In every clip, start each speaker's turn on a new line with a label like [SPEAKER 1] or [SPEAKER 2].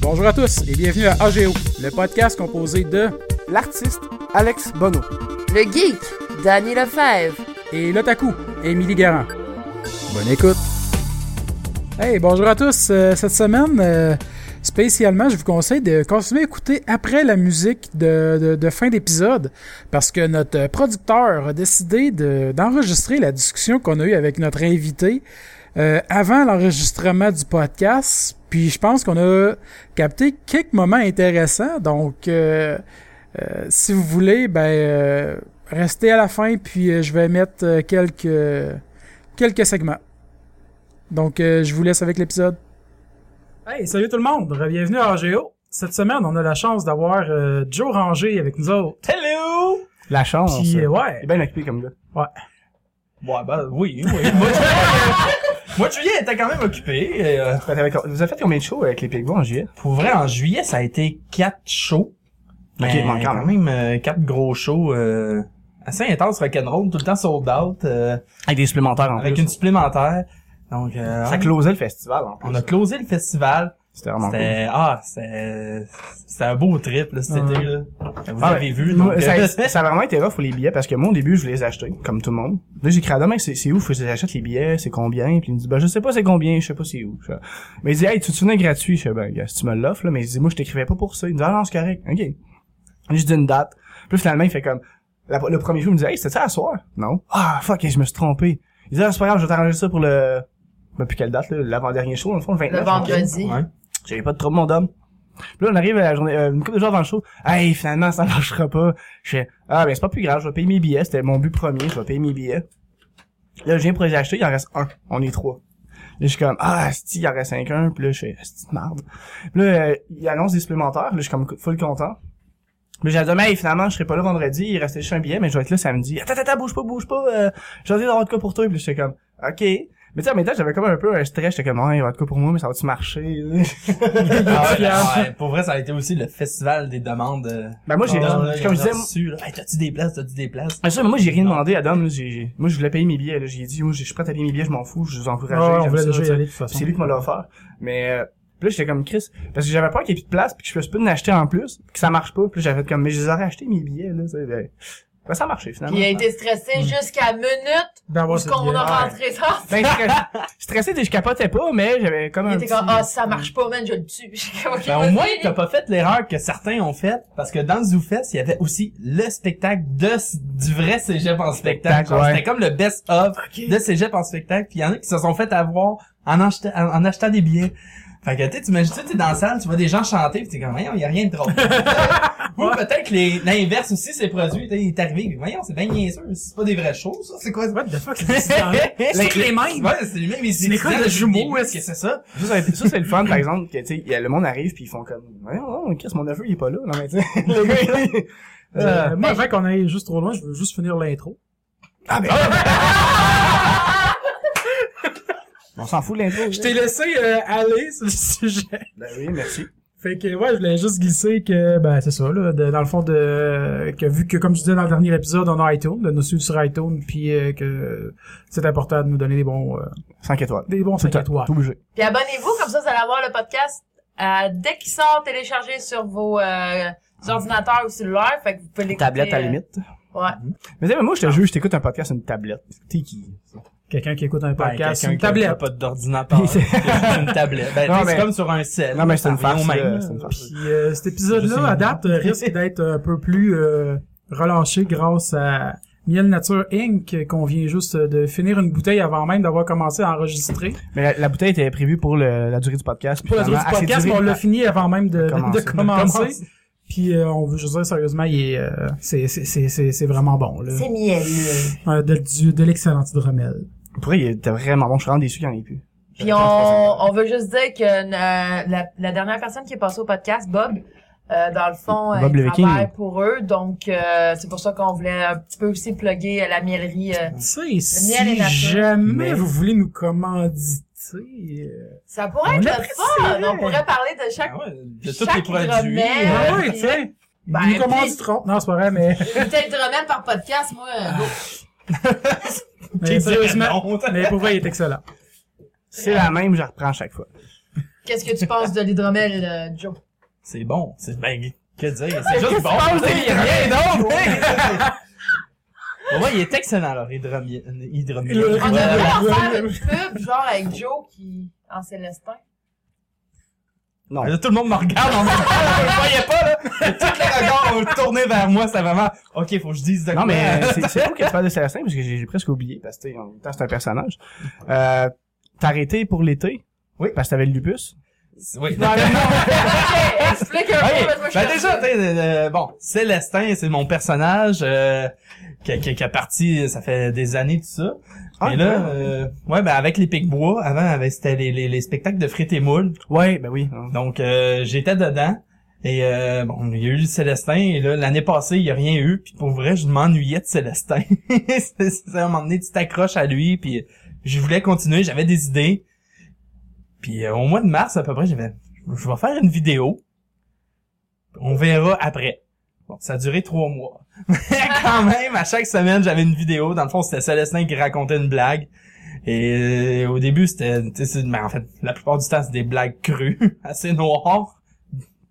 [SPEAKER 1] Bonjour à tous et bienvenue à AGO, le podcast composé de
[SPEAKER 2] l'artiste Alex Bonneau,
[SPEAKER 3] le geek Danny Lefebvre
[SPEAKER 1] et l'otaku Émilie Garand. Bonne écoute. Hey, bonjour à tous. Euh, cette semaine, euh, spécialement, je vous conseille de continuer à écouter après la musique de, de- de fin d'épisode parce que notre producteur a décidé de- d'enregistrer la discussion qu'on a eue avec notre invité euh, avant l'enregistrement du podcast. Puis je pense qu'on a capté quelques moments intéressants. Donc, euh, euh, si vous voulez, ben, euh, restez à la fin puis euh, je vais mettre euh, quelques, quelques segments. Donc, euh, je vous laisse avec l'épisode. Hey, salut tout le monde! Bienvenue à AGO. Cette semaine, on a la chance d'avoir euh, Joe Ranger avec nous autres.
[SPEAKER 4] Hello!
[SPEAKER 2] La chance.
[SPEAKER 1] Puis, euh,
[SPEAKER 2] euh,
[SPEAKER 1] ouais,
[SPEAKER 2] Il est bien occupé comme gars.
[SPEAKER 4] Ouais, bah oui, oui. Moi, tu- Moi, euh, juillet était quand même occupé. et, euh,
[SPEAKER 2] Fait avec- Vous avez fait combien de shows avec les Pigbois en juillet?
[SPEAKER 4] pour vrai, en juillet, ça a été quatre shows.
[SPEAKER 2] Ok,
[SPEAKER 4] Mais
[SPEAKER 2] bon, quand
[SPEAKER 4] quand même euh, quatre gros shows euh, assez intenses, rock'n'roll, tout le temps sold out, euh,
[SPEAKER 2] Avec des supplémentaires en
[SPEAKER 4] avec
[SPEAKER 2] plus.
[SPEAKER 4] une supplémentaire. Donc, euh,
[SPEAKER 2] Ça closait le festival en plus.
[SPEAKER 4] on a closé le festival.
[SPEAKER 2] C'était vraiment cool.
[SPEAKER 4] C'était ah, c'était c'était un beau trip là, cet
[SPEAKER 1] Ouais.
[SPEAKER 4] été là. Vous
[SPEAKER 2] Ah,
[SPEAKER 4] l'avez vu,
[SPEAKER 2] Moi,
[SPEAKER 4] donc
[SPEAKER 2] ça,
[SPEAKER 4] euh,
[SPEAKER 2] ça a vraiment été rough pour les billets parce que moi au début je voulais les acheter comme tout le monde. Là j'ai créé à demain c'est c'est où faut que j'achète les billets, c'est combien puis il me dit bah je sais pas c'est combien, je sais pas c'est où. Je fais- Mais il dit hey tu te souviens gratuit, je fais ben gars, si tu me l'offres là mais il dit moi je t'écrivais pas pour ça, il me dit ah non c'est correct. OK. J'ai dit une date. Puis finalement il fait comme la- le premier jour il me dit hey c'était ça à soir Non. Ah fuck, je me suis trompé. Il dit ah, c'est pas grave, je vais t'arranger ça pour le ben, puis quelle date là, l'avant-dernier show dans le fond le 29.
[SPEAKER 3] le
[SPEAKER 2] ok.
[SPEAKER 3] vendredi.
[SPEAKER 4] ouais.
[SPEAKER 2] J'avais pas de trouble, mon dame. Puis là, on arrive à la journée, euh, une couple de jours avant le show. Hey, finalement, ça marchera pas. Je fais, ah, ben, c'est pas plus grave, je vais payer mes billets. C'était mon but premier, je vais payer mes billets. Là, je viens pour les acheter, il en reste un. On est trois. Là, je suis comme, ah, si, il en reste cinq, un. Puis là, je fais, asti de merde. Puis là, euh, il annonce des supplémentaires. Là, je suis comme full content. Mais j'ai dit, mais hey, finalement, je serai pas là vendredi, il restait juste un billet, mais je vais être là samedi. Attends, attends, bouge pas, bouge pas, euh, j'ai envie d'avoir de quoi pour toi. Puis là, j'étais comme, ok. Mais tu sais, en même temps, j'avais comme un peu un stress, j'étais comme, ah, il va y avoir de quoi pour moi, mais ça va-tu marcher?
[SPEAKER 4] Ah ouais,
[SPEAKER 2] Fiable.
[SPEAKER 4] ouais, pour vrai, ça a été aussi le festival des demandes. euh,
[SPEAKER 2] Ben moi j'ai
[SPEAKER 4] Ah,
[SPEAKER 2] comme
[SPEAKER 4] là,
[SPEAKER 2] je
[SPEAKER 4] il y en a
[SPEAKER 2] disais moi-
[SPEAKER 4] reçu, là. Hey, t'as-tu des places, t'as-tu des places?
[SPEAKER 2] Ah, ça, mais moi j'ai rien
[SPEAKER 4] Non.
[SPEAKER 2] demandé à Dom, là, j'ai- j'ai- moi je voulais payer mes billets, là, j'ai dit moi je suis prêt à payer mes billets, je m'en fous, je vous encourage,
[SPEAKER 1] Ouais, Ah, on
[SPEAKER 2] j'aime
[SPEAKER 1] voulait
[SPEAKER 2] ça,
[SPEAKER 1] déjà
[SPEAKER 2] tu
[SPEAKER 1] y
[SPEAKER 2] sais.
[SPEAKER 1] aller de toute façon.
[SPEAKER 2] Puis c'est lui qui m'a l'offert. Mais euh, puis là j'étais comme Chris parce que j'avais peur qu'il y ait plus de place puis que je puisse pas en acheter en plus, puis que ça marche pas, puis là, j'avais fait comme mais je les aurais acheté mes billets là, tu sais, ben, ben, ça a marché finalement.
[SPEAKER 3] Puis il a été stressé jusqu'à minute où
[SPEAKER 1] d'avoir
[SPEAKER 3] ce
[SPEAKER 1] cette
[SPEAKER 3] qu'on
[SPEAKER 1] bière.
[SPEAKER 3] a rentré ça.
[SPEAKER 2] Ben, stressé- stressé et je capotais pas mais j'avais comme
[SPEAKER 3] Il
[SPEAKER 2] un
[SPEAKER 3] était
[SPEAKER 2] petit...
[SPEAKER 3] comme, ah, si ça marche pas, man, je le tue. J'ai comme, Ok,
[SPEAKER 4] Ben, au
[SPEAKER 3] vas-y.
[SPEAKER 4] moins, t'as pas fait l'erreur que certains ont faite, parce que dans le ZooFest, il y avait aussi le spectacle de, du vrai cégep en spectacle.
[SPEAKER 2] Spectacle,
[SPEAKER 4] Genre,
[SPEAKER 2] ouais.
[SPEAKER 4] C'était comme le best-of de cégep en spectacle, puis il y en a qui se sont fait avoir en, achetant, en, en achetant des billets. Fait que, tu sais, t'imagines, tu t'es dans la salle, tu vois des gens chanter, pis t'es comme, voyons, y a rien de drôle. Ou peut-être que les- l'inverse aussi s'est produit, t'sais, il est arrivé, pis voyons, c'est bien niaiseux, c'est pas des vraies choses, ça, c'est quoi?
[SPEAKER 1] What the fuck, c'est ce
[SPEAKER 4] Les-
[SPEAKER 1] C'est les mêmes!
[SPEAKER 4] Ouais, c'est les mêmes, ils-
[SPEAKER 1] C'est une
[SPEAKER 4] ils-
[SPEAKER 1] école de
[SPEAKER 4] ils-
[SPEAKER 1] jumeaux,
[SPEAKER 4] ils-
[SPEAKER 1] est-ce
[SPEAKER 4] que c'est ça?
[SPEAKER 2] Ça, ça, ça, c'est le fun, par exemple, que, tu sais, y a- le monde arrive puis ils font comme, voyons, non, Chris, mon neveu, il est pas là, non, mais tu sais, le gars, il-
[SPEAKER 1] Euh,
[SPEAKER 2] Euh,
[SPEAKER 1] moi, avant qu'on aille juste trop loin, je veux juste finir l'intro.
[SPEAKER 2] ah, ben, Ah, on s'en fout de l'intro.
[SPEAKER 1] Je t'ai laissé euh, aller sur le sujet.
[SPEAKER 2] Ben oui, merci.
[SPEAKER 1] Fait que ouais, je voulais juste glisser que ben c'est ça là, de- dans le fond de que vu que comme je disais dans le dernier épisode, on a iTunes, de nous suivre sur iTunes, puis euh, que c'est important de nous donner des bons euh,
[SPEAKER 2] 5 étoiles.
[SPEAKER 1] des bons
[SPEAKER 2] Tout
[SPEAKER 1] 5
[SPEAKER 2] le temps.
[SPEAKER 1] étoiles.
[SPEAKER 2] T'es obligé.
[SPEAKER 3] Puis abonnez-vous, comme ça, vous allez avoir le podcast euh, dès qu'il sort téléchargé sur vos euh, ordinateurs ou cellulaires. Fait que vous pouvez l'écouter.
[SPEAKER 2] Tablette à la
[SPEAKER 3] euh,
[SPEAKER 2] limite.
[SPEAKER 3] Ouais.
[SPEAKER 2] Mais tu sais, moi, je te jure, je t'écoute un podcast sur une tablette. T'es qui?
[SPEAKER 1] Quelqu'un qui écoute un
[SPEAKER 4] Ben,
[SPEAKER 1] podcast,
[SPEAKER 4] quelqu'un
[SPEAKER 1] une
[SPEAKER 4] qui a- qui a
[SPEAKER 1] tablette.
[SPEAKER 4] pas d'ordinateur. c'est une tablette. Ben,
[SPEAKER 2] Non,
[SPEAKER 4] t'sais, c'est
[SPEAKER 2] mais-
[SPEAKER 4] comme sur un sel.
[SPEAKER 2] Non, mais c'est
[SPEAKER 4] Ça
[SPEAKER 2] une
[SPEAKER 4] revient
[SPEAKER 2] farce,
[SPEAKER 4] au même,
[SPEAKER 2] là,
[SPEAKER 4] là.
[SPEAKER 2] c'est une farce.
[SPEAKER 1] Puis euh, cet
[SPEAKER 4] Je
[SPEAKER 1] épisode-là
[SPEAKER 4] sais.
[SPEAKER 1] à date euh, risque d'être un peu plus euh, relâché grâce à Miel Nature Inc. qu'on vient juste de finir une bouteille avant même d'avoir commencé à enregistrer.
[SPEAKER 2] Mais la, la bouteille était prévue pour le- la durée du podcast. puis
[SPEAKER 1] Pour la durée
[SPEAKER 2] finalement,
[SPEAKER 1] du
[SPEAKER 2] elle s'est
[SPEAKER 1] podcast, mais
[SPEAKER 2] durée- Ah,
[SPEAKER 1] on l'a fini avant même de, de- de
[SPEAKER 2] Commencer.
[SPEAKER 1] commencer. Puis euh, on veut juste dire sérieusement, il est, euh, c'est, c'est, c'est, c'est, c'est vraiment bon là.
[SPEAKER 2] Mm.
[SPEAKER 3] C'est miel.
[SPEAKER 1] Euh, de, du- de l'excellent hydromel.
[SPEAKER 2] Pour vrai, il était vraiment bon. Je suis vraiment déçu qu'il n'y en ait plus.
[SPEAKER 3] Puis on, on veut juste dire que euh, la, la dernière personne qui est passée au podcast, Bob, euh, dans le fond, euh,
[SPEAKER 2] Bob
[SPEAKER 3] il
[SPEAKER 2] le Viking.
[SPEAKER 3] travaille pour eux. Donc, euh, c'est pour ça qu'on voulait un petit peu aussi plugger euh, la miellerie. euh.
[SPEAKER 1] Tu sais,
[SPEAKER 3] miel est
[SPEAKER 1] si
[SPEAKER 3] nature.
[SPEAKER 1] jamais
[SPEAKER 2] Mais-
[SPEAKER 1] vous voulez nous commanditer, euh,
[SPEAKER 3] Ça pourrait être le
[SPEAKER 1] apprécierait.
[SPEAKER 3] fun. On pourrait parler de chaque
[SPEAKER 4] Ah ouais, de tous
[SPEAKER 3] Chaque
[SPEAKER 4] les produits.
[SPEAKER 3] remède.
[SPEAKER 1] ah
[SPEAKER 4] Ouais.
[SPEAKER 1] ouais, tiens,
[SPEAKER 3] Ben,
[SPEAKER 1] nous commanditerons. Non, c'est pas vrai, mais,
[SPEAKER 3] bouteille de remède par podcast, moi. euh, go.
[SPEAKER 1] mais sérieusement,
[SPEAKER 4] Non, t'as-
[SPEAKER 1] mais pour vrai, il est excellent.
[SPEAKER 2] C'est la même, je la reprends à chaque fois.
[SPEAKER 3] Qu'est-ce que tu penses de l'hydromel, euh, Joe?
[SPEAKER 4] c'est bon. C'est, ben, que dire, c'est
[SPEAKER 2] Qu'est-ce qui
[SPEAKER 4] juste
[SPEAKER 2] se
[SPEAKER 4] bon.
[SPEAKER 2] passe, des rien d'autre?
[SPEAKER 4] Pour moi, il est excellent, leur hydromiel. hydromiel.
[SPEAKER 5] Le-
[SPEAKER 3] On
[SPEAKER 5] Ouais,
[SPEAKER 3] devrait
[SPEAKER 5] ouais,
[SPEAKER 3] en
[SPEAKER 5] ouais,
[SPEAKER 3] faire
[SPEAKER 5] ouais.
[SPEAKER 3] une pub, genre avec Joe qui, en Célestin.
[SPEAKER 2] Non.
[SPEAKER 1] Ah,
[SPEAKER 4] Là, tout le monde me regarde, on me regarde, je le voyais pas, là. Et Tous les regards ont tourné vers moi, c'était vraiment, ok, faut que je dise de
[SPEAKER 2] Non,
[SPEAKER 4] quoi.
[SPEAKER 2] mais c'est c'est cool que tu parles de Célestin, parce que j'ai j'ai presque oublié, parce que, tu sais, en même temps, c'est un personnage. Euh, t'as arrêté pour l'été?
[SPEAKER 4] Oui.
[SPEAKER 2] Parce que t'avais le lupus?
[SPEAKER 4] Oui.
[SPEAKER 3] Ok, Explique un peu,
[SPEAKER 4] Ok,
[SPEAKER 3] parce que moi, je
[SPEAKER 4] ben
[SPEAKER 3] suis
[SPEAKER 4] déjà,
[SPEAKER 3] curieuse.
[SPEAKER 4] t'sais, euh, bon, Célestin, c'est mon personnage euh, qui, a- qui, a- qui a parti, ça fait des années tout ça.
[SPEAKER 2] Ah,
[SPEAKER 4] et là,
[SPEAKER 2] ouais.
[SPEAKER 4] euh, ouais, ben avec les Pic-Bois, avant, avec- c'était les, les, les spectacles de frites et moules.
[SPEAKER 2] Ouais, ben oui.
[SPEAKER 4] Donc, euh, j'étais dedans. Et euh, bon, il y a eu le Célestin, et là, l'année passée, il n'y a rien eu, puis pour vrai, je m'ennuyais de Célestin. c'est c'est à un moment donné, tu t'accroches à lui, puis je voulais continuer, j'avais des idées. Puis euh, au mois de mars, à peu près, j'avais je vais faire une vidéo. On verra après. Bon, ça a duré trois mois. Mais quand même, à chaque semaine, j'avais une vidéo. Dans le fond, c'était Célestin qui racontait une blague. Et euh, au début, c'était... tu sais, c'est- Mais en fait, la plupart du temps, c'est des blagues crues, assez noires.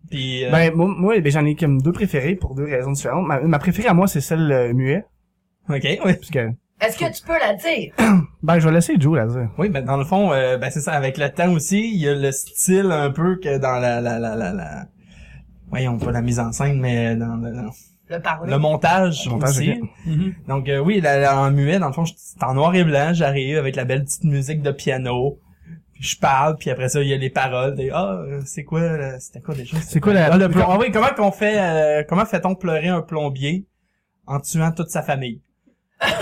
[SPEAKER 4] Puis... euh,
[SPEAKER 2] Ben, moi, moi, ben, j'en ai comme deux préférées pour deux raisons différentes. Ma, ma préférée à moi, c'est celle euh, muet.
[SPEAKER 4] OK, oui.
[SPEAKER 2] Parce que,
[SPEAKER 3] Est-ce que tu peux la dire?
[SPEAKER 2] ben, je vais laisser Joe la dire.
[SPEAKER 4] Oui, ben dans le fond, euh, ben c'est ça, avec le temps aussi, il y a le style un peu que dans la... la, la, la, la... Voyons, pas la mise en scène, mais dans le,
[SPEAKER 3] Le parler.
[SPEAKER 4] le montage,
[SPEAKER 2] Le montage,
[SPEAKER 4] aussi.
[SPEAKER 2] ok.
[SPEAKER 4] Donc euh, oui, la, la- en muet, dans le fond, je- c'est en noir et blanc, j'arrive avec la belle petite musique de piano. puis Je parle, puis après ça, il y a les paroles. des Ah, euh, c'est quoi, euh, c'était quoi déjà?
[SPEAKER 2] C'est quoi la,
[SPEAKER 4] Ah, le
[SPEAKER 2] le
[SPEAKER 4] plom-
[SPEAKER 2] plan?
[SPEAKER 4] ah oui, comment qu'on fait, euh, comment fait-on pleurer un plombier en tuant toute sa famille? Donc,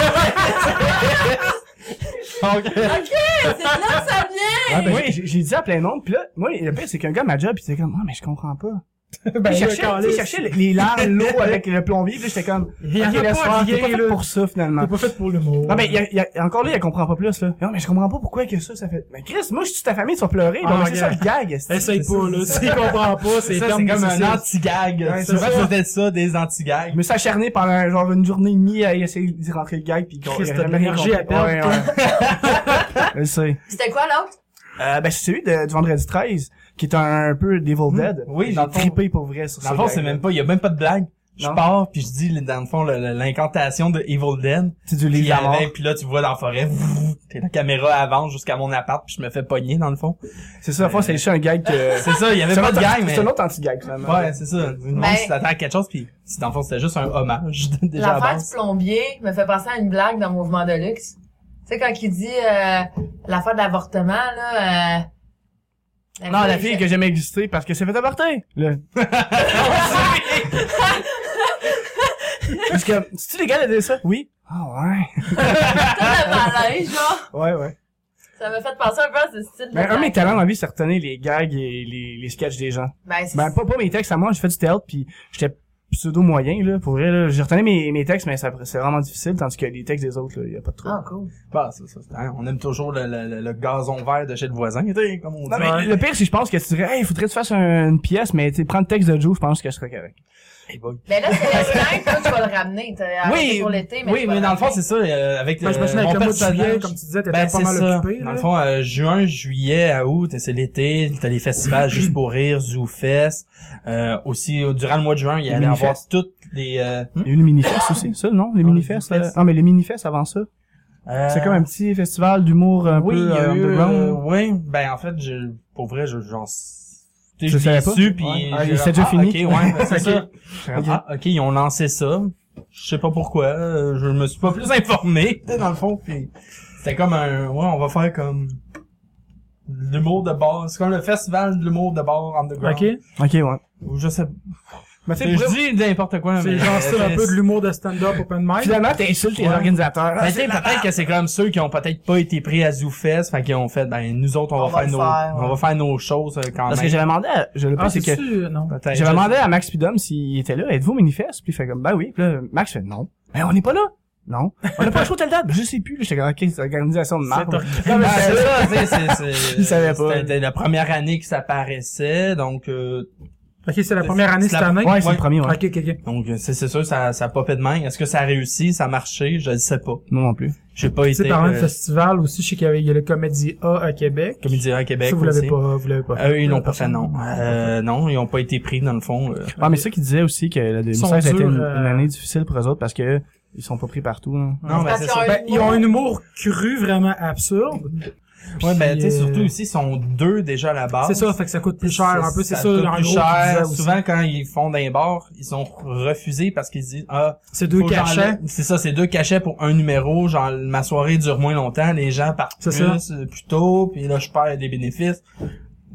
[SPEAKER 4] euh,
[SPEAKER 3] Ok, c'est de là que ça vient!
[SPEAKER 2] Ah, ben,
[SPEAKER 4] Oui.
[SPEAKER 2] j'ai- J'ai dit à plein nombre, pis là, moi, le pire, c'est qu'un gars m'a job, pis c'était comme, ah, mais je comprends pas. Ben, il cherchait, il cherchait les, les larmes, l'eau avec le plombier, pis là, j'étais comme,
[SPEAKER 5] Il y en
[SPEAKER 2] ok,
[SPEAKER 5] a
[SPEAKER 2] laisse
[SPEAKER 5] pas,
[SPEAKER 2] faire, t'es
[SPEAKER 5] rien,
[SPEAKER 2] pas fait
[SPEAKER 5] là.
[SPEAKER 2] pour ça, finalement.
[SPEAKER 5] T'es pas fait pour l'humour.
[SPEAKER 2] Non, mais il y a, il y a- encore là, il comprend pas plus, là. Non, mais je comprends pas pourquoi que ça, ça fait. Mais Chris, moi, je suis ta famille, tu vas pleurer.
[SPEAKER 5] Ah,
[SPEAKER 2] donc c'est ça
[SPEAKER 5] regarde.
[SPEAKER 2] le gag. est-ce que-
[SPEAKER 5] Essaye
[SPEAKER 2] c'est
[SPEAKER 5] pas,
[SPEAKER 2] ça.
[SPEAKER 5] là. Si tu comprends pas, c'est
[SPEAKER 4] c'est ça,
[SPEAKER 5] terme
[SPEAKER 4] c'est comme
[SPEAKER 5] difficile.
[SPEAKER 4] un anti-gag.
[SPEAKER 2] Ouais,
[SPEAKER 4] c'est
[SPEAKER 2] c'est ça.
[SPEAKER 4] vrai que c'était ça, des
[SPEAKER 2] Je
[SPEAKER 4] anti-gags.
[SPEAKER 2] me suis acharné pendant genre une journée et demie à essayer d'y rentrer le gag pis qu'on
[SPEAKER 5] Chris,
[SPEAKER 2] il a
[SPEAKER 5] t'as de
[SPEAKER 2] jamais rien
[SPEAKER 5] l'énergie
[SPEAKER 2] compris.
[SPEAKER 5] à
[SPEAKER 2] Ouais,
[SPEAKER 5] perdre,
[SPEAKER 2] ouais. Je le sais.
[SPEAKER 3] C'était quoi l'autre?
[SPEAKER 2] Euh, ben, c'est celui de- du vendredi 13, qui est un, un peu Devil Dead.
[SPEAKER 4] Hmm. oui, dans
[SPEAKER 2] j'ai
[SPEAKER 4] le fond-
[SPEAKER 2] trippé pour vrai sur
[SPEAKER 4] Dans le fond, c'est même pas, il y a même pas de blague. Je
[SPEAKER 2] Non.
[SPEAKER 4] pars, puis je dis, dans le fond, le- le- l'incantation de Evil Dead.
[SPEAKER 2] C'est du
[SPEAKER 4] Puis
[SPEAKER 2] livre de la mort.
[SPEAKER 4] avec- puis là, tu vois dans la forêt, vroom, t'es la caméra avance jusqu'à mon appart, puis je me fais pogner, dans le fond.
[SPEAKER 2] C'est ça, la fois, c'est juste un gag que.
[SPEAKER 4] C'est ça, il y avait
[SPEAKER 2] C'est un
[SPEAKER 4] pas de
[SPEAKER 2] autre-
[SPEAKER 4] gang, mais...
[SPEAKER 2] C'est un autre anti-gag, finalement.
[SPEAKER 4] Ouais, c'est ça. Du monde
[SPEAKER 3] Ben-
[SPEAKER 4] qui s'attend à quelque chose, puis c'est- dans le fond, c'était juste un hommage, déjà à
[SPEAKER 3] L'affaire du
[SPEAKER 4] base.
[SPEAKER 3] plombier me fait penser à une blague dans Mouvement de luxe. Tu sais, quand il dit euh, l'affaire de l'avortement, là... Euh,
[SPEAKER 2] Non, la fille que j'aimais exister parce que c'est fait avorter. Là.
[SPEAKER 4] Oh,
[SPEAKER 2] Parce que, c'est-tu légal de dire ça? Oui. Ah ouais.
[SPEAKER 3] Tout le malaise, genre.
[SPEAKER 2] Ouais, ouais.
[SPEAKER 3] Ça m'a fait penser un peu à ce style
[SPEAKER 2] Ben, un
[SPEAKER 3] de
[SPEAKER 2] de mes
[SPEAKER 3] blague.
[SPEAKER 2] talents dans la vie, c'est retenir les gags et les, les sketchs des gens.
[SPEAKER 3] Ben, c'est
[SPEAKER 2] Ben, pas, pas mes textes à moi, j'ai fait du théâtre pis j'étais pseudo-moyen, là, pour vrai, là. J'ai retenu mes, mes textes, mais ça, c'est vraiment difficile, tandis que les textes des autres, là, y a pas de trouble.
[SPEAKER 3] Ah, cool.
[SPEAKER 4] Bah, c'est ça, c'est- hein, on aime toujours le, le- le- le gazon vert de chez le voisin, tu sais, comme on dit.
[SPEAKER 2] Non, mais le pire, c'est que je pense que tu dirais, hey, faudrait que tu fasses un- une pièce, mais tu sais, prends le texte de Joe, je pense que je serais correct.
[SPEAKER 4] Hey boy.
[SPEAKER 3] Ben là, c'est l'instinct, toi, tu vas le ramener. T'as arrêté
[SPEAKER 4] Oui,
[SPEAKER 3] pour l'été, mais
[SPEAKER 4] oui,
[SPEAKER 3] tu vas
[SPEAKER 4] mais dans le fond,
[SPEAKER 3] ramener.
[SPEAKER 4] c'est ça, euh, avec
[SPEAKER 5] Ben, je
[SPEAKER 4] euh,
[SPEAKER 5] me souviens avec
[SPEAKER 4] mon
[SPEAKER 5] le mois de juillet,
[SPEAKER 4] personnage.
[SPEAKER 5] comme tu disais, t'étais
[SPEAKER 4] Ben,
[SPEAKER 5] pas
[SPEAKER 4] c'est
[SPEAKER 5] mal
[SPEAKER 4] ça.
[SPEAKER 5] occupé.
[SPEAKER 4] Dans
[SPEAKER 5] là.
[SPEAKER 4] le fond, euh, juin, juillet, à août, c'est l'été, t'as les festivals juste pour rire, Zoo Fest. Euh, aussi, euh, durant le mois de juin, il y
[SPEAKER 2] Les
[SPEAKER 4] allait avoir
[SPEAKER 2] mini-fest.
[SPEAKER 4] toutes les... euh, hmm?
[SPEAKER 2] Il y a eu le mini-fest aussi, ça, non? Les
[SPEAKER 4] Non,
[SPEAKER 2] mini-fest, euh,
[SPEAKER 4] les Ah, mini-fest.
[SPEAKER 2] non, mais les mini-fest avant ça.
[SPEAKER 4] Euh,
[SPEAKER 2] C'est comme un petit festival d'humour un
[SPEAKER 4] oui,
[SPEAKER 2] peu
[SPEAKER 4] il y
[SPEAKER 2] euh,
[SPEAKER 4] a eu,
[SPEAKER 2] underground.
[SPEAKER 4] euh, oui, ben en fait, je, pour vrai, je, j'en tu sais,
[SPEAKER 2] Je
[SPEAKER 4] je
[SPEAKER 2] savais
[SPEAKER 4] l'ai
[SPEAKER 2] pas.
[SPEAKER 4] su, puis
[SPEAKER 2] Ouais.
[SPEAKER 4] j'ai-
[SPEAKER 2] Ah, c'était déjà
[SPEAKER 4] ah,
[SPEAKER 2] fini.
[SPEAKER 4] ok, ouais, ben, c'est ça.
[SPEAKER 2] Ok.
[SPEAKER 4] Ah, ok, ils ont lancé ça. Je sais pas pourquoi, euh, je me suis pas plus informé, tu sais, dans le fond, puis c'était comme un, ouais, on va faire comme l'humour de bord, c'est comme le festival de l'humour de bord underground.
[SPEAKER 5] OK?
[SPEAKER 2] Ok, ouais.
[SPEAKER 4] Ou je sais,
[SPEAKER 2] Mais
[SPEAKER 4] je dis n'importe quoi,
[SPEAKER 5] C'est
[SPEAKER 4] mais-
[SPEAKER 5] genre ça, un peu de l'humour de stand-up open mic.
[SPEAKER 2] Finalement, t'insultes les
[SPEAKER 4] Ouais.
[SPEAKER 2] organisateurs. Ah,
[SPEAKER 4] Ben, tu sais, peut-être que c'est comme ceux qui ont peut-être pas été pris à ZooFest, fait qu'ils ont fait, ben, nous autres, on,
[SPEAKER 3] On
[SPEAKER 4] va
[SPEAKER 3] va
[SPEAKER 4] faire
[SPEAKER 3] le
[SPEAKER 4] nos,
[SPEAKER 3] faire, ouais.
[SPEAKER 4] on va faire nos choses euh, quand
[SPEAKER 2] Parce que
[SPEAKER 4] même.
[SPEAKER 2] j'avais demandé à, je le
[SPEAKER 5] Ah,
[SPEAKER 2] pense,
[SPEAKER 5] c'est
[SPEAKER 2] c'est que,
[SPEAKER 5] que... Non.
[SPEAKER 4] Peut-être.
[SPEAKER 2] j'avais demandé à Max Pidum s'il était là, êtes-vous au manifeste? Puis il fait comme, bah oui. Puis là, Max fait, non. Mais on n'est pas là. Non. On n'a pas le choix de telle date. Ben, Je sais plus. là. J'étais comme, ok, c'est l'organisation de marque.
[SPEAKER 4] Ben, c'est ça, tu sais, c'est, c'est,
[SPEAKER 2] Il savait pas.
[SPEAKER 4] C'était la première année que ça paraissait, donc, euh,
[SPEAKER 1] Ok, c'est la première année
[SPEAKER 4] C'est
[SPEAKER 1] cette
[SPEAKER 4] la-
[SPEAKER 1] année?
[SPEAKER 2] Ouais, c'est le premier, ouais.
[SPEAKER 1] Ok, ok, ok.
[SPEAKER 4] Donc, euh, c'est c'est sûr, ça, ça a pas fait de main. Est-ce que ça a réussi? Ça a marché? Je le sais pas.
[SPEAKER 2] Non, non plus.
[SPEAKER 4] J'ai pas
[SPEAKER 1] Tu sais,
[SPEAKER 4] été
[SPEAKER 1] par un
[SPEAKER 4] euh,
[SPEAKER 1] festival aussi, je sais qu'il y avait il y a le Comédie A à Québec.
[SPEAKER 4] comédien à Québec
[SPEAKER 1] ça, vous
[SPEAKER 4] aussi.
[SPEAKER 1] l'avez pas, vous l'avez pas
[SPEAKER 4] Euh, ils l'ont pas fait,
[SPEAKER 1] Personne.
[SPEAKER 4] non. Euh, non, ils ont pas été pris, dans le fond. euh.
[SPEAKER 2] Ouais, mais c'est ça qui disait aussi que la
[SPEAKER 1] sont
[SPEAKER 2] 2016 a été
[SPEAKER 1] durs,
[SPEAKER 2] une, une
[SPEAKER 1] euh,
[SPEAKER 2] année difficile pour eux autres parce que ils sont pas pris partout. hein. là.
[SPEAKER 4] Non, ben,
[SPEAKER 3] Parce
[SPEAKER 4] c'est
[SPEAKER 3] qu'ils
[SPEAKER 4] ça.
[SPEAKER 3] ont
[SPEAKER 1] Ben, ils ont un humour cru, vraiment absurde.
[SPEAKER 4] Ouais, ben,
[SPEAKER 1] Puis,
[SPEAKER 4] tu sais,
[SPEAKER 1] euh,
[SPEAKER 4] surtout ici, ils sont deux déjà à la base.
[SPEAKER 1] C'est ça, fait que ça coûte plus cher. Un peu, c'est ça,
[SPEAKER 4] coûte
[SPEAKER 1] en
[SPEAKER 4] plus
[SPEAKER 1] gros,
[SPEAKER 4] cher.
[SPEAKER 1] qu'ils disaient
[SPEAKER 4] Souvent, quand ils font d'un bar, ils sont refusés parce qu'ils se disent, ah,
[SPEAKER 1] aussi. C'est deux
[SPEAKER 4] faut que
[SPEAKER 1] cachets.
[SPEAKER 4] j'enlève- C'est ça, c'est deux cachets pour un numéro. Genre, ma soirée dure moins longtemps, les gens partent
[SPEAKER 1] C'est
[SPEAKER 4] plus, euh, plus tôt, puis là, je perds des bénéfices.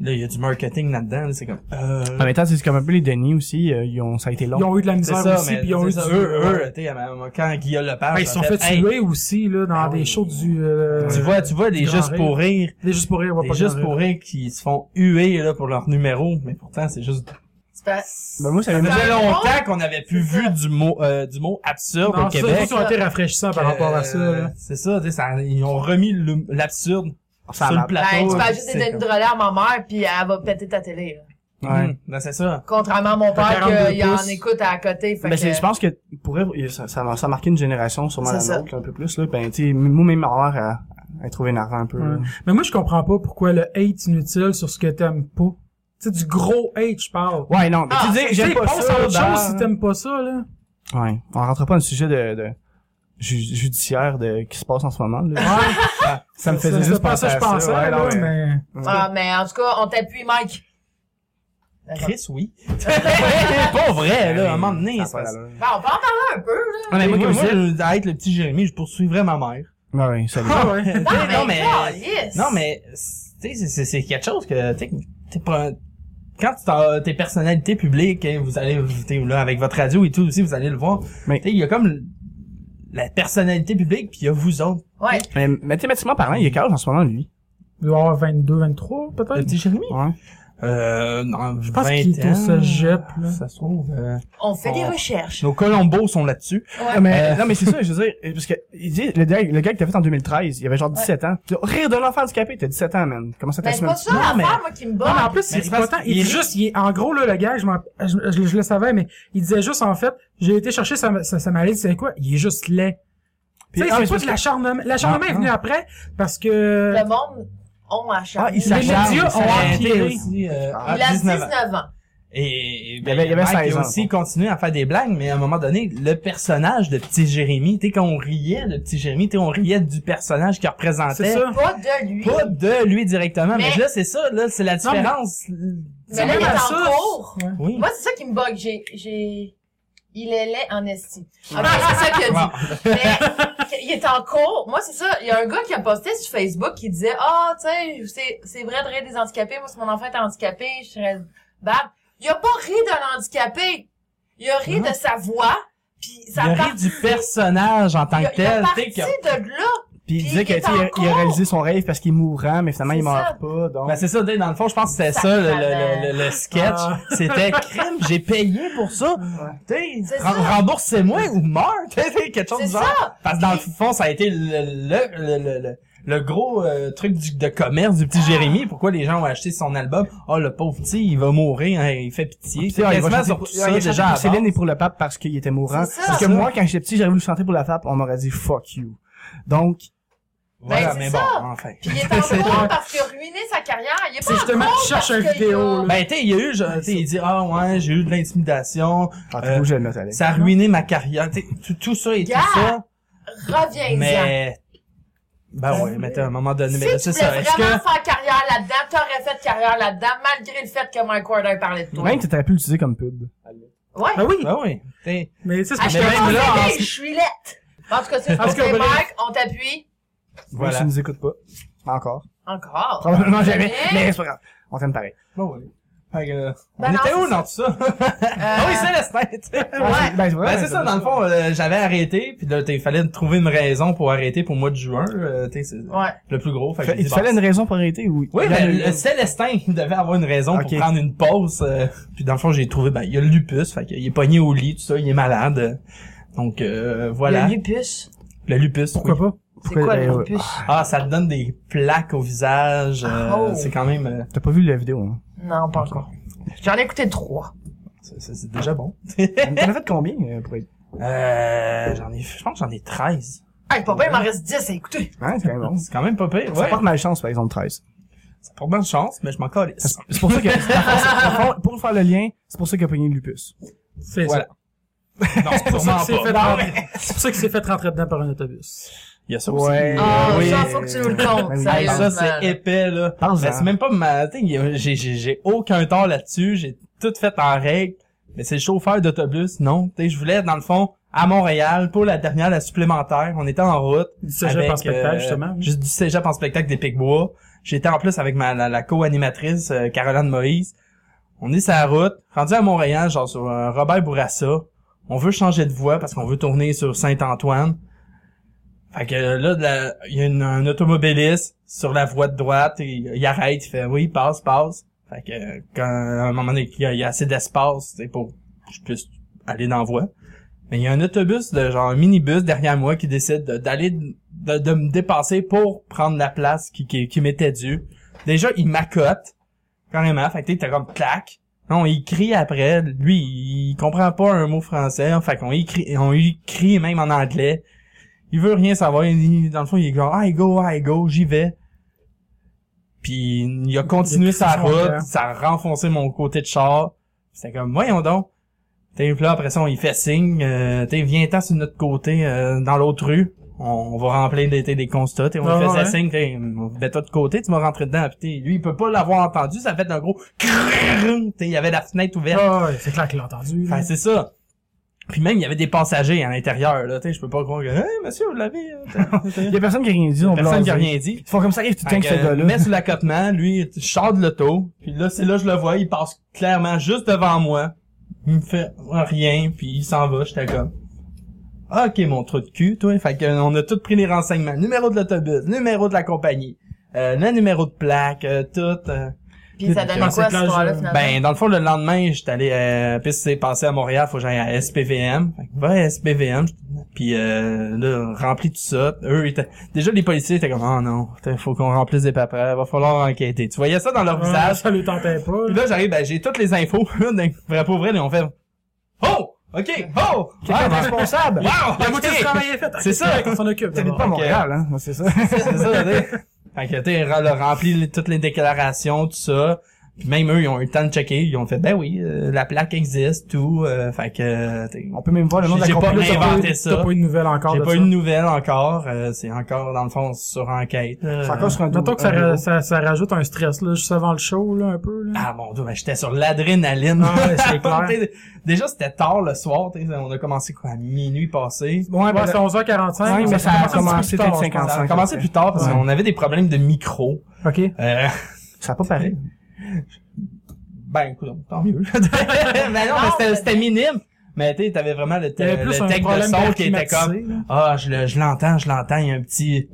[SPEAKER 4] Là, il y a du marketing là-dedans, là, c'est comme, euh,
[SPEAKER 2] En même temps, c'est comme un peu les Denis aussi, euh, ils ont, ça a été long.
[SPEAKER 1] Ils ont eu de la
[SPEAKER 4] c'est
[SPEAKER 1] misère
[SPEAKER 4] ça,
[SPEAKER 1] aussi,
[SPEAKER 4] mais
[SPEAKER 1] puis ils ont eu
[SPEAKER 4] c'est ça,
[SPEAKER 1] du-
[SPEAKER 4] eux,
[SPEAKER 1] Ouais.
[SPEAKER 4] eux, tu sais, à un moment, quand Guillaume Lepage,
[SPEAKER 1] Ah, ils se sont
[SPEAKER 4] a
[SPEAKER 1] fait
[SPEAKER 4] Hey,
[SPEAKER 1] tuer aussi, là, dans
[SPEAKER 4] Ah oui.
[SPEAKER 1] des shows du... euh,
[SPEAKER 4] Tu vois, tu vois, des
[SPEAKER 1] du Grand
[SPEAKER 4] juste
[SPEAKER 1] Rire.
[SPEAKER 4] pour rire.
[SPEAKER 1] Des juste pour rire, on va
[SPEAKER 4] Des
[SPEAKER 1] pas
[SPEAKER 4] juste
[SPEAKER 1] dire.
[SPEAKER 4] pour rire qui se font huer là, pour leur numéro, mais pourtant c'est juste.
[SPEAKER 3] C'est pas-
[SPEAKER 2] Ben, moi, ça
[SPEAKER 4] Ça
[SPEAKER 2] m'a-
[SPEAKER 4] faisait
[SPEAKER 3] Ah,
[SPEAKER 4] longtemps qu'on n'avait plus
[SPEAKER 3] C'est ça.
[SPEAKER 4] vu du mot euh, du mot absurde
[SPEAKER 1] Non,
[SPEAKER 4] au
[SPEAKER 1] ça,
[SPEAKER 4] Québec.
[SPEAKER 1] ça, ça a été rafraîchissant par rapport à ça.
[SPEAKER 4] Euh,
[SPEAKER 1] là.
[SPEAKER 4] c'est ça, tu sais, ça- ils ont remis le- l'absurde
[SPEAKER 2] Ça
[SPEAKER 4] sur le
[SPEAKER 2] marche.
[SPEAKER 4] plateau.
[SPEAKER 3] Ben, tu peux
[SPEAKER 4] là,
[SPEAKER 3] juste
[SPEAKER 4] c'est
[SPEAKER 3] des Denis
[SPEAKER 4] comme-
[SPEAKER 3] Drolet à ma mère, puis elle va péter ta télé. Là.
[SPEAKER 2] Ouais.
[SPEAKER 4] Mhm, ben, c'est ça.
[SPEAKER 3] Contrairement à mon
[SPEAKER 1] T'as
[SPEAKER 3] père,
[SPEAKER 1] 42
[SPEAKER 3] qu'il en
[SPEAKER 1] pouces.
[SPEAKER 3] écoute à côté. Fait
[SPEAKER 2] Ben,
[SPEAKER 3] que,
[SPEAKER 2] c'est, je pense que pour elle, ça, ça, a- ça a marqué une génération, sûrement
[SPEAKER 3] C'est
[SPEAKER 2] la
[SPEAKER 3] ça.
[SPEAKER 2] nôtre, un peu plus, là. Ben, tu sais, moi, euh, même ma mère, elle, elle trouvait énervant un peu. là.
[SPEAKER 1] Ouais. Mais moi, je comprends pas pourquoi le hate inutile sur ce que t'aimes pas. Tu sais, du gros hate, je parle.
[SPEAKER 2] Ouais, non, mais
[SPEAKER 3] Ah,
[SPEAKER 2] tu dis, j'aime
[SPEAKER 1] T'sais,
[SPEAKER 2] pas
[SPEAKER 1] passe
[SPEAKER 2] ça.
[SPEAKER 1] à autre
[SPEAKER 2] dans-
[SPEAKER 1] chose si t'aimes pas ça, là.
[SPEAKER 2] Ouais. On rentre pas dans le sujet de, de ju- judiciaire de qui se passe en ce moment, là. Ah, ça me faisait juste
[SPEAKER 1] pas
[SPEAKER 2] penser
[SPEAKER 1] ça que
[SPEAKER 2] à
[SPEAKER 1] je pensais,
[SPEAKER 2] ouais,
[SPEAKER 1] là,
[SPEAKER 2] non, mais-
[SPEAKER 1] mais...
[SPEAKER 3] Ah, mais en tout cas, on t'appuie, Mike.
[SPEAKER 4] Chris, oui. pas vrai,
[SPEAKER 1] Ben,
[SPEAKER 4] là, à un moment donné.
[SPEAKER 2] Ça a pas
[SPEAKER 4] c'est parce-
[SPEAKER 2] d'allure.
[SPEAKER 3] Ben, on peut en parler un peu, là.
[SPEAKER 4] Ouais, mais moi,
[SPEAKER 2] Moi,
[SPEAKER 4] comme
[SPEAKER 2] moi,
[SPEAKER 4] je- à être le petit Jérémy, je poursuivrais ma mère.
[SPEAKER 2] Ouais, ouais, ça
[SPEAKER 1] Ah ouais.
[SPEAKER 4] Non, mais-
[SPEAKER 3] calisse.
[SPEAKER 4] Non, mais, tu sais, c'est- c'est- c'est quelque chose que, tu sais, t'es pas- quand tu t'en- tes personnalités publiques, hein, vous allez, vous- t'es là, avec votre radio et tout aussi, vous allez le voir.
[SPEAKER 2] Mais-
[SPEAKER 4] Tu sais, il y a comme l- la personnalité publique, puis il y a vous autres.
[SPEAKER 3] Ouais.
[SPEAKER 2] Mais mathématiquement parlant, il est quel âge en ce moment, lui?
[SPEAKER 1] Il doit avoir 22, 23, peut-être?
[SPEAKER 4] Le petit Jérémy?
[SPEAKER 2] Ouais.
[SPEAKER 4] Euh, non,
[SPEAKER 1] Je pense qu'il est au cégep, là.
[SPEAKER 4] Ça se trouve, euh,
[SPEAKER 3] On fait des
[SPEAKER 4] On-
[SPEAKER 3] recherches.
[SPEAKER 4] nos Colombos sont là-dessus.
[SPEAKER 3] Ouais.
[SPEAKER 2] Non, mais,
[SPEAKER 1] Ben,
[SPEAKER 4] Euh.
[SPEAKER 2] non, mais c'est ça, je veux dire, parce que, il dit, le, gars- le gars que t'as fait en 2013, il avait genre 17 ans. Tu dis, Rire de l'enfant handicapé, t'as 17 ans, man. Comment ça
[SPEAKER 3] Ben,
[SPEAKER 2] t'assume?
[SPEAKER 3] c'est pas ça
[SPEAKER 4] Non,
[SPEAKER 3] l'affaire,
[SPEAKER 4] mais-
[SPEAKER 3] moi, qui me
[SPEAKER 1] Non, Ah, mais
[SPEAKER 3] bat.
[SPEAKER 1] en plus,
[SPEAKER 4] Mais
[SPEAKER 1] c'est
[SPEAKER 4] c'est parce
[SPEAKER 1] important.
[SPEAKER 4] qu'il
[SPEAKER 1] Il dit
[SPEAKER 4] rit.
[SPEAKER 1] juste, il est, en gros, là, le gars, je, m'en- je, je- je le savais, mais il disait juste, en fait, j'ai été chercher sa, sa, sa maladie, c'est quoi? Il est juste laid.
[SPEAKER 2] Puis-
[SPEAKER 1] Tu sais,
[SPEAKER 2] ah,
[SPEAKER 1] c'est
[SPEAKER 2] mais
[SPEAKER 1] pas
[SPEAKER 2] c'est parce
[SPEAKER 1] de
[SPEAKER 2] que-
[SPEAKER 1] l'acharnement. L'acharnement
[SPEAKER 2] Ah,
[SPEAKER 1] est venu après, parce que...
[SPEAKER 3] Le monde, on a
[SPEAKER 2] Ah,
[SPEAKER 3] changé.
[SPEAKER 2] il
[SPEAKER 1] Les
[SPEAKER 2] s'acharne.
[SPEAKER 1] médias
[SPEAKER 2] il
[SPEAKER 1] ont
[SPEAKER 2] s'acharne.
[SPEAKER 1] empiré.
[SPEAKER 4] aussi, euh,
[SPEAKER 2] Ah,
[SPEAKER 3] Il a
[SPEAKER 4] à 19 ans.
[SPEAKER 3] 19 ans.
[SPEAKER 4] Et, et
[SPEAKER 2] Il y avait- il y avait
[SPEAKER 4] Mike
[SPEAKER 2] 16 ans,
[SPEAKER 4] a aussi
[SPEAKER 2] bon.
[SPEAKER 4] continué à faire des blagues, mais à un moment donné, le personnage de Petit Jérémy, tu sais, quand on riait de Petit Jérémy, tu sais, on riait du personnage qu'il représentait.
[SPEAKER 1] C'est ça.
[SPEAKER 3] Pas de lui.
[SPEAKER 4] Pas de lui directement, mais,
[SPEAKER 3] Mais-
[SPEAKER 4] là, c'est ça, là, c'est la
[SPEAKER 1] Non, mais-
[SPEAKER 4] différence.
[SPEAKER 3] Mais là, il est
[SPEAKER 1] Ah, ça,
[SPEAKER 3] en cours.
[SPEAKER 1] Ouais.
[SPEAKER 4] Oui.
[SPEAKER 3] Moi, c'est ça qui me bug. J'ai, j'ai, il est laid en esti. Ah, non, c'est ça qu'il a dit. Mais, il est en cours. Moi, c'est ça. Il y a un gars qui a posté sur Facebook qui disait, ah, tu sais, c'est, c'est vrai de rire des handicapés. Moi, si mon enfant est handicapé, je serais, bab. Il a pas ri d'un handicapé. Il a ri de sa voix, puis
[SPEAKER 4] Ça
[SPEAKER 3] ça
[SPEAKER 4] il
[SPEAKER 3] part-
[SPEAKER 4] rit du personnage en tant
[SPEAKER 3] il
[SPEAKER 4] que
[SPEAKER 3] a- il a
[SPEAKER 4] tel,
[SPEAKER 3] parti
[SPEAKER 4] tu sais, que-
[SPEAKER 3] de là.
[SPEAKER 2] Puis il
[SPEAKER 3] Puis
[SPEAKER 2] disait
[SPEAKER 3] il
[SPEAKER 2] qu'il
[SPEAKER 3] est en
[SPEAKER 2] a
[SPEAKER 3] cours.
[SPEAKER 2] réalisé son rêve parce qu'il est mourant, mais finalement, il
[SPEAKER 3] C'est
[SPEAKER 2] meurt
[SPEAKER 3] ça.
[SPEAKER 2] pas, donc.
[SPEAKER 4] Ben, c'est ça, tu sais, dans le fond, je pense que c'était ça, le, le- le- le- le sketch.
[SPEAKER 1] Ah.
[SPEAKER 4] C'était crime, j'ai payé pour ça. Tu sais,
[SPEAKER 3] C'est
[SPEAKER 4] rem-
[SPEAKER 3] ça.
[SPEAKER 4] remboursez-moi ou meurs, tu sais, quelque chose
[SPEAKER 3] C'est
[SPEAKER 4] du genre. Parce que dans le fond, ça a été le, le, le, le, le- le gros euh, truc du- de commerce du petit
[SPEAKER 3] Ah.
[SPEAKER 4] Jérémy. Pourquoi les gens ont acheté son album? Oh, le pauvre petit, il va mourir, hein, il fait pitié.
[SPEAKER 2] Puis, ah, il va
[SPEAKER 4] Quasiment
[SPEAKER 2] chanter
[SPEAKER 4] sur
[SPEAKER 2] pour-
[SPEAKER 4] tout
[SPEAKER 2] ah, il
[SPEAKER 4] ça,
[SPEAKER 2] a chanté
[SPEAKER 4] déjà
[SPEAKER 2] pour Céline
[SPEAKER 4] avant.
[SPEAKER 2] et pour le pape parce qu'il était mourant.
[SPEAKER 3] C'est ça.
[SPEAKER 2] Parce que
[SPEAKER 4] C'est ça.
[SPEAKER 2] moi, quand j'étais petit, j'avais voulu chanter pour la pape, on m'aurait dit fuck you. Donc,
[SPEAKER 4] Voilà,
[SPEAKER 3] Ben, c'est
[SPEAKER 4] mais
[SPEAKER 3] ça.
[SPEAKER 4] bon, enfin.
[SPEAKER 3] Puis il est en cours parce qu'il a ruiné sa carrière. Il est pas
[SPEAKER 1] C'est justement
[SPEAKER 3] en cours
[SPEAKER 1] qu'il cherche
[SPEAKER 3] parce
[SPEAKER 1] un
[SPEAKER 3] qu'il
[SPEAKER 1] vidéo,
[SPEAKER 3] a-
[SPEAKER 1] là.
[SPEAKER 4] Ben, tu sais, il y a eu, genre, tu sais, il dit, ah ouais, j'ai eu de l'intimidation,
[SPEAKER 2] en tout
[SPEAKER 4] Euh,
[SPEAKER 2] cas, je vais le mettre, Alex.
[SPEAKER 4] ça a ruiné ma carrière, Tu sais, tout, tout ça et
[SPEAKER 3] Gars,
[SPEAKER 4] tout ça.
[SPEAKER 3] Reviens-en.
[SPEAKER 4] Mais, ben ouais, mais t'as, à un moment donné, mais là,
[SPEAKER 3] si
[SPEAKER 4] c'est
[SPEAKER 3] tu voulais
[SPEAKER 4] ça. hein. Est-ce que,
[SPEAKER 3] vraiment faire carrière là-dedans, t'aurais fait carrière là-dedans, malgré le fait que Mike Warder parlait de toi.
[SPEAKER 2] Même que t'aurais pu l'utiliser comme pub.
[SPEAKER 3] Ouais.
[SPEAKER 1] Ah oui!
[SPEAKER 4] ben oui, tu sais,
[SPEAKER 1] Mais tu sais,
[SPEAKER 3] Ah,
[SPEAKER 1] c'est
[SPEAKER 3] je
[SPEAKER 1] parce
[SPEAKER 4] mais
[SPEAKER 1] que-
[SPEAKER 4] même
[SPEAKER 3] te
[SPEAKER 4] là,
[SPEAKER 3] conseille,
[SPEAKER 4] en ce-
[SPEAKER 3] je suis lette. En tout cas, c'est
[SPEAKER 1] En tout cas,
[SPEAKER 3] conseil,
[SPEAKER 1] bref.
[SPEAKER 3] Mike, on t'appuie.
[SPEAKER 2] Voilà.
[SPEAKER 4] Voilà.
[SPEAKER 2] Si tu nous écoutes pas. Encore.
[SPEAKER 3] Encore.
[SPEAKER 2] Probablement jamais.
[SPEAKER 3] Mais-
[SPEAKER 2] Mais c'est pas grave. On t'aime pareil.
[SPEAKER 4] Ben oui. Fait que,
[SPEAKER 3] Ben
[SPEAKER 4] on
[SPEAKER 3] non,
[SPEAKER 4] était où
[SPEAKER 3] c'est
[SPEAKER 4] dans tout ça?
[SPEAKER 3] Euh,
[SPEAKER 4] Ah oui, Célestin, tu sais.
[SPEAKER 3] Ouais.
[SPEAKER 2] Ben, c'est vrai,
[SPEAKER 4] Ben, c'est ça, dans le fond, euh, j'avais arrêté, puis là, il fallait trouver une raison pour arrêter pour le mois de juin, euh, tu sais, c'est
[SPEAKER 3] Ouais.
[SPEAKER 4] le plus gros. Fait que
[SPEAKER 2] Fait-
[SPEAKER 4] j'ai
[SPEAKER 2] Il
[SPEAKER 4] dit,
[SPEAKER 2] te fallait
[SPEAKER 4] bon,
[SPEAKER 2] une raison pour arrêter ou... Il
[SPEAKER 4] Oui,
[SPEAKER 2] y en a
[SPEAKER 4] mais
[SPEAKER 2] eu
[SPEAKER 4] le
[SPEAKER 2] une.
[SPEAKER 4] Célestin, il devait avoir une raison
[SPEAKER 2] Ok.
[SPEAKER 4] pour prendre une pause. euh, puis dans le fond, j'ai trouvé, ben, il y a le lupus, fait qu'il est pogné au lit, tout ça, il est malade. euh, Donc, euh, voilà.
[SPEAKER 3] Le lupus.
[SPEAKER 4] Le lupus,
[SPEAKER 2] Pourquoi
[SPEAKER 4] oui.
[SPEAKER 2] pas?
[SPEAKER 3] C'est quoi
[SPEAKER 2] ben,
[SPEAKER 3] le
[SPEAKER 2] ouais.
[SPEAKER 3] lupus?
[SPEAKER 4] Ah, ça te donne des plaques au visage. euh,
[SPEAKER 3] Oh.
[SPEAKER 4] C'est quand même... euh,
[SPEAKER 2] T'as pas vu la vidéo, hein?
[SPEAKER 3] Non, pas encore. J'en ai écouté trois.
[SPEAKER 4] C'est- C'est c'est déjà bon.
[SPEAKER 2] T'en as fait combien, euh, pour être...
[SPEAKER 4] Euh, j'en ai, je pense que j'en ai 13.
[SPEAKER 3] Hey, papa, il m'en reste 10 à écouter.
[SPEAKER 2] Ouais, Hein, c'est quand même bon.
[SPEAKER 4] C'est quand même pas pire,
[SPEAKER 2] Ça
[SPEAKER 4] ouais.
[SPEAKER 2] porte malchance, par exemple, 13.
[SPEAKER 4] Ça porte bonne chance, mais je m'en calisse.
[SPEAKER 2] C'est pour ça que, pour- pour faire le lien, c'est pour ça qu'il a pogné le lupus.
[SPEAKER 1] C'est
[SPEAKER 4] Voilà. Non, c'est
[SPEAKER 1] pour ça
[SPEAKER 4] sûrement
[SPEAKER 1] que c'est
[SPEAKER 4] pas.
[SPEAKER 1] fait
[SPEAKER 4] Non,
[SPEAKER 1] rentrer- c'est pour ça que c'est fait rentrer dedans par un autobus.
[SPEAKER 4] Il y a ça aussi.
[SPEAKER 2] Ouais.
[SPEAKER 3] Ah,
[SPEAKER 2] oui.
[SPEAKER 3] ça, faut que tu nous le comptes,
[SPEAKER 2] Ben oui.
[SPEAKER 4] Hey, Ah, ça,
[SPEAKER 3] sérieusement.
[SPEAKER 4] c'est épais, là.
[SPEAKER 2] Parle-en.
[SPEAKER 4] Ben, c'est même pas ma, tu sais, y a- j'ai, j'ai, j'ai aucun tort là-dessus, j'ai tout fait en règle, mais c'est le chauffeur d'autobus, non. Tu sais, je voulais, dans le fond, à Montréal, pour la dernière, la supplémentaire, on était en route.
[SPEAKER 1] Du cégep
[SPEAKER 4] avec,
[SPEAKER 1] en spectacle,
[SPEAKER 4] euh,
[SPEAKER 1] justement. oui.
[SPEAKER 4] Juste du cégep en spectacle des Picbois. J'étais en plus avec ma, la, la co-animatrice, euh, Caroline Moïse. On est sur la route, rendu à Montréal, genre sur euh, Robert Bourassa. On veut changer de voie parce qu'on veut tourner sur Saint-Antoine. Fait que euh, là, de la- il y a une- un automobiliste sur la voie de droite, et il, il arrête, il fait oui, passe, passe. Fait que euh, quand, à un moment donné, il y a, il y a assez d'espace tu sais, pour que je puisse aller dans la voie. Mais il y a un autobus de genre un minibus derrière moi qui décide de- d'aller de, de me dépasser pour prendre la place qui, qui, qui m'était due. Déjà, il m'accote carrément. Fait que t'es t'as comme clac. Non, il crie après. Lui, il comprend pas un mot français. Hein. Fait qu'on y crie, on y crie même en anglais. Il veut rien savoir. Il- dans le fond, il est genre, I go, I go, j'y vais. Puis il a
[SPEAKER 1] crié
[SPEAKER 4] continué sa
[SPEAKER 1] son
[SPEAKER 4] route.
[SPEAKER 1] camp.
[SPEAKER 4] Ça a renfoncé mon côté de char. C'était comme, voyons donc. T'es là, après ça, on y fait signe. Euh, t'es viens-t'en sur notre côté, euh, dans l'autre rue. On, on va remplir des, t'sais, des constats. T'sais, on
[SPEAKER 1] Ah
[SPEAKER 4] lui faisait
[SPEAKER 1] ouais.
[SPEAKER 4] signe. T'sais, mets-toi de côté, tu vas rentrer dedans. Puis t'sais, lui, il peut pas l'avoir entendu. Ça a fait un gros... crrrrrrrrrrrrrrrrrrrrrrrrrrrrrrr. T'sais, Il y avait la fenêtre ouverte.
[SPEAKER 1] Ah, ouais, c'est clair qu'il l'a entendu.
[SPEAKER 4] Fait que c'est ça. Puis même, il y avait des passagers à l'intérieur. là. T'sais, Je peux pas croire que... Hey, monsieur, vous l'avez... euh, t'sais,
[SPEAKER 2] Il y a personne qui a rien dit, on blasé.
[SPEAKER 4] Personne qui a rien dit.
[SPEAKER 2] Ils font comme ça, arrive tout le temps que
[SPEAKER 4] Fait
[SPEAKER 2] ce
[SPEAKER 4] que, euh,
[SPEAKER 2] gars-là.
[SPEAKER 4] met sur l'accotement, lui, je sors de l'auto, puis là, c'est là je le vois, il passe clairement juste devant moi, il me fait rien, puis il s'en va, j'étais comme... Ah, Ok, mon trou de cul, toi. Fait que, euh, on a tout pris les renseignements. Numéro de l'autobus, numéro de la compagnie, euh, le numéro de plaque, euh, tout. euh.
[SPEAKER 3] Puis ça donne
[SPEAKER 1] Ah,
[SPEAKER 3] quoi,
[SPEAKER 1] c'est
[SPEAKER 3] cette
[SPEAKER 1] clair,
[SPEAKER 3] histoire-là,
[SPEAKER 1] je-
[SPEAKER 3] finalement?
[SPEAKER 4] Ben, dans le fond, le lendemain, j'étais allé, euh, puis c'est passé à Montréal, faut que j'aille à SPVM. Fait que, va à SPVM, puis euh, là, remplis tout ça. Eux, ils étaient- déjà, les policiers étaient comme, oh non, putain, faut qu'on remplisse des paperasses, va falloir enquêter. Tu voyais ça dans leur
[SPEAKER 1] Ah,
[SPEAKER 4] visage.
[SPEAKER 1] ça le tentait pas.
[SPEAKER 4] Puis
[SPEAKER 1] là.
[SPEAKER 4] là, j'arrive, ben, j'ai toutes les infos, là, d'un vrai pour vrai, là, on fait, oh! OK! Oh!
[SPEAKER 2] Quelqu'un de
[SPEAKER 4] Ah,
[SPEAKER 2] responsable.
[SPEAKER 4] Wow!
[SPEAKER 1] La moitié
[SPEAKER 4] ok.
[SPEAKER 1] du travail est fait.
[SPEAKER 4] C'est ça.
[SPEAKER 1] On s'en occupe.
[SPEAKER 2] T'habites pas à
[SPEAKER 1] d'abord.
[SPEAKER 2] Montréal, hein, moi, c'est ça.
[SPEAKER 4] C'est ça, tu sais. Fait que, tu sais, le rempli les- toutes les déclarations, tout ça. Puis même eux, ils ont eu le temps de checker. Ils ont fait, ben oui, euh, la plaque existe, tout. euh, fait que, euh, tu sais,
[SPEAKER 2] On peut même voir le nom de la
[SPEAKER 4] J'ai pas
[SPEAKER 2] compagnie.
[SPEAKER 1] T'as pas eu-
[SPEAKER 4] Inventer ça.
[SPEAKER 1] T'as pas eu de nouvelles encore
[SPEAKER 4] j'ai
[SPEAKER 1] de
[SPEAKER 4] pas
[SPEAKER 1] ça.
[SPEAKER 4] eu de nouvelles encore. euh, c'est encore, dans le fond, sur enquête.
[SPEAKER 2] C'est
[SPEAKER 4] Euh,
[SPEAKER 2] encore sur un dos.
[SPEAKER 1] Mettons que ça, ra- ça, ça rajoute un stress, là, juste avant le show, là, un peu, là.
[SPEAKER 4] Ah mon dieu, ben, j'étais sur l'adrénaline.
[SPEAKER 1] Ah ouais, c'est clair.
[SPEAKER 4] T'sais, Déjà, c'était tard le soir. t'sais, On a commencé quoi, à minuit passé.
[SPEAKER 2] Ouais,
[SPEAKER 1] Ouais,
[SPEAKER 2] ben,
[SPEAKER 1] c'est 11h45.
[SPEAKER 2] Ouais, mais ça a commencé peut-être
[SPEAKER 1] plus tard, je pense.
[SPEAKER 4] Ça a
[SPEAKER 2] 55,
[SPEAKER 4] commencé
[SPEAKER 2] ouais.
[SPEAKER 4] plus tard parce
[SPEAKER 2] Ouais.
[SPEAKER 4] qu'on avait des problèmes de micro.
[SPEAKER 1] OK.
[SPEAKER 4] Euh,
[SPEAKER 2] ça a pas pareil.
[SPEAKER 4] Ben, écoute, tant mieux. ben non, mais c'était- c'était minime. Mais tu t'avais vraiment le, te-
[SPEAKER 1] Il y avait
[SPEAKER 4] le
[SPEAKER 1] plus un
[SPEAKER 4] tech de
[SPEAKER 1] problème
[SPEAKER 4] son
[SPEAKER 1] d'air
[SPEAKER 4] qui était comme,
[SPEAKER 1] climatisé, là.
[SPEAKER 4] ah, je le- je l'entends, je l'entends, il y a un petit,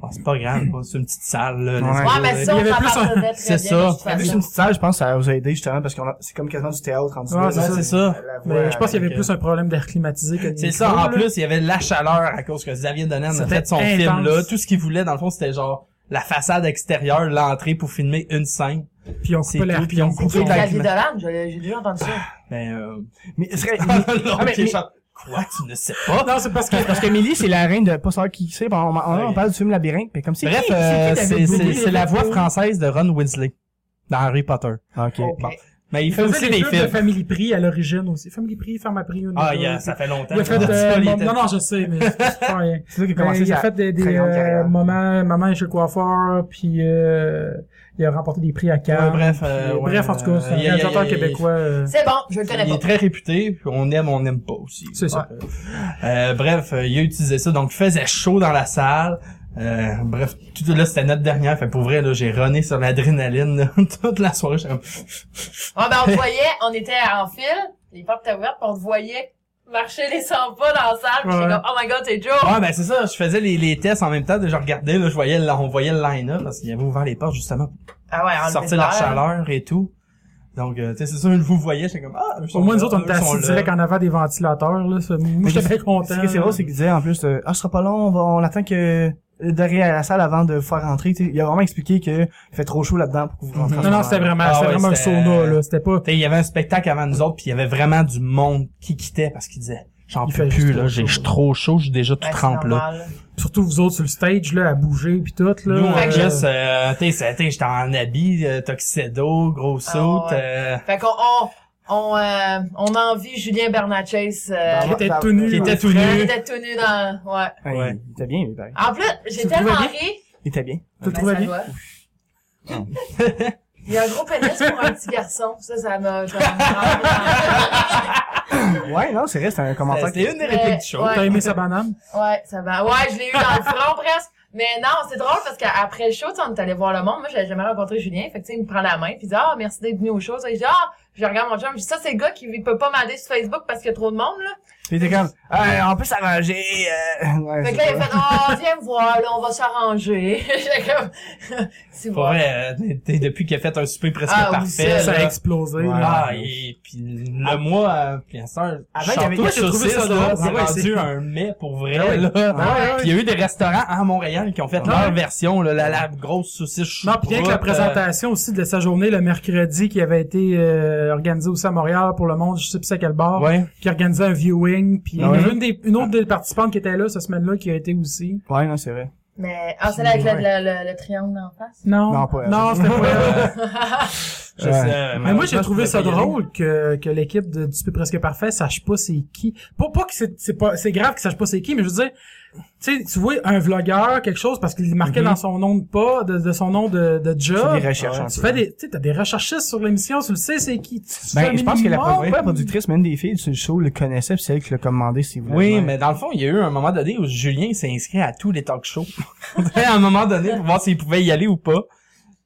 [SPEAKER 4] Bon, c'est pas grave, quoi, c'est une petite salle, là.
[SPEAKER 2] Ouais. ben
[SPEAKER 4] laisse-moi
[SPEAKER 3] Ouais,
[SPEAKER 4] dire.
[SPEAKER 3] mais ça,
[SPEAKER 1] Il y
[SPEAKER 3] on
[SPEAKER 1] avait
[SPEAKER 3] s'en
[SPEAKER 1] plus
[SPEAKER 3] parle
[SPEAKER 1] un-
[SPEAKER 3] de
[SPEAKER 4] c'est
[SPEAKER 3] très
[SPEAKER 4] ça.
[SPEAKER 3] bien, de toute
[SPEAKER 2] T'as vu, c'est
[SPEAKER 3] façon.
[SPEAKER 2] une petite salle, je pense, ça vous a aidé, justement, parce que c'est comme quasiment du théâtre en
[SPEAKER 1] Ouais,
[SPEAKER 4] Ouais, c'est ça.
[SPEAKER 1] Mais
[SPEAKER 2] euh,
[SPEAKER 1] je pense qu'il y avait
[SPEAKER 4] avec,
[SPEAKER 1] plus un problème d'air climatisé que de
[SPEAKER 4] C'est
[SPEAKER 1] micro,
[SPEAKER 4] ça. En
[SPEAKER 1] là.
[SPEAKER 4] plus, il y avait la chaleur à cause que Xavier Donan a
[SPEAKER 1] C'était
[SPEAKER 4] fait son
[SPEAKER 1] intense.
[SPEAKER 4] film, là. Tout ce qu'il voulait, dans le fond, c'était genre, la façade extérieure, l'entrée pour filmer une scène.
[SPEAKER 1] Puis on
[SPEAKER 4] C'est
[SPEAKER 1] coupait l'air,
[SPEAKER 4] tout,
[SPEAKER 1] puis on
[SPEAKER 4] puis on
[SPEAKER 1] coupait
[SPEAKER 4] coupait
[SPEAKER 1] l'air.
[SPEAKER 3] Xavier Dolan, je l'ai- j'ai déjà entendu ça.
[SPEAKER 4] Ben, euh...
[SPEAKER 2] Mais, ce serait,
[SPEAKER 4] non,
[SPEAKER 2] mais-
[SPEAKER 4] ok,
[SPEAKER 2] mais-
[SPEAKER 4] genre, quoi, tu ne sais pas?
[SPEAKER 1] Non, c'est parce que...
[SPEAKER 2] parce que Millie, Oh! c'est la reine de pas savoir qui c'est, puis on, on, on parle du film Labyrinthe, puis comme c'est
[SPEAKER 4] Bref,
[SPEAKER 2] qui?
[SPEAKER 4] euh, c'est,
[SPEAKER 2] David
[SPEAKER 4] c'est,
[SPEAKER 2] Bowie?
[SPEAKER 4] c'est la voix française de Ron Weasley. Dans Harry Potter.
[SPEAKER 2] Ok.
[SPEAKER 3] Ok.
[SPEAKER 4] Bon. Mais il fait
[SPEAKER 1] Il
[SPEAKER 4] aussi
[SPEAKER 1] faisait des
[SPEAKER 4] des
[SPEAKER 1] films de
[SPEAKER 4] films.
[SPEAKER 1] Family Prix à l'origine aussi. Family Prix, Pharmaprix, Prix.
[SPEAKER 4] Ah, yeah, ça fait longtemps.
[SPEAKER 1] Il a fait...
[SPEAKER 4] Je dis pas,
[SPEAKER 1] euh,
[SPEAKER 4] il
[SPEAKER 1] mom-
[SPEAKER 4] était-
[SPEAKER 1] Non, non, je sais, mais... c'est pas rien.
[SPEAKER 2] C'est là qu'il a
[SPEAKER 1] Ben,
[SPEAKER 2] commencé
[SPEAKER 1] il a
[SPEAKER 2] sa-
[SPEAKER 1] fait des, des
[SPEAKER 2] très grande
[SPEAKER 1] euh,
[SPEAKER 2] carrière.
[SPEAKER 1] moments, maman est chez le coiffeur, puis euh, il a remporté des prix à Cannes.
[SPEAKER 4] Ouais, bref, euh,
[SPEAKER 1] Et
[SPEAKER 4] ouais,
[SPEAKER 1] bref, en tout cas,
[SPEAKER 4] euh,
[SPEAKER 1] c'est un
[SPEAKER 4] il y a- il y a-
[SPEAKER 1] réalisateur
[SPEAKER 4] il y a-
[SPEAKER 1] québécois. euh,
[SPEAKER 3] C'est bon, je le connais
[SPEAKER 4] Il
[SPEAKER 3] pas.
[SPEAKER 4] est très réputé, puis on aime, on n'aime pas aussi.
[SPEAKER 1] C'est ça.
[SPEAKER 4] Euh, bref, euh, il a utilisé ça, donc il faisait chaud dans la salle. Euh, bref, tout là, c'était notre dernière. Fait pour vrai, là, j'ai runné sur l'adrénaline là, toute la soirée. J'étais comme,
[SPEAKER 3] Ah ben, on te voyait, on était en file, les portes étaient ouvertes, puis on te voyait marcher les 100 pas dans la salle, puis j'étais
[SPEAKER 1] Ouais.
[SPEAKER 3] comme, oh my god, t'es Joe!
[SPEAKER 4] Ah ben c'est ça, je faisais les, les tests en même temps, je regardais, là, je voyais, le- on voyait le line-up parce qu'il avait ouvert les portes justement
[SPEAKER 3] Ah ouais,
[SPEAKER 4] pour
[SPEAKER 3] enlever
[SPEAKER 4] sortir la
[SPEAKER 3] l'air.
[SPEAKER 4] chaleur et tout. Donc euh, tu sais, c'est ça, ils vous voyaient, j'étais comme ah. eux sont
[SPEAKER 1] Au moins,
[SPEAKER 4] là,
[SPEAKER 1] nous autres, on était
[SPEAKER 4] eux sont
[SPEAKER 1] assis
[SPEAKER 4] là.
[SPEAKER 1] direct en avant des ventilateurs. Là. ça- Moi, j'étais bien content.
[SPEAKER 2] Ce qui est drôle, c'est qu'il disait en plus, euh, ah, ce sera pas long, on, va- on attend que derrière la salle avant de vous faire rentrer. tu sais, Il a vraiment expliqué que il fait trop chaud là-dedans pour que vous rentriez.
[SPEAKER 1] Non, non, c'était vraiment,
[SPEAKER 4] Ah
[SPEAKER 1] c'était
[SPEAKER 4] ouais,
[SPEAKER 1] vraiment un
[SPEAKER 4] c'était-
[SPEAKER 1] sauna, là. C'était pas.
[SPEAKER 4] T'sais, Il y avait un spectacle avant nous autres, puis il y avait vraiment du monde qui quittait parce qu'ils disaient J'en
[SPEAKER 1] Il
[SPEAKER 4] peux
[SPEAKER 1] fait
[SPEAKER 4] plus,
[SPEAKER 1] juste
[SPEAKER 4] là,
[SPEAKER 1] trop chaud,
[SPEAKER 4] j'ai je suis
[SPEAKER 1] là.
[SPEAKER 4] trop chaud, j'ai déjà tout
[SPEAKER 3] Ben, c'est
[SPEAKER 4] trempe là.
[SPEAKER 3] normal.
[SPEAKER 1] Surtout vous autres sur le stage, là, à bouger pis tout, là.
[SPEAKER 4] Nous, on
[SPEAKER 3] Fait que-
[SPEAKER 4] juste, euh, t'sais, c'est- t'sais, j'étais en habit, euh, tuxedo, gros suit,
[SPEAKER 3] ouais.
[SPEAKER 4] euh,
[SPEAKER 3] Fait qu'on on, on, euh, on envie Julien Bernatchez euh,
[SPEAKER 1] Qui était
[SPEAKER 2] Ah,
[SPEAKER 1] tout nu.
[SPEAKER 4] qui
[SPEAKER 1] Ouais.
[SPEAKER 4] était tout
[SPEAKER 3] il
[SPEAKER 4] nu.
[SPEAKER 3] était tout nu dans... Ouais.
[SPEAKER 2] Ouais,
[SPEAKER 4] Ouais.
[SPEAKER 2] Il était bien, lui, pareil.
[SPEAKER 3] En plus, j'ai
[SPEAKER 1] Tu
[SPEAKER 3] tellement
[SPEAKER 1] trouvais
[SPEAKER 3] ri.
[SPEAKER 2] Il était bien.
[SPEAKER 1] Tu le
[SPEAKER 3] Ben,
[SPEAKER 1] trouvais
[SPEAKER 3] ça
[SPEAKER 1] bien?
[SPEAKER 3] doit. Il y a un gros pénis pour un petit garçon. Ça, ça m'a... comme-
[SPEAKER 2] Ouais, non, c'est vrai, c'est un commentaire.
[SPEAKER 4] Euh, C'était une des
[SPEAKER 3] Mais-
[SPEAKER 4] répliques du show.
[SPEAKER 3] ouais.
[SPEAKER 1] T'as aimé sa banane?
[SPEAKER 3] Ouais, ça va. Ouais, je l'ai eu dans le front presque. Mais non, c'est drôle parce qu'après le show, tu sais, on est allé voir le monde. Moi, j'avais jamais rencontré Julien. Fait que, tu sais, il me prend la main. Puis il dit, ah, merci d'être venu au show. Ça, il dit, ah, je regarde mon chum. Je dis, ça, c'est le gars qui peut pas m'aider sur Facebook parce qu'il y a trop de monde, là.
[SPEAKER 2] Il était comme, Ah, en plus, ça mangeait, euh, ouais,
[SPEAKER 3] Fait
[SPEAKER 2] c'est
[SPEAKER 3] que là, il a
[SPEAKER 2] ça.
[SPEAKER 3] fait, ah, viens me voir, là, on va s'arranger. J'étais comme, c'est
[SPEAKER 4] Pour
[SPEAKER 3] vrai.
[SPEAKER 4] vrai, euh, t'es- depuis qu'il a fait un souper presque
[SPEAKER 3] Ah, oui,
[SPEAKER 4] parfait,
[SPEAKER 1] Ça a
[SPEAKER 4] là.
[SPEAKER 1] explosé,
[SPEAKER 2] Ouais.
[SPEAKER 1] là.
[SPEAKER 4] Ah, et puis le mois, euh, puis la sœur,
[SPEAKER 2] Avant, il y avait-
[SPEAKER 4] Château
[SPEAKER 2] moi,
[SPEAKER 1] j'ai trouvé
[SPEAKER 4] Saucisse,
[SPEAKER 1] ça
[SPEAKER 4] là,
[SPEAKER 1] drôle.
[SPEAKER 4] c'est
[SPEAKER 1] Ouais,
[SPEAKER 4] rendu
[SPEAKER 1] c'est-
[SPEAKER 4] un mets pour vrai,
[SPEAKER 1] Ouais, Ah,
[SPEAKER 4] là.
[SPEAKER 1] ouais,
[SPEAKER 4] Ah, Puis il y a eu des restaurants à Montréal qui ont fait
[SPEAKER 2] Ouais.
[SPEAKER 4] leur version, là, la, la grosse saucisse choucroute. euh,
[SPEAKER 1] Non, puis rien que la présentation aussi de sa journée le mercredi qui avait été euh, organisée aussi à Montréal pour le monde, je sais plus à quel
[SPEAKER 4] euh,
[SPEAKER 1] bar,
[SPEAKER 4] ouais.
[SPEAKER 1] qui organisait un viewing, puis il y en
[SPEAKER 2] Ah Ouais.
[SPEAKER 1] a une, des, une autre des participantes qui était là cette semaine-là qui a été aussi.
[SPEAKER 2] Ouais, non, c'est vrai.
[SPEAKER 3] Mais, ah, c'est là avec le, le, le, le triangle en face.
[SPEAKER 1] Non,
[SPEAKER 2] Non, pas elle.
[SPEAKER 1] non c'était pas elle.
[SPEAKER 4] Je
[SPEAKER 2] Ouais.
[SPEAKER 4] sais,
[SPEAKER 1] Mais moi, j'ai
[SPEAKER 4] malheureusement,
[SPEAKER 1] trouvé
[SPEAKER 4] je
[SPEAKER 1] ça
[SPEAKER 4] pouvais pas y aller.
[SPEAKER 1] drôle que, que l'équipe de du Peu presque parfait sache pas c'est qui. Pas, pas que c'est, c'est pas, c'est grave qu'ils sachent pas c'est qui, mais je veux dire, tu sais, tu vois un vlogueur, quelque chose, parce qu'il marquait
[SPEAKER 4] Mhm.
[SPEAKER 1] dans son nom de pas, de, de son nom de, de job. Ah
[SPEAKER 2] C'est des recherches, un
[SPEAKER 1] tu
[SPEAKER 2] peu.
[SPEAKER 1] fais des, tu sais, t'as des recherchistes sur l'émission, tu le sais c'est qui. Tu- tu fais un
[SPEAKER 2] Ben, je pense que la,
[SPEAKER 1] minimum.
[SPEAKER 2] pas la productrice, mais une des filles sur le show le connaissait, pis c'est elle qui l'a commandé, si vous
[SPEAKER 4] Oui, mais dans le fond, il y a eu un moment donné où Julien s'est inscrit à tous les talk shows. à un moment donné, pour voir s'il pouvait y aller ou pas.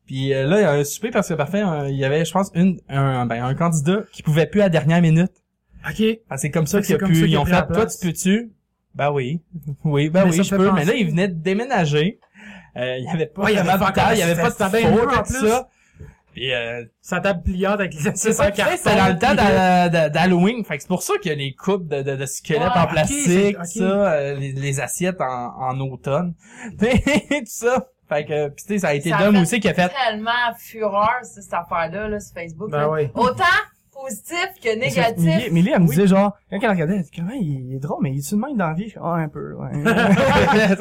[SPEAKER 4] Puis euh, là, il y a un souper parce que parfait, euh, il y avait, je pense, une, un, ben, un candidat qui pouvait plus à la dernière minute.
[SPEAKER 1] Ok.
[SPEAKER 4] Ah, c'est comme ça
[SPEAKER 1] Fait que
[SPEAKER 4] qu'il a
[SPEAKER 1] c'est comme ça
[SPEAKER 4] pu,
[SPEAKER 1] qu'il
[SPEAKER 4] ils
[SPEAKER 1] a
[SPEAKER 4] ont
[SPEAKER 1] pris la
[SPEAKER 4] fait, toi, tu
[SPEAKER 1] place.
[SPEAKER 4] peux-tu? Ben oui. Oui, ben
[SPEAKER 1] Mais ça
[SPEAKER 4] oui,
[SPEAKER 1] me
[SPEAKER 4] je
[SPEAKER 1] fait
[SPEAKER 4] peux.
[SPEAKER 1] penser.
[SPEAKER 4] Mais là, il venait de déménager. Euh, il y avait pas
[SPEAKER 1] Ouais, il y
[SPEAKER 4] vraiment
[SPEAKER 1] avait
[SPEAKER 4] de
[SPEAKER 1] pas encore-
[SPEAKER 4] table, il y avait pas de
[SPEAKER 1] c'était bien
[SPEAKER 4] four,
[SPEAKER 1] lourd, en
[SPEAKER 4] tout
[SPEAKER 1] plus.
[SPEAKER 4] ça. Puis, euh,
[SPEAKER 1] Sa table pliante avec les
[SPEAKER 4] c'est ça,
[SPEAKER 1] accessoires
[SPEAKER 4] tu sais, c'était dans le temps d'Ha- d'Ha- d'Halloween. Fait que c'est pour ça qu'il y a les coupes de, de, de squelettes
[SPEAKER 3] Ouais,
[SPEAKER 4] en
[SPEAKER 1] ok,
[SPEAKER 4] plastique,
[SPEAKER 1] c'est- ok.
[SPEAKER 4] ça, euh, les, les assiettes en, en automne. tout ça. Fait que, pis tu sais, ça a été
[SPEAKER 3] Ça
[SPEAKER 4] Dom
[SPEAKER 3] fait-
[SPEAKER 4] aussi qui a fait.
[SPEAKER 3] Tellement fureur, ça, cette affaire-là, là, sur Facebook.
[SPEAKER 1] Ben
[SPEAKER 3] là.
[SPEAKER 1] ouais.
[SPEAKER 3] Autant positif que
[SPEAKER 2] Mais ça- Millie-
[SPEAKER 3] négatif.
[SPEAKER 2] Millie, elle me disait genre, quand elle regardait, elle dit, comment il est drôle, mais il est-tu le même dans la vie? Je fais, Ah, un peu, ouais.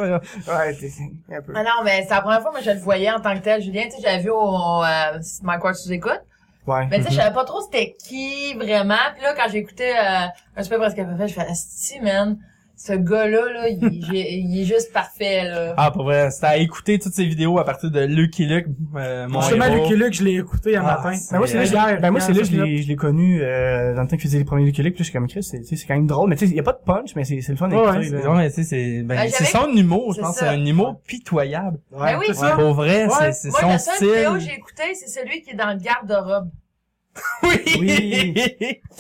[SPEAKER 2] ouais, t'es- c'est- un peu.
[SPEAKER 3] Ah non, mais c'est la première fois que je le voyais en tant que tel, Julien. Tu sais, j'avais vu au, euh, Mike Ward sous écoute.
[SPEAKER 2] Ouais. Mhm.
[SPEAKER 3] Mais Ben, tu sais, je savais pas trop c'était qui vraiment. Puis là, quand j'écoutais euh, un super presque parfait, je fais Asti, man, ce gars-là, là, il, j'ai- il est juste parfait, là.
[SPEAKER 4] Ah, pour vrai, c'était à écouter toutes ces vidéos à partir de Lucky Luke, euh, mon
[SPEAKER 1] Justement,
[SPEAKER 4] héros.
[SPEAKER 1] Lucky Luke, je l'ai écouté un
[SPEAKER 4] Ah,
[SPEAKER 1] matin.
[SPEAKER 4] c'est-
[SPEAKER 2] Ben moi, c'est là,
[SPEAKER 4] Euh,
[SPEAKER 2] je l'ai- ben moi, c'est là, je
[SPEAKER 1] hier,
[SPEAKER 2] l'ai, je l'ai connu, euh, dans le temps qu'il faisait les premiers Lucky Luke, puis je suis comme Chris, c'est, tu sais, c'est quand même drôle, mais tu sais, y a pas de punch, mais c'est, c'est le fun
[SPEAKER 1] Ouais,
[SPEAKER 2] d'écouter,
[SPEAKER 1] ouais,
[SPEAKER 2] là.
[SPEAKER 4] Non, mais tu sais, c'est, ben,
[SPEAKER 3] Ben,
[SPEAKER 4] c'est
[SPEAKER 3] j'avais-
[SPEAKER 4] son humour, je
[SPEAKER 3] c'est
[SPEAKER 4] pense.
[SPEAKER 3] ça.
[SPEAKER 4] C'est un humour pitoyable.
[SPEAKER 2] Ouais.
[SPEAKER 3] Ben oui,
[SPEAKER 1] c'est
[SPEAKER 3] moi,
[SPEAKER 1] ça.
[SPEAKER 4] Pour vrai,
[SPEAKER 1] Ouais.
[SPEAKER 4] c'est, c'est
[SPEAKER 3] moi,
[SPEAKER 4] son
[SPEAKER 3] la seule vidéo que
[SPEAKER 4] style.
[SPEAKER 3] j'ai écoutée, c'est celui qui est dans le garde-robe.
[SPEAKER 4] Oui!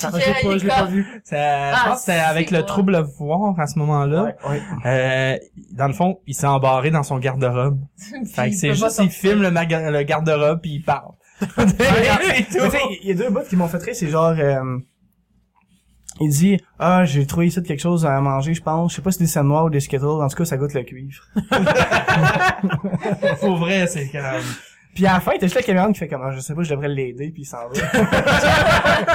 [SPEAKER 1] Ah,
[SPEAKER 3] Puis
[SPEAKER 1] je l'ai pas-
[SPEAKER 3] que il
[SPEAKER 1] je l'ai pas
[SPEAKER 3] comme-
[SPEAKER 1] vu.
[SPEAKER 4] Ça, je
[SPEAKER 3] Ah,
[SPEAKER 4] pense que c'était avec
[SPEAKER 3] c'est
[SPEAKER 4] le
[SPEAKER 3] moi.
[SPEAKER 4] trouble à voir à ce moment-là.
[SPEAKER 2] Ouais, ouais.
[SPEAKER 4] Euh, dans le fond, il s'est embarré dans son garde-robe.
[SPEAKER 3] Puis
[SPEAKER 4] Fait que
[SPEAKER 3] il
[SPEAKER 4] c'est
[SPEAKER 3] peut pas
[SPEAKER 4] juste,
[SPEAKER 3] sortir.
[SPEAKER 4] il filme le, maga- le garde-robe puis il parle.
[SPEAKER 2] Mais tu sais, il y a deux bouts qui m'ont fait rire, c'est genre, euh, il dit, ah, j'ai trouvé ici quelque chose à manger, je pense. Je sais pas si c'est des sandwichs ou des skittles. En tout cas, ça goûte le cuivre.
[SPEAKER 4] Pour vrai, c'est quand même...
[SPEAKER 2] Puis à la fin, t'as juste la caméra qui fait comme, Ah, je sais pas, je devrais l'aider, puis il s'en va.
[SPEAKER 3] Ah,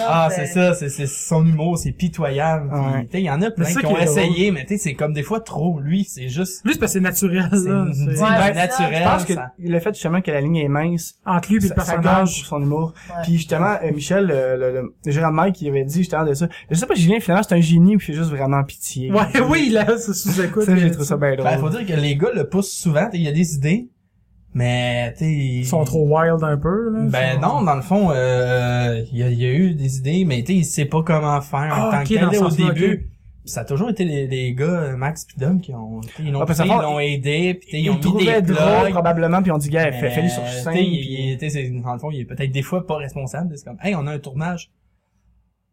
[SPEAKER 3] non,
[SPEAKER 4] Ah,
[SPEAKER 3] c'est-
[SPEAKER 4] c'est ça, c'est c'est son humour, c'est pitoyable. Puis,
[SPEAKER 2] Ouais.
[SPEAKER 4] tu sais, Il y en a plein
[SPEAKER 1] c'est ça
[SPEAKER 4] qui
[SPEAKER 1] qui
[SPEAKER 4] ont
[SPEAKER 1] est drôle.
[SPEAKER 4] essayé, mais tu sais, c'est comme des fois trop. Lui, c'est juste...
[SPEAKER 1] Lui, c'est parce que c'est naturel,
[SPEAKER 4] C'est
[SPEAKER 1] là.
[SPEAKER 4] une-
[SPEAKER 1] C'est-
[SPEAKER 4] c'est
[SPEAKER 3] Ouais,
[SPEAKER 4] naturel.
[SPEAKER 2] Je pense que
[SPEAKER 4] ça.
[SPEAKER 2] le fait justement que la ligne est mince,
[SPEAKER 1] Entre lui et
[SPEAKER 2] ça,
[SPEAKER 1] le
[SPEAKER 2] ça gagne pour
[SPEAKER 1] personnage.
[SPEAKER 2] son humour.
[SPEAKER 3] Ouais.
[SPEAKER 2] Puis justement, euh, Michel, euh, le, le, le Gérald Mike, il avait dit justement de ça. Je sais pas, Julien, finalement, c'est un génie, puis il fait juste vraiment pitié.
[SPEAKER 1] Ouais, oui, là, c'est sous-écoute.
[SPEAKER 2] Ça, j'ai trouvé ça bien drôle.
[SPEAKER 4] Ben, faut dire que les gars le poussent souvent. tu sais, Il y a des idées, mais tu sais,
[SPEAKER 1] Ils sont trop wild un peu, là.
[SPEAKER 4] Ben
[SPEAKER 1] Ils sont-
[SPEAKER 4] non, dans le fond, euh, il y, a- il y a eu des idées, mais tu sais, il sait pas comment faire en
[SPEAKER 1] Ah,
[SPEAKER 4] tant
[SPEAKER 1] ok,
[SPEAKER 4] que
[SPEAKER 1] dans
[SPEAKER 4] tel
[SPEAKER 1] ce
[SPEAKER 4] au
[SPEAKER 1] sens-là,
[SPEAKER 4] début.
[SPEAKER 1] ok.
[SPEAKER 4] Puis Ça a toujours été les, les gars, euh, Max puis Dom, qui ont, tu sais, ils l'ont
[SPEAKER 2] Ah, parce que
[SPEAKER 4] pris,
[SPEAKER 2] ça
[SPEAKER 4] ils
[SPEAKER 2] fait-
[SPEAKER 4] l'ont aidé, puis tu sais,
[SPEAKER 2] il
[SPEAKER 4] ils ont mis
[SPEAKER 2] trouvait
[SPEAKER 4] des
[SPEAKER 2] drôle,
[SPEAKER 4] blogs.
[SPEAKER 2] probablement, puis on dit, gars,
[SPEAKER 4] mais,
[SPEAKER 2] fais,
[SPEAKER 1] Euh,
[SPEAKER 2] fais-les sur scène.
[SPEAKER 4] tu sais, il-
[SPEAKER 2] puis-
[SPEAKER 4] il- tu sais, c'est- dans le fond, il est peut-être des fois pas responsable. C'est comme, hey, on a un tournage.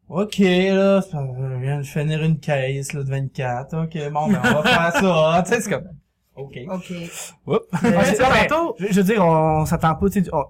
[SPEAKER 4] Ok, là, ça vient de finir une caisse, là, de 24. Ok, bon, ben, on va faire ça. Tu sais, c'est comme, ok.
[SPEAKER 3] OK.
[SPEAKER 4] Oups.
[SPEAKER 2] Ouais, c'est ça, mais je, je veux dire, on s'attend pas, tu sais, on-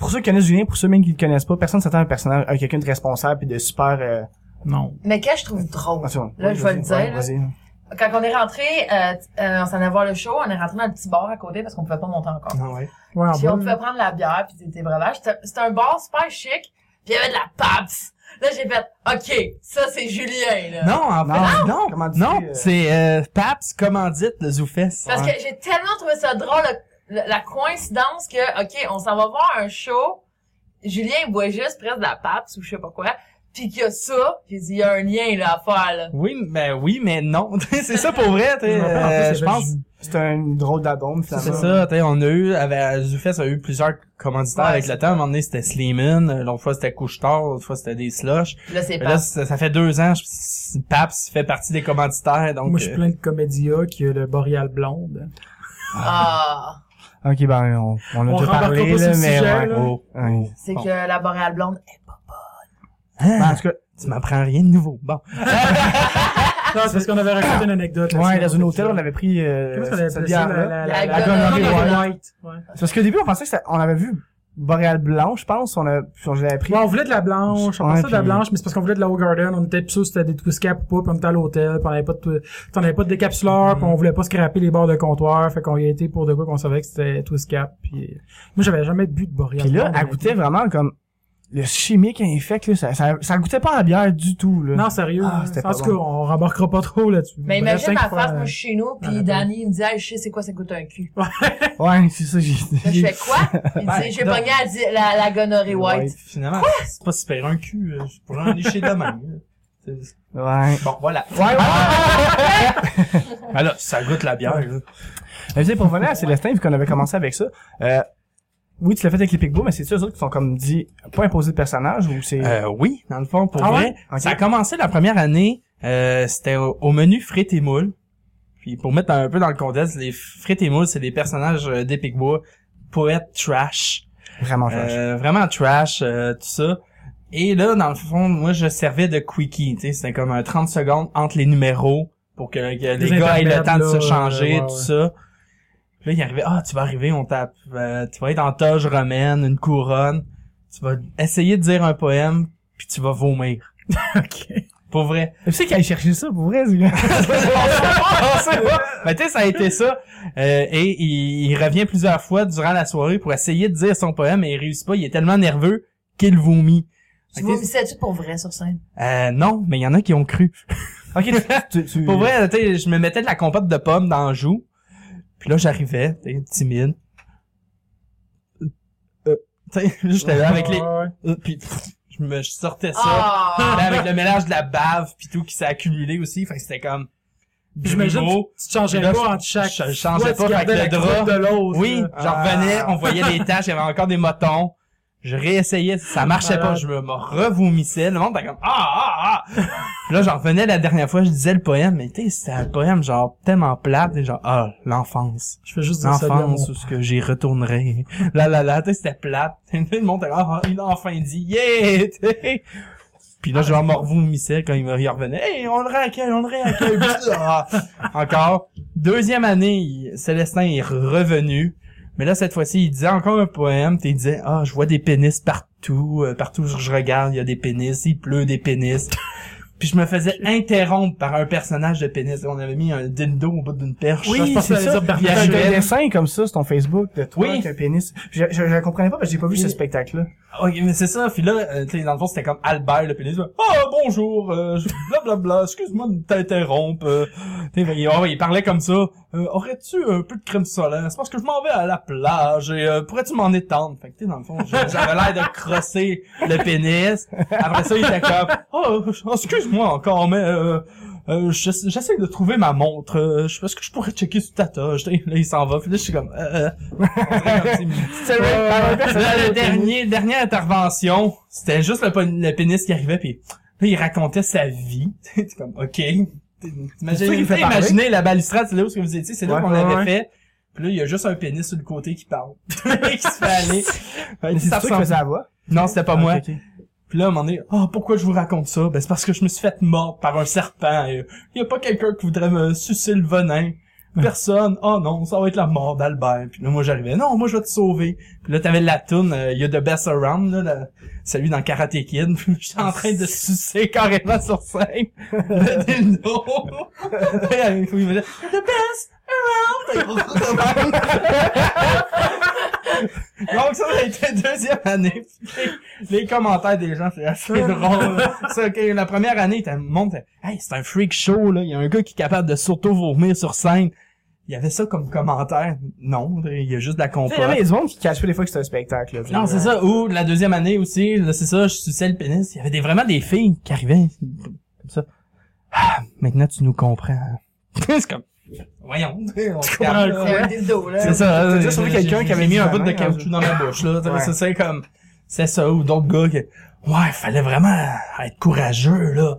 [SPEAKER 2] pour ceux qui connaissent Julien, pour ceux même qui le connaissent pas, personne s'attend à un personnage, à quelqu'un de responsable puis de super, euh,
[SPEAKER 1] Non.
[SPEAKER 3] Mais qu'est-ce que je trouve drôle?
[SPEAKER 2] attention.
[SPEAKER 3] Là,
[SPEAKER 2] Ouais,
[SPEAKER 3] je vais le
[SPEAKER 2] vas-y,
[SPEAKER 3] dire,
[SPEAKER 2] ouais,
[SPEAKER 3] là.
[SPEAKER 2] vas-y.
[SPEAKER 3] quand on est rentré, euh, t- euh, on s'en allait voir le show, on est rentré dans le petit bar à côté parce qu'on pouvait pas monter encore.
[SPEAKER 4] Ah ouais.
[SPEAKER 1] Ouais, en
[SPEAKER 3] Puis on
[SPEAKER 1] bas.
[SPEAKER 3] pouvait prendre la bière, puis des, des breuvages. C'était- C'était un bar super chic, puis il y avait de la PAPS. Là, j'ai fait, OK, ça, c'est Julien, là.
[SPEAKER 4] Euh, Non, en fait,
[SPEAKER 2] Non.
[SPEAKER 4] non,
[SPEAKER 2] Comment tu
[SPEAKER 4] non,
[SPEAKER 2] dis, euh,
[SPEAKER 4] c'est euh, Paps commandite le Zoufest.
[SPEAKER 3] Parce que j'ai tellement trouvé ça drôle, le- le- la coïncidence que, OK, on s'en va voir un show, Julien il boit juste presque de la PAPS ou je sais pas quoi, puis qu'il y a ça, j'ai dit, il y a un lien, là, à faire, là.
[SPEAKER 4] Oui, ben oui, mais non. c'est ça pour vrai, tu sais,
[SPEAKER 1] Je me rappelle, en plus, il y
[SPEAKER 4] euh,
[SPEAKER 1] avait
[SPEAKER 4] je pense.
[SPEAKER 1] du-
[SPEAKER 2] C'est un drôle d'adome,
[SPEAKER 4] C'est
[SPEAKER 2] finalement.
[SPEAKER 4] ça, tu sais, on a eu, avec Zoufest, on a eu plusieurs commanditaires
[SPEAKER 3] Ouais,
[SPEAKER 4] avec
[SPEAKER 3] c'est
[SPEAKER 4] le temps. À un moment donné, c'était Sleeman, euh, l'autre fois c'était Couche-Tard, l'autre fois c'était des slush.
[SPEAKER 3] Là, c'est
[SPEAKER 4] Mais là,
[SPEAKER 3] PAPS.
[SPEAKER 4] ça, ça fait deux ans, je- Paps fait partie des commanditaires, donc.
[SPEAKER 1] Moi, je suis
[SPEAKER 4] euh,
[SPEAKER 1] plein de comédia qui a le Boreal Blonde.
[SPEAKER 3] Ah,
[SPEAKER 2] Ok, ben, on, on a
[SPEAKER 1] On
[SPEAKER 2] déjà
[SPEAKER 1] rembarquera
[SPEAKER 2] parlé,
[SPEAKER 1] pas sur
[SPEAKER 2] là,
[SPEAKER 1] le
[SPEAKER 2] mais
[SPEAKER 1] sujet,
[SPEAKER 2] ouais.
[SPEAKER 1] là. Ah.
[SPEAKER 2] Oh, ouais.
[SPEAKER 3] c'est
[SPEAKER 4] Bon.
[SPEAKER 3] que la boréale blonde est pas
[SPEAKER 4] hein,
[SPEAKER 2] Ben, en tout cas,
[SPEAKER 4] tu m'apprends rien de nouveau. Bon.
[SPEAKER 1] Non, c'est parce qu'on avait raconté une anecdote. là,
[SPEAKER 2] ouais,
[SPEAKER 1] sur-
[SPEAKER 2] dans une hôtel, on avait pris,
[SPEAKER 1] Comment
[SPEAKER 2] euh,
[SPEAKER 1] est-ce qu'on avait
[SPEAKER 2] cette
[SPEAKER 1] appelé ça?
[SPEAKER 2] bière-là.
[SPEAKER 1] La, la,
[SPEAKER 3] La
[SPEAKER 1] la, la,
[SPEAKER 2] Gonorrhée
[SPEAKER 1] Gonorrhée White. Ouais.
[SPEAKER 2] C'est Parce qu'au début, on pensait que c'était- on avait vu Boréal Blanche, je pense, on a, puis on l'avait pris.
[SPEAKER 1] Ouais, on voulait de la blanche, on
[SPEAKER 2] Ouais,
[SPEAKER 1] pensait de la
[SPEAKER 2] puis-
[SPEAKER 1] blanche, mais c'est parce qu'on voulait de la Haut Garden, on était plus sûr que c'était des Twistcaps ou pas, puis on était à l'hôtel, puis on avait pas de, twi- puis on avait pas de décapsuleur, puis on voulait pas scraper les bords de comptoir, fait qu'on y a été pour de quoi qu'on savait que c'était Twistcap, puis moi j'avais jamais bu de Boreal.
[SPEAKER 2] Puis là,
[SPEAKER 1] Blonde,
[SPEAKER 2] elle
[SPEAKER 1] mais-
[SPEAKER 2] goûtait vraiment comme le chimique infect, là, ça, ça, ça goûtait pas à la bière du tout, là.
[SPEAKER 1] Non, sérieux.
[SPEAKER 2] Ah,
[SPEAKER 1] là.
[SPEAKER 2] c'était
[SPEAKER 1] en
[SPEAKER 2] pas
[SPEAKER 1] tout
[SPEAKER 2] bon.
[SPEAKER 1] cas, on rembarquera pas trop là-dessus.
[SPEAKER 3] Mais
[SPEAKER 1] Bref,
[SPEAKER 3] imagine ma
[SPEAKER 1] cinq fois,
[SPEAKER 3] face, moi,
[SPEAKER 1] euh,
[SPEAKER 3] je suis chez nous,
[SPEAKER 1] Ah,
[SPEAKER 3] puis
[SPEAKER 1] d'accord.
[SPEAKER 3] Danny, il me dit, hey, je sais c'est quoi, ça coûte un cul.
[SPEAKER 2] Ouais, c'est ça, j'ai dit.
[SPEAKER 3] Là, je fais quoi? Il dit, j'ai
[SPEAKER 4] non.
[SPEAKER 3] pogné la di- la, la gonorrhée white.
[SPEAKER 4] Finalement, c'est pas super un cul, euh, je pourrais en lécher demain. là. C'est-
[SPEAKER 2] Ouais.
[SPEAKER 4] Bon, voilà.
[SPEAKER 2] Ouais, ouais.
[SPEAKER 4] Alors, ça goûte la bière, là.
[SPEAKER 2] Mais tu sais, pour revenir à Célestin, vu qu'on avait commencé avec ça, euh, oui, tu l'as fait avec les Picbo, mais c'est-tu eux autres qui sont comme dit, pas imposé de personnage, ou c'est...
[SPEAKER 4] Euh, oui, dans le fond, pour
[SPEAKER 2] Ah
[SPEAKER 4] vrai.
[SPEAKER 2] ouais? Ok.
[SPEAKER 4] Ça a commencé la première année, euh, c'était au, au menu frites et moules. Puis pour mettre un peu dans le contexte, les frites et moules, c'est des personnages euh, d'Epic Bois, poètes trash,
[SPEAKER 2] Vraiment trash.
[SPEAKER 4] euh, vraiment trash, euh, tout ça. Et là, dans le fond, moi, je servais de quickie, tu sais, c'était comme un 30 secondes entre les numéros pour que, que les gars aient le
[SPEAKER 1] intermèdes,
[SPEAKER 4] temps de
[SPEAKER 1] là,
[SPEAKER 4] se changer,
[SPEAKER 1] euh, ouais,
[SPEAKER 4] tout
[SPEAKER 1] ouais.
[SPEAKER 4] ça. Puis là, il arrivait, ah, tu vas arriver, on tape, euh, tu vas être en toge romaine, une couronne, tu vas essayer de dire un poème, puis tu vas vomir.
[SPEAKER 1] Ok.
[SPEAKER 4] Pour vrai.
[SPEAKER 2] Tu sais qu'il a cherché ça, pour vrai, ce gars.
[SPEAKER 4] On sait pas, on sait pas. Mais tu sais, ça a été ça. Euh, et il, il revient plusieurs fois durant la soirée pour essayer de dire son poème, mais il réussit pas, il est tellement nerveux qu'il vomit.
[SPEAKER 3] Tu
[SPEAKER 4] Ok.
[SPEAKER 3] vomissais-tu pour vrai sur scène?
[SPEAKER 4] Euh, non, mais il y en a qui ont cru.
[SPEAKER 2] ok, tu, tu, tu-
[SPEAKER 4] Pour vrai, tu sais, je me mettais de la compote de pommes dans le joue. Puis là, j'arrivais, tu sais, timide. Euh, tu sais, j'étais là avec les...
[SPEAKER 1] Ouais, ouais.
[SPEAKER 4] euh, puis pff, je me je sortais ça.
[SPEAKER 3] Ah!
[SPEAKER 4] Là, avec le mélange de la bave puis tout qui s'est accumulé aussi. Fait que c'était comme...
[SPEAKER 1] Puis J'imagine que
[SPEAKER 4] gros.
[SPEAKER 1] tu te changeais
[SPEAKER 4] Là,
[SPEAKER 1] pas entre chaque.
[SPEAKER 4] je- je changeais
[SPEAKER 1] Ouais, tu
[SPEAKER 4] pas, fait
[SPEAKER 1] gardais
[SPEAKER 4] que le
[SPEAKER 1] la croûte
[SPEAKER 4] drap-
[SPEAKER 1] de l'autre.
[SPEAKER 4] Oui,
[SPEAKER 1] là. Ah.
[SPEAKER 4] j'en revenais, on voyait les taches, il y avait encore des motons. Je réessayais, ça marchait pas,
[SPEAKER 1] Malade.
[SPEAKER 4] je me, me revomissais, le monde était comme ah ah ah. Puis là j'en revenais la dernière fois, je disais le poème, mais tu sais, c'était un poème genre tellement plate, et genre ah l'enfance,
[SPEAKER 1] Je fais juste dire ça. de
[SPEAKER 4] l'enfance
[SPEAKER 1] l'amour.
[SPEAKER 4] où ce que j'y retournerai. Là là là, tu sais c'était plate. le monde était comme ah ah, il a enfin dit yeah. tu sais. Puis là genre me revomissais quand il me il revenait, hey on le réaccueille, on le réaccueille. Ah. encore deuxième année, il- Célestin est revenu. Mais là, cette fois-ci, il disait encore un poème. puis Il disait, ah, je vois des pénis partout. euh, partout où je regarde, il y a des pénis. Il pleut des pénis. Puis je me faisais interrompre par un personnage de pénis. On avait mis un dildo au bout d'une perche.
[SPEAKER 1] Oui,
[SPEAKER 4] Ça, je
[SPEAKER 1] c'est
[SPEAKER 4] pensais-
[SPEAKER 1] ça,
[SPEAKER 4] Il y
[SPEAKER 2] T'as un
[SPEAKER 4] avait-
[SPEAKER 2] dessin comme ça sur ton Facebook de toi
[SPEAKER 4] Oui.
[SPEAKER 2] avec un pénis. Je, je, je comprenais pas parce que j'ai pas vu
[SPEAKER 4] Oui.
[SPEAKER 2] ce spectacle-là.
[SPEAKER 4] Ok, mais c'est ça. Puis là, euh, tu sais, dans le fond, c'était comme Albert le pénis. Ah, bonjour, euh, je- blablabla, excuse-moi de t'interrompre. euh. Tu sais, il, oh, il parlait comme ça. Euh, Aurais-tu un peu de crème solaire? C'est parce que je m'en vais à la plage et euh, pourrais-tu m'en étendre? Fait que, tu sais, dans le fond, je- j'avais l'air de crosser le pénis. Après ça, il était comme, oh, excuse-moi encore, mais... Euh, euh, j'essa- j'essaie de trouver ma montre euh, je- est-ce que je pourrais checker sur ta toge Tu sais, là il s'en va puis là je suis comme euh, euh. On dirait comme s'il me-
[SPEAKER 2] C'est vrai, par un personnage
[SPEAKER 4] Là,
[SPEAKER 2] de
[SPEAKER 4] le
[SPEAKER 2] pénis.
[SPEAKER 4] dernier, dernière intervention, c'était juste le, pon- le pénis qui arrivait, puis là, il racontait sa vie. T'es comme, OK. T'es-
[SPEAKER 2] ça qu'il fait
[SPEAKER 4] Imaginez, t'sais,
[SPEAKER 2] parler.
[SPEAKER 4] imaginez la balustrade, c'est là où ce que vous étiez, c'est là
[SPEAKER 2] Ouais,
[SPEAKER 4] qu'on
[SPEAKER 2] ouais,
[SPEAKER 4] l'avait
[SPEAKER 2] ouais.
[SPEAKER 4] fait. Puis là, il y a juste un pénis sur le côté qui parle. qui se fait aller. Fait que
[SPEAKER 2] C'est toi
[SPEAKER 4] ça
[SPEAKER 2] qui
[SPEAKER 4] ressemble-
[SPEAKER 2] faisais la voix.
[SPEAKER 4] Non, c'était pas
[SPEAKER 2] Ah,
[SPEAKER 4] moi.
[SPEAKER 2] ok, ok.
[SPEAKER 4] Puis là, à un moment donné, ah, pourquoi je vous raconte ça? euh, Ben, c'est parce que je me suis fait mordre par un serpent. Il y a pas quelqu'un qui voudrait me sucer le venin. Personne. Oh non, ça va être la mort d'Albert. Puis là, moi, j'arrivais. Non, moi, je vais te sauver. Puis là, t'avais la toune, euh, il y a The Best Around, là, la- celui dans Karate Kid. Puis j'étais en train de sucer carrément sur scène. Le dildo. Puis il me disait, The Best Around. Donc, ça, ça a été la deuxième année. Puis Les, les commentaires des gens, c'est assez drôle. Ça, ok, la première année, t'as le monde, t'as, hey, c'est un freak show, là. Il y a un gars qui est capable de s'auto-vomir sur scène. Il y avait ça comme commentaire. Non, il y a juste de la
[SPEAKER 2] Il y avait
[SPEAKER 4] compote.
[SPEAKER 2] des gens qui cachent pas des fois que c'est un spectacle. là.
[SPEAKER 4] Non, c'est ça. Ou la deuxième année aussi, là, c'est ça, je suçais le pénis. Il y avait des, vraiment des filles qui arrivaient comme ça. Ah, maintenant, tu nous comprends. c'est comme, voyons. on se calme, là.
[SPEAKER 3] Ah, C'est un dildo, là.
[SPEAKER 4] C'est ça.
[SPEAKER 2] T'as
[SPEAKER 4] hein,
[SPEAKER 2] déjà sauvé
[SPEAKER 4] j'ai-
[SPEAKER 2] quelqu'un qui
[SPEAKER 4] j'ai-
[SPEAKER 2] avait
[SPEAKER 4] j'ai hein,
[SPEAKER 2] mis
[SPEAKER 4] mis
[SPEAKER 2] la
[SPEAKER 4] un bout
[SPEAKER 2] main
[SPEAKER 4] de
[SPEAKER 2] dans
[SPEAKER 4] caoutchouc
[SPEAKER 2] le-
[SPEAKER 4] dans ma bouche, là.
[SPEAKER 2] Ouais.
[SPEAKER 4] C'est ça, comme, c'est ça, ou d'autres gars qui, ouais, fallait vraiment être courageux, là.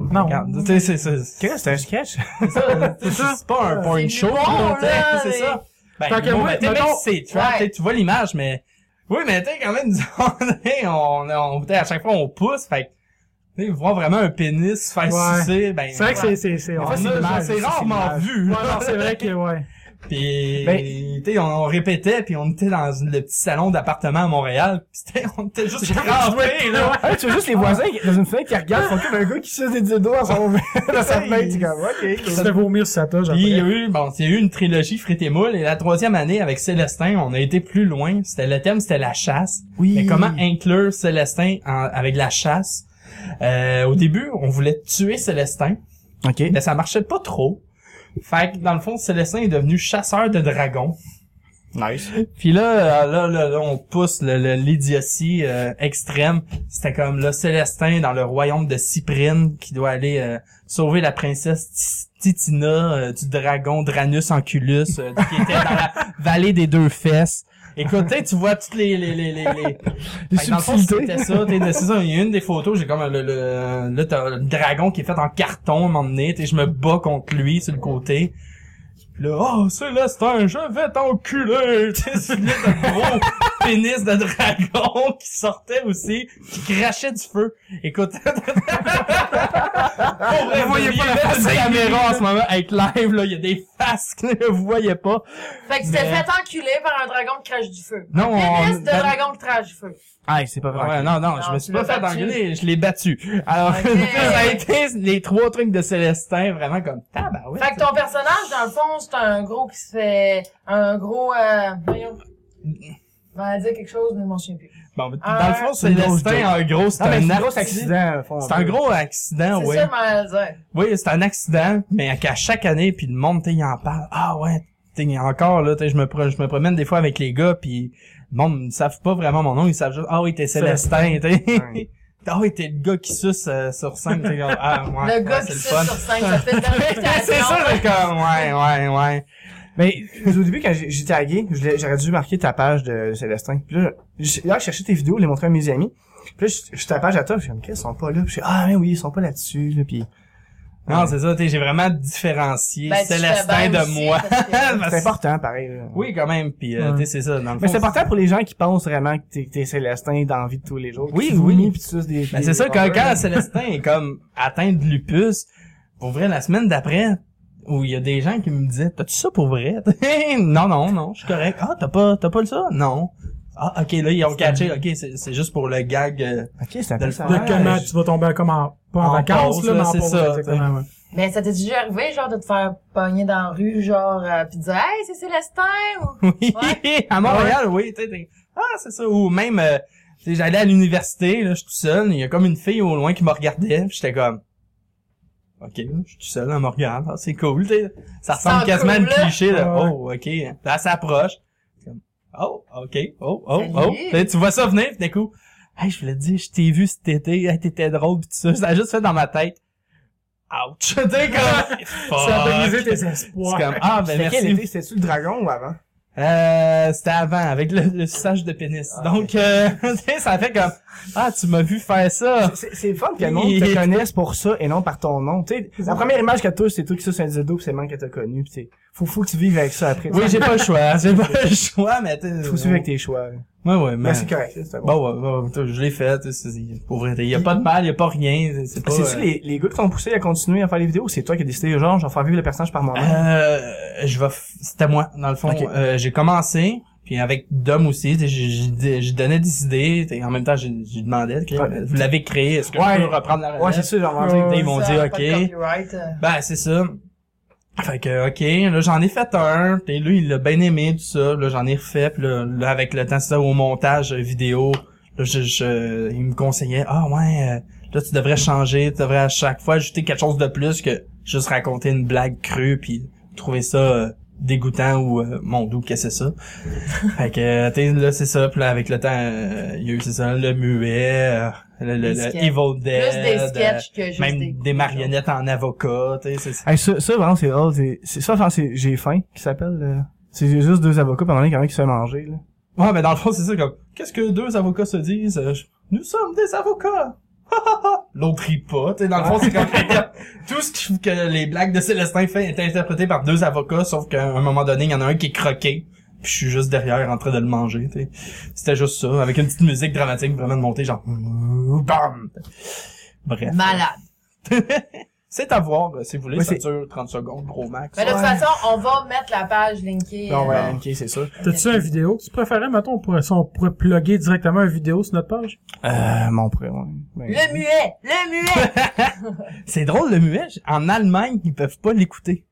[SPEAKER 1] Non.
[SPEAKER 4] Regarde, tu sais, c'est c'est- c'est
[SPEAKER 2] Qu'est-ce que c'est un sketch?
[SPEAKER 4] ça, c'est ça, c'est pas un point
[SPEAKER 3] C'est
[SPEAKER 4] show,
[SPEAKER 3] bon,
[SPEAKER 4] là, tu sais,
[SPEAKER 3] là,
[SPEAKER 4] c'est
[SPEAKER 3] mais-
[SPEAKER 4] ça. Ben,
[SPEAKER 1] Tant que
[SPEAKER 4] bon,
[SPEAKER 1] moi,
[SPEAKER 4] ben, t'sais, même
[SPEAKER 1] mettons-
[SPEAKER 4] si c'est trap,
[SPEAKER 3] Ouais.
[SPEAKER 4] t'sais, tu vois l'image, mais, oui, mais tu sais, quand même, nous, on, on, on, t'sais, à chaque fois, on pousse, fait que, tu sais, voir vraiment un pénis se faire
[SPEAKER 1] Ouais.
[SPEAKER 4] sucer, ben,
[SPEAKER 1] C'est vrai que c'est, c'est, c'est,
[SPEAKER 4] on
[SPEAKER 1] on
[SPEAKER 4] a-
[SPEAKER 1] a-
[SPEAKER 4] c'est rarement vu,
[SPEAKER 1] Ouais, non,
[SPEAKER 4] là.
[SPEAKER 1] c'est vrai que, ouais.
[SPEAKER 4] Puis,
[SPEAKER 2] Ben-
[SPEAKER 4] tu sais, on, on répétait, puis on était dans le petit salon d'appartement à Montréal, puis c'était- on était juste crampés, là.
[SPEAKER 2] Ah, tu vois juste les voisins qui- dans une fenêtre qui regardent, font comme un gars qui suce des dildos dans son dans sa fenêtre. C'est comme, ok.
[SPEAKER 1] Tu te fais vomir sur sa toge
[SPEAKER 4] Puis il y a
[SPEAKER 1] après.
[SPEAKER 4] eu, bon, il y a eu une trilogie frites et moules, et la troisième année, avec Célestin, on a été plus loin. C'était, le thème, c'était la chasse.
[SPEAKER 2] Oui.
[SPEAKER 4] Mais comment inclure Célestin en- avec la chasse? Euh, au début, on voulait tuer Célestin,
[SPEAKER 2] Ok.
[SPEAKER 4] mais ça marchait pas trop. Fait que, dans le fond, Célestin est devenu chasseur de dragons.
[SPEAKER 2] Nice.
[SPEAKER 4] Puis là, euh, là, là, là, on pousse le- le- l'idiotie euh, extrême. C'était comme le Célestin dans le royaume de Cyprine qui doit aller euh, sauver la princesse Ti- Titina euh, du dragon Dranus Anculus euh, qui était dans la vallée des deux fesses. Écoute, t'sais, tu vois toutes les les les les, les... Fait que dans le fond,
[SPEAKER 2] subtilités.
[SPEAKER 4] c'était ça, t'sais, c'est ça, il y a une des photos, j'ai comme le le là t'as le dragon qui est fait en carton à un moment donné, t'sais, je me bats contre lui sur le côté. Puis là, oh, Célestin, je vais t'enculer! Tu sais, c'est là, le gros pénis de dragon qui sortait aussi, qui crachait du feu. Écoute, vous voyez pas la face de caméra en ce moment avec live, là, il y a des faces que vous voyez pas.
[SPEAKER 3] Fait que c'était
[SPEAKER 4] Mais-
[SPEAKER 3] fait enculer par un dragon qui crache du feu.
[SPEAKER 4] Non, on-
[SPEAKER 3] Pénis de
[SPEAKER 4] ben-
[SPEAKER 3] dragon qui crache du feu.
[SPEAKER 2] Ah, c'est pas vrai.
[SPEAKER 4] Ouais, non, non, je
[SPEAKER 3] Non,
[SPEAKER 4] me suis
[SPEAKER 3] tu
[SPEAKER 4] pas
[SPEAKER 3] l'as
[SPEAKER 4] fait
[SPEAKER 3] battu.
[SPEAKER 4] engueuler, je l'ai battu. Alors,
[SPEAKER 3] Ok.
[SPEAKER 4] ça a été les trois trucs de Célestin, vraiment comme tabarouette.
[SPEAKER 3] Fait que ton personnage, dans le fond, c'est un gros qui se fait... Un gros... Euh, voyons. On va dire quelque chose, mais je m'en souviens plus.
[SPEAKER 4] Bon, dans
[SPEAKER 3] Ah,
[SPEAKER 4] le fond,
[SPEAKER 2] c'est une grosse
[SPEAKER 4] Célestin, en gros, c'est
[SPEAKER 2] Non, mais
[SPEAKER 4] un
[SPEAKER 2] c'est un gros
[SPEAKER 4] artiste.
[SPEAKER 2] accident.
[SPEAKER 4] C'est un gros accident,
[SPEAKER 3] C'est
[SPEAKER 4] Ah ouais.
[SPEAKER 3] ça, je m'en allais dire.
[SPEAKER 4] Oui, c'est un accident, mais qu'à chaque année, puis le monde, tu sais, il en parle. Ah ouais, tu sais, encore, là, tu sais, je me, pro- je me promène des fois avec les gars, puis le monde, ils savent pas vraiment mon nom, ils savent juste, ah oui, t'es Célestin, tu sais. Ah oui, t'es le gars qui suce euh, sur scène, tu sais, comme, ah ouais,
[SPEAKER 3] le
[SPEAKER 4] ouais,
[SPEAKER 3] gars
[SPEAKER 4] c'est
[SPEAKER 3] qui
[SPEAKER 4] le
[SPEAKER 3] suce
[SPEAKER 4] fun. Ah,
[SPEAKER 3] sur scène, ça fait de la
[SPEAKER 4] c'est ça, c'est comme, ouais, ouais, ouais.
[SPEAKER 2] Mais au début, quand j'ai j'ai tagué, je l'ai- j'aurais dû marquer ta page de Célestin. Puis là, je- là, je cherchais tes vidéos, je les montrais à mes amis. Puis là, je, je ta page à toi, puis je me dis, Qu'est-ce, ils sont pas là. Puis je dis, ah oui, ils sont pas là-dessus. Là, puis
[SPEAKER 4] Non, c'est ça, tu sais, j'ai vraiment différencié
[SPEAKER 3] Ben,
[SPEAKER 4] Célestin de moi.
[SPEAKER 2] c'est important, pareil. là.
[SPEAKER 4] Oui, quand même, puis euh,
[SPEAKER 1] Ouais.
[SPEAKER 4] tu sais, c'est ça, dans le
[SPEAKER 2] Mais
[SPEAKER 4] fond,
[SPEAKER 2] c'est important pour les gens qui pensent vraiment que t'es, t'es Célestin dans la vie de tous les jours.
[SPEAKER 4] Oui,
[SPEAKER 2] Tu
[SPEAKER 4] oui.
[SPEAKER 2] vomis, Puis tu suces des,
[SPEAKER 4] Ben,
[SPEAKER 2] des-
[SPEAKER 4] c'est ça,
[SPEAKER 2] des
[SPEAKER 4] quand, quand
[SPEAKER 2] bonbons.
[SPEAKER 4] Célestin est comme atteint de lupus, pour vrai, la semaine d'après, où il y a des gens qui me disaient, t'as-tu ça pour vrai? non, non, non, je suis correct. Ah, t'as pas, t'as pas le ça? Non. Ah, ok, là, ils ont catché, ok, c'est c'est juste pour le gag. euh,
[SPEAKER 2] Ok, c'est un
[SPEAKER 4] de
[SPEAKER 2] peu
[SPEAKER 4] le-
[SPEAKER 2] ça.
[SPEAKER 1] De
[SPEAKER 4] Ouais,
[SPEAKER 1] comment
[SPEAKER 4] je-
[SPEAKER 1] tu vas tomber comme en, pas en,
[SPEAKER 4] En
[SPEAKER 1] vacances,
[SPEAKER 4] pause,
[SPEAKER 1] là,
[SPEAKER 4] là,
[SPEAKER 1] mais en
[SPEAKER 4] c'est
[SPEAKER 1] pause,
[SPEAKER 4] ça,
[SPEAKER 1] exactement, ouais.
[SPEAKER 3] Mais ça t'est déjà arrivé, genre, de te faire pogner dans la rue, genre, euh, pis de dire « Hey, c'est Célestin! » ou
[SPEAKER 4] Oui, à Montréal, oui, tu sais, t'es- ah, c'est ça, ou même, euh, tu sais, j'allais à l'université, là, je suis tout seul, il y a comme une fille au loin qui me regardait, puis j'étais comme, ok, je suis tout seul, elle me regarde, ah, c'est cool, tu sais.
[SPEAKER 3] Ça
[SPEAKER 4] ça ressemble quasiment à
[SPEAKER 3] cool,
[SPEAKER 4] un
[SPEAKER 3] là.
[SPEAKER 4] cliché, là,
[SPEAKER 1] Ouais.
[SPEAKER 4] oh, ok, là, elle s'approche, comme, oh, ok, oh, oh,
[SPEAKER 3] Salut.
[SPEAKER 4] oh, Tu sais, tu vois ça venir, puis d'un coup, hey, je voulais te dire, je t'ai vu cet été, hey, t'étais drôle, pis tout ça, ça a juste fait dans ma tête, ouch, tu sais, comme,
[SPEAKER 1] Ça a brisé
[SPEAKER 4] fuck.
[SPEAKER 1] tes
[SPEAKER 4] C'est
[SPEAKER 1] espoirs.
[SPEAKER 4] comme, ah, ben,
[SPEAKER 2] C'était quel
[SPEAKER 4] merci,
[SPEAKER 2] été? C'était-tu le dragon ou avant?
[SPEAKER 4] euh, c'était avant, avec le, le sage de pénis.
[SPEAKER 2] Ah,
[SPEAKER 4] Donc, euh, tu sais, ça fait comme, ah, tu m'as vu faire ça.
[SPEAKER 2] C'est c'est le fun que le monde te connaisse pour ça et non par ton nom. Tu sais, la première image que tu c'est toi qui suces un dildo pis c'est le monde que t'as connu. Pis t'sais, faut, faut que tu vives avec ça après.
[SPEAKER 4] Oui, j'ai pas le choix, j'ai pas le choix, mais tu
[SPEAKER 2] Faut suivre avec tes choix.
[SPEAKER 4] Ouais, ouais, mais...
[SPEAKER 2] Mais c'est correct, c'est bon.
[SPEAKER 4] Bon, ouais, ouais, ouais, je l'ai fait, c'est- c'est- pour vrai, il y a pas de mal, il y a pas rien, c'est- c'est pas...
[SPEAKER 2] Ah, C'est-tu
[SPEAKER 4] euh,
[SPEAKER 2] les, les gars qui t'ont poussé à continuer à faire les vidéos ou c'est toi qui as décidé, genre, je vais faire vivre le personnage par moi-même?
[SPEAKER 4] Euh, je vais, f- c'était moi, dans le fond.
[SPEAKER 2] Ok.
[SPEAKER 4] Euh, j'ai commencé, puis avec Dom aussi, tu sais, j'ai- j'ai j'ai donné des idées, tu sais, en même temps, j'ai j'ai demandé, OK,
[SPEAKER 2] Ouais.
[SPEAKER 4] vous l'avez créé, est-ce que
[SPEAKER 2] Ouais.
[SPEAKER 4] je peux reprendre la
[SPEAKER 2] ouais, c'est
[SPEAKER 4] recette?
[SPEAKER 2] sûr, genre,
[SPEAKER 1] Ouais.
[SPEAKER 2] ouais.
[SPEAKER 4] ils m'ont dit,
[SPEAKER 3] Ça, pas de
[SPEAKER 4] OK.
[SPEAKER 3] copyright, euh.
[SPEAKER 4] Ben, c'est ça. Fait que, ok, là, j'en ai fait un, puis lui, il l'a bien aimé, tout ça, là, j'en ai refait, puis là, là, avec le temps, c'est ça, au montage euh, vidéo, là, je, je- il me conseillait, ah, ouais, euh, là, tu devrais changer, tu devrais à chaque fois ajouter quelque chose de plus que juste raconter une blague crue, puis trouver ça euh, dégoûtant ou, euh, mon doux, qu'est-ce que c'est ça? fait que, euh, tu sais, là, c'est ça, puis là, avec le temps, euh, il y a eu, c'est ça, le muet, euh, le, le,
[SPEAKER 3] Des
[SPEAKER 4] le
[SPEAKER 3] sketchs.
[SPEAKER 4] Evil Dead,
[SPEAKER 3] Plus des
[SPEAKER 4] euh,
[SPEAKER 3] sketchs que juste
[SPEAKER 4] même
[SPEAKER 3] des...
[SPEAKER 4] des, marionnettes en avocat, tu sais, c'est- c'est-
[SPEAKER 2] Hey, ça, ça, vraiment, c'est drôle. C'est, c'est ça, genre, c'est, j'ai faim, qui s'appelle, euh, c'est juste deux avocats pendant qu'il y en a un qui se fait manger, là.
[SPEAKER 4] Ouais, mais dans le fond, c'est ça, comme, qu'est-ce que deux avocats se disent? Euh, je- Nous sommes des avocats! Ha, ha, ha. L'autre rit pas, tu sais, dans le fond, c'est comme, tout ce qui- que les blagues de Célestin fait est interprété par deux avocats, sauf qu'à un moment donné, il y en a un qui est croqué, puis je suis juste derrière en train de le manger, tu sais. C'était juste ça, avec une petite musique dramatique vraiment de montée, genre, bam! Bref.
[SPEAKER 3] Malade.
[SPEAKER 4] C'est à voir, euh, si vous voulez,
[SPEAKER 2] Ouais,
[SPEAKER 4] ça
[SPEAKER 2] c'est-
[SPEAKER 4] dure 30 secondes, gros max. Ah,
[SPEAKER 3] Mais de toute
[SPEAKER 2] Ouais.
[SPEAKER 3] façon, on va mettre la page linkée.
[SPEAKER 2] Non,
[SPEAKER 3] euh,
[SPEAKER 2] ouais, ok, c'est sûr.
[SPEAKER 1] T'as-tu une vidéo que tu préférais? Mettons, on pourrait, ça, on pourrait plugger directement une vidéo sur notre page.
[SPEAKER 2] Euh, mon prénom. Ben,
[SPEAKER 3] Le muet! Le muet!
[SPEAKER 4] C'est drôle le muet. j- En Allemagne, ils peuvent pas l'écouter.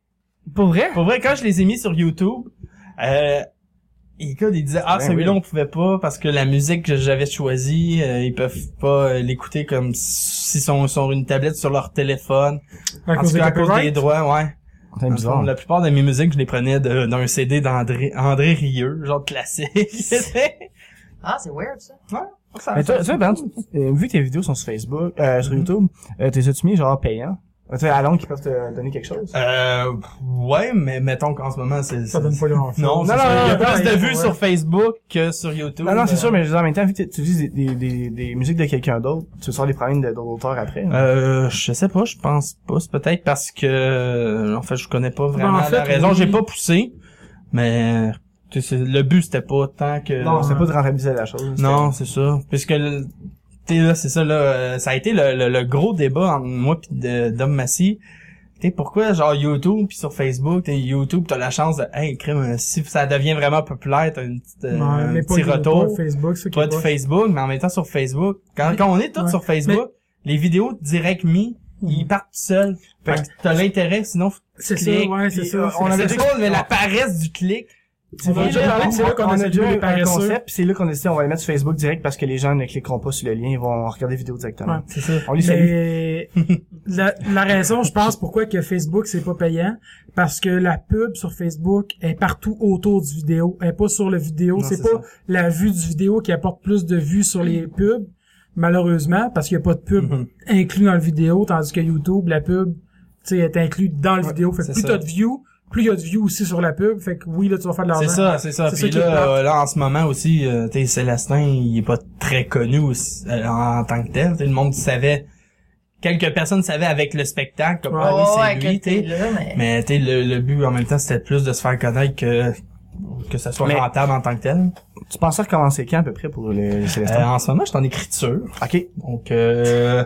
[SPEAKER 2] Pour vrai?
[SPEAKER 4] Pour vrai, quand je les ai mis sur YouTube, euh, les gars, ils disaient ah
[SPEAKER 2] Ben
[SPEAKER 4] celui-là
[SPEAKER 2] oui.
[SPEAKER 4] on pouvait pas parce que la musique que j'avais choisie, euh, ils peuvent pas euh, l'écouter comme s'ils sont sur une tablette sur leur téléphone.
[SPEAKER 1] À
[SPEAKER 4] En
[SPEAKER 1] cause
[SPEAKER 4] tout
[SPEAKER 1] des
[SPEAKER 4] cas, à cause des
[SPEAKER 1] copyrights.
[SPEAKER 4] droits, ouais.
[SPEAKER 2] C'est bizarre.
[SPEAKER 4] La plupart de mes musiques, je les prenais de- d'un CD d'André André Rieu, genre classique.
[SPEAKER 3] Ah, c'est weird, ça.
[SPEAKER 2] Mais toi, toi, ben, tu- euh, vu que tes vidéos sont sur Facebook, euh, sur YouTube, euh, t'es as-tu mis, genre, payant? Euh, Tu sais, à Londres, qui peuvent te donner quelque chose?
[SPEAKER 4] euh, ouais, mais mettons qu'en ce moment c'est
[SPEAKER 1] Ça donne pas leur enfant.
[SPEAKER 4] non,
[SPEAKER 2] Non,
[SPEAKER 4] c'est
[SPEAKER 2] non,
[SPEAKER 4] ça, il y a
[SPEAKER 2] non,
[SPEAKER 4] plus
[SPEAKER 1] non,
[SPEAKER 4] de
[SPEAKER 1] non,
[SPEAKER 4] vues
[SPEAKER 1] ouais.
[SPEAKER 4] sur Facebook que sur YouTube.
[SPEAKER 2] Non, non, c'est
[SPEAKER 4] Euh,
[SPEAKER 2] sûr, mais je veux dire, en même temps, vu que tu utilises des, des, des, des musiques de quelqu'un d'autre, tu sors des problèmes de- d'autres auteurs après.
[SPEAKER 4] Euh, je sais pas, je pense pas. C'est peut-être parce que, euh, en fait, je connais pas vraiment
[SPEAKER 1] Ben, en fait,
[SPEAKER 4] la raison.
[SPEAKER 1] oui.
[SPEAKER 4] J'ai pas poussé, mais tu sais, c'est- le but c'était pas tant que.
[SPEAKER 2] Euh, Non, c'est pas de rentabiliser la chose. c'est-
[SPEAKER 4] Non, c'est ça. Puisque le- t'es là, c'est ça là. euh, Ça a été le, le- le gros débat entre moi pis de- Dom Massy. T'sais, pourquoi genre YouTube puis sur Facebook, t'es YouTube, t'as la chance de hey crime, euh, si ça devient vraiment populaire, t'as une petite, euh,
[SPEAKER 1] Ouais,
[SPEAKER 4] un
[SPEAKER 1] mais pas
[SPEAKER 4] petit
[SPEAKER 1] de-
[SPEAKER 4] retour
[SPEAKER 1] pas de Facebook, ça qui
[SPEAKER 4] pas
[SPEAKER 1] est
[SPEAKER 4] de
[SPEAKER 1] pas-
[SPEAKER 4] Facebook, mais en même temps sur Facebook. Quand,
[SPEAKER 1] Mais-
[SPEAKER 4] quand on est tous
[SPEAKER 1] ouais.
[SPEAKER 4] sur Facebook, les vidéos direct mis, ils partent tout seuls. Fait que t'as l'intérêt, sinon faut
[SPEAKER 1] C'est ça,
[SPEAKER 4] cliquer,
[SPEAKER 1] ouais, c'est
[SPEAKER 4] puis,
[SPEAKER 1] ça.
[SPEAKER 4] euh, On
[SPEAKER 1] C'est
[SPEAKER 4] avait
[SPEAKER 1] ça. Ah.
[SPEAKER 4] dit mais la paresse du clic.
[SPEAKER 1] On va
[SPEAKER 4] Et
[SPEAKER 1] déjà
[SPEAKER 4] là,
[SPEAKER 1] parler de
[SPEAKER 2] C'est
[SPEAKER 1] ça
[SPEAKER 2] là
[SPEAKER 1] qu'on essaie de les
[SPEAKER 2] un
[SPEAKER 1] paresseux.
[SPEAKER 2] concept, puis c'est là qu'on a décidé, on va les mettre sur Facebook direct parce que les gens ne cliqueront pas sur le lien, ils vont regarder la vidéo directement.
[SPEAKER 1] Ouais.
[SPEAKER 4] C'est ça.
[SPEAKER 2] On les salue.
[SPEAKER 1] Mais la, la raison, je pense, pourquoi que Facebook c'est pas payant, parce que la pub sur Facebook est partout autour du vidéo, elle est pas sur le vidéo,
[SPEAKER 4] Non,
[SPEAKER 1] c'est
[SPEAKER 4] c'est
[SPEAKER 1] pas la vue du vidéo qui apporte plus de vues sur les pubs, malheureusement, parce qu'il y a pas de pub
[SPEAKER 4] Mhm.
[SPEAKER 1] inclus dans le vidéo, tandis que YouTube, la pub, tu sais, est inclus dans le
[SPEAKER 4] Ouais,
[SPEAKER 1] vidéo. Fait que
[SPEAKER 4] c'est
[SPEAKER 1] plus
[SPEAKER 4] ça.
[SPEAKER 1] t'as de views, plus il y a de views aussi sur la pub, fait que oui, là, tu vas faire de l'argent.
[SPEAKER 4] C'est ça, c'est ça.
[SPEAKER 1] C'est
[SPEAKER 4] Puis
[SPEAKER 1] ça qui est plate.
[SPEAKER 4] là, euh, là, en ce moment aussi, euh, t'sais, Célestin, il est pas très connu aussi, euh, en tant que tel. T'sais, le monde savait, quelques personnes savaient avec le spectacle, comme, ah
[SPEAKER 3] Ouais,
[SPEAKER 4] oui,
[SPEAKER 3] ouais,
[SPEAKER 4] c'est lui,
[SPEAKER 3] que t'es
[SPEAKER 4] t'sais.
[SPEAKER 3] là, mais...
[SPEAKER 4] Mais t'sais, le, le but en même temps, c'était plus de se faire connaître que que ça soit
[SPEAKER 2] Mais-
[SPEAKER 4] rentable en tant que tel.
[SPEAKER 2] Tu pensais recommencer quand à peu près pour le, le
[SPEAKER 4] Euh,
[SPEAKER 2] Célestin?
[SPEAKER 4] en ce moment, je suis en écriture.
[SPEAKER 2] ok.
[SPEAKER 4] Donc, euh,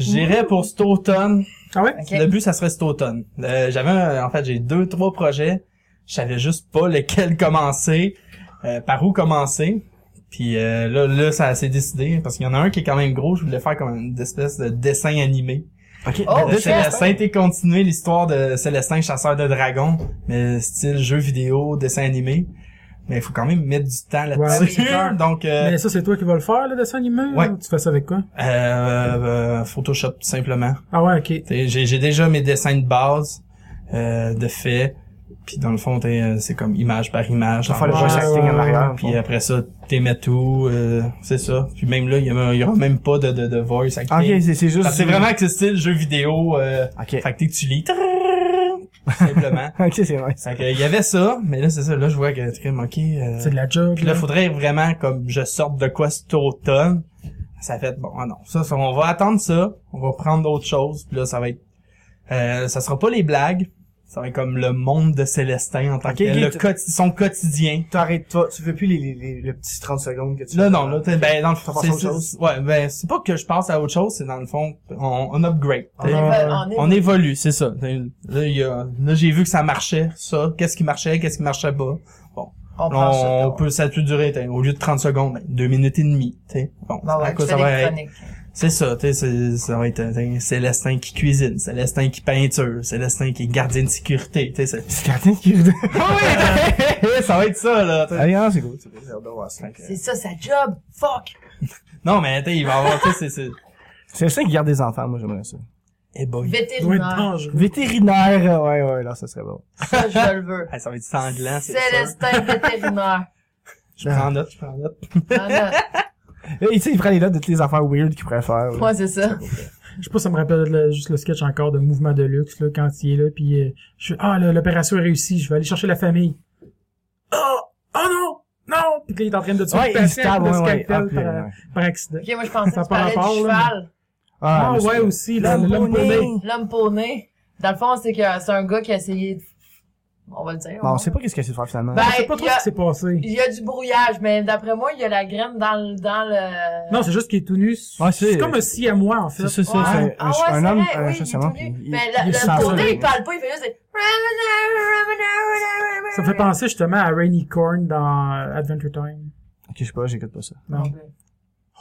[SPEAKER 4] j'irai pour cet automne.
[SPEAKER 1] Ah ouais?
[SPEAKER 3] Ok.
[SPEAKER 4] Le but, ça serait cet automne. Euh, j'avais, un- en fait, j'ai deux, trois projets. Je savais juste pas lequel commencer, euh, par où commencer. Puis euh, là, là, ça s'est décidé parce qu'il y en a un qui est quand même gros. Je voulais faire comme une espèce de dessin animé.
[SPEAKER 2] Ok.
[SPEAKER 3] Oh,
[SPEAKER 4] de
[SPEAKER 3] shit!
[SPEAKER 4] Célestin et continuer l'histoire de Célestin, chasseur de dragons, mais style jeu vidéo, dessin animé. Mais il faut quand même mettre du temps
[SPEAKER 1] Ouais,
[SPEAKER 4] là-dessus.
[SPEAKER 1] c'est clair.
[SPEAKER 4] Donc, euh,
[SPEAKER 1] Mais ça, c'est toi qui vas le faire, le dessin animé?
[SPEAKER 4] Ouais.
[SPEAKER 1] ou Tu fais ça avec quoi?
[SPEAKER 4] euh, euh, Photoshop tout simplement.
[SPEAKER 1] Ah ouais, ok.
[SPEAKER 4] T'sais, J'ai j'ai déjà mes dessins de base euh, de fait. Puis dans le fond, t'es, euh, c'est comme image par image.
[SPEAKER 2] Je vais faire le
[SPEAKER 1] Ouais,
[SPEAKER 4] en
[SPEAKER 2] voice
[SPEAKER 4] bas.
[SPEAKER 2] acting en
[SPEAKER 1] ouais,
[SPEAKER 2] arrière. en
[SPEAKER 4] Puis
[SPEAKER 2] fond.
[SPEAKER 4] après ça, t'es mets tout. euh, c'est ça. Puis même là, il y, a- il y aura même pas de, de, de voice acting.
[SPEAKER 2] euh, Ok, c'est, c'est juste.
[SPEAKER 4] Parce que c'est vraiment accessible jeu vidéo. Euh,
[SPEAKER 2] Ok.
[SPEAKER 4] Fait que t'es que tu lis. Trrrrrrr, tout simplement.
[SPEAKER 2] Ok, c'est nice.
[SPEAKER 4] fait que, il y avait ça, mais là c'est ça. Là je vois que tu ok. euh,
[SPEAKER 1] C'est de la job.
[SPEAKER 2] Mm-hmm.
[SPEAKER 4] puis là, faudrait vraiment comme je sorte de quoi cet automne. Ça fait bon, ah non, ça, ça, on va attendre ça, on va prendre d'autres choses. Puis là, ça va être, euh, ça sera pas les blagues. Ça va être comme le monde de Célestin en tant
[SPEAKER 2] Ok,
[SPEAKER 4] que tel,
[SPEAKER 2] ok,
[SPEAKER 4] le
[SPEAKER 2] tu-
[SPEAKER 4] quoti- son quotidien.
[SPEAKER 2] T'arrêtes toi, tu veux plus les, les, les, le petit 30 secondes que tu
[SPEAKER 4] Là, non, là, t'es- ben, dans le
[SPEAKER 2] Ça
[SPEAKER 4] fond,
[SPEAKER 2] passe à
[SPEAKER 4] c'est,
[SPEAKER 2] autre chose.
[SPEAKER 4] c'est- ouais, ben, c'est pas que je pense à autre chose, c'est dans le fond, on, on upgrade.
[SPEAKER 2] On
[SPEAKER 4] T'sais,
[SPEAKER 2] évolue.
[SPEAKER 4] On évolue, c'est ça. T'sais, Là, il y a- là, j'ai vu que ça marchait, ça. Qu'est-ce qui marchait, qu'est-ce qui marchait pas.
[SPEAKER 3] On
[SPEAKER 4] Là,
[SPEAKER 3] prend ça.
[SPEAKER 4] on,
[SPEAKER 3] on-
[SPEAKER 4] peut, ça a tout duré, t'sais, au lieu de 30 secondes, ben, deux minutes et demie, t'sais. Bon,
[SPEAKER 3] Bon,
[SPEAKER 4] à
[SPEAKER 3] Bah ouais,
[SPEAKER 4] quoi
[SPEAKER 3] tu fais
[SPEAKER 4] Ah, ça
[SPEAKER 3] des
[SPEAKER 4] va être?
[SPEAKER 3] chroniques.
[SPEAKER 4] C'est ça, tu sais, c'est- ça va être euh, t'sais, Célestin qui cuisine, Célestin qui peinture, Célestin qui est gardien de sécurité, tu sais.
[SPEAKER 2] C'est Catherine qui
[SPEAKER 4] ça va être ça, là. t'sais.
[SPEAKER 2] Ah, non, c'est cool. c'est cool, j'ai hâte de voir ça.
[SPEAKER 3] C'est ça, sa job. Fuck.
[SPEAKER 4] Non, mais t'sais, il va avoir, tu sais, c'est... c'est-
[SPEAKER 2] C'est ça qui garde des enfants, moi, j'aimerais ça.
[SPEAKER 4] Eh boy.
[SPEAKER 1] Ça doit être
[SPEAKER 3] Vétérinaire.
[SPEAKER 1] dangereux.
[SPEAKER 2] Vétérinaire, euh, ouais, ouais, là, ça serait bon.
[SPEAKER 3] Ça, je le veux.
[SPEAKER 4] Ah, ça va être sanglant, c'est ça.
[SPEAKER 3] Célestin vétérinaire.
[SPEAKER 4] Je prends note, je prends note.
[SPEAKER 3] Non, non.
[SPEAKER 2] Là, il, tu sais, il prend les notes de toutes les affaires weird qu'il pourrait faire. là.
[SPEAKER 3] Moi, c'est ça.
[SPEAKER 1] Je sais pas, ça me rappelle le- juste le sketch encore de Mouvement de Luxe, là, quand il est là, puis euh, je suis, ah, le- l'opération est réussie, je vais aller chercher la famille. Oh! Oh non! Non! Puis là, il est en train de tuer
[SPEAKER 2] Ouais,
[SPEAKER 1] le
[SPEAKER 2] il
[SPEAKER 1] patient
[SPEAKER 2] se tape,
[SPEAKER 1] avec le
[SPEAKER 2] ouais, ouais. Ah,
[SPEAKER 1] scalpel
[SPEAKER 2] puis,
[SPEAKER 3] euh,
[SPEAKER 1] par,
[SPEAKER 2] ouais.
[SPEAKER 1] par accident.
[SPEAKER 3] Ok, moi, je pensais
[SPEAKER 1] Ça
[SPEAKER 3] que tu
[SPEAKER 1] a pas
[SPEAKER 3] parlais du
[SPEAKER 1] rapport, là,
[SPEAKER 3] cheval.
[SPEAKER 1] Ah,
[SPEAKER 2] là, c'est-
[SPEAKER 1] ouais, aussi, là,
[SPEAKER 2] L'homme
[SPEAKER 1] l'homme
[SPEAKER 2] bonnet.
[SPEAKER 1] bonnet.
[SPEAKER 3] L'homme poney. Dans le fond, c'est que c'est un gars qui a essayé de... On va le dire.
[SPEAKER 2] Bon, on
[SPEAKER 3] va-
[SPEAKER 2] sait pas qu'est-ce qu'il essaie de faire finalement.
[SPEAKER 3] Ben,
[SPEAKER 1] Je sais pas
[SPEAKER 3] il
[SPEAKER 1] trop
[SPEAKER 3] y,
[SPEAKER 1] ce
[SPEAKER 3] a,
[SPEAKER 1] qui s'est passé.
[SPEAKER 3] il y a du brouillage, mais d'après moi, il y a la graine dans le... Dans le...
[SPEAKER 1] Non, c'est juste qu'il est tout nu.
[SPEAKER 2] Ouais, Ah, c'est-
[SPEAKER 1] c'est comme un si à moi, en fait.
[SPEAKER 2] c'est ça, c'est
[SPEAKER 3] Ouais.
[SPEAKER 2] un, un-
[SPEAKER 3] Ah ouais,
[SPEAKER 2] un
[SPEAKER 3] c'est
[SPEAKER 2] homme, euh,
[SPEAKER 3] vrai,
[SPEAKER 2] un
[SPEAKER 3] oui,
[SPEAKER 2] chassement,
[SPEAKER 3] il est tout nu.
[SPEAKER 2] puis il-
[SPEAKER 3] Mais la-
[SPEAKER 2] il est
[SPEAKER 3] le
[SPEAKER 2] sans
[SPEAKER 3] poney,
[SPEAKER 2] feu.
[SPEAKER 3] il parle pas, il fait juste des...
[SPEAKER 1] Ça me fait penser justement à Rainy Corn dans euh, Adventure Time.
[SPEAKER 2] Ok, je sais pas, j'écoute pas ça.
[SPEAKER 1] Non.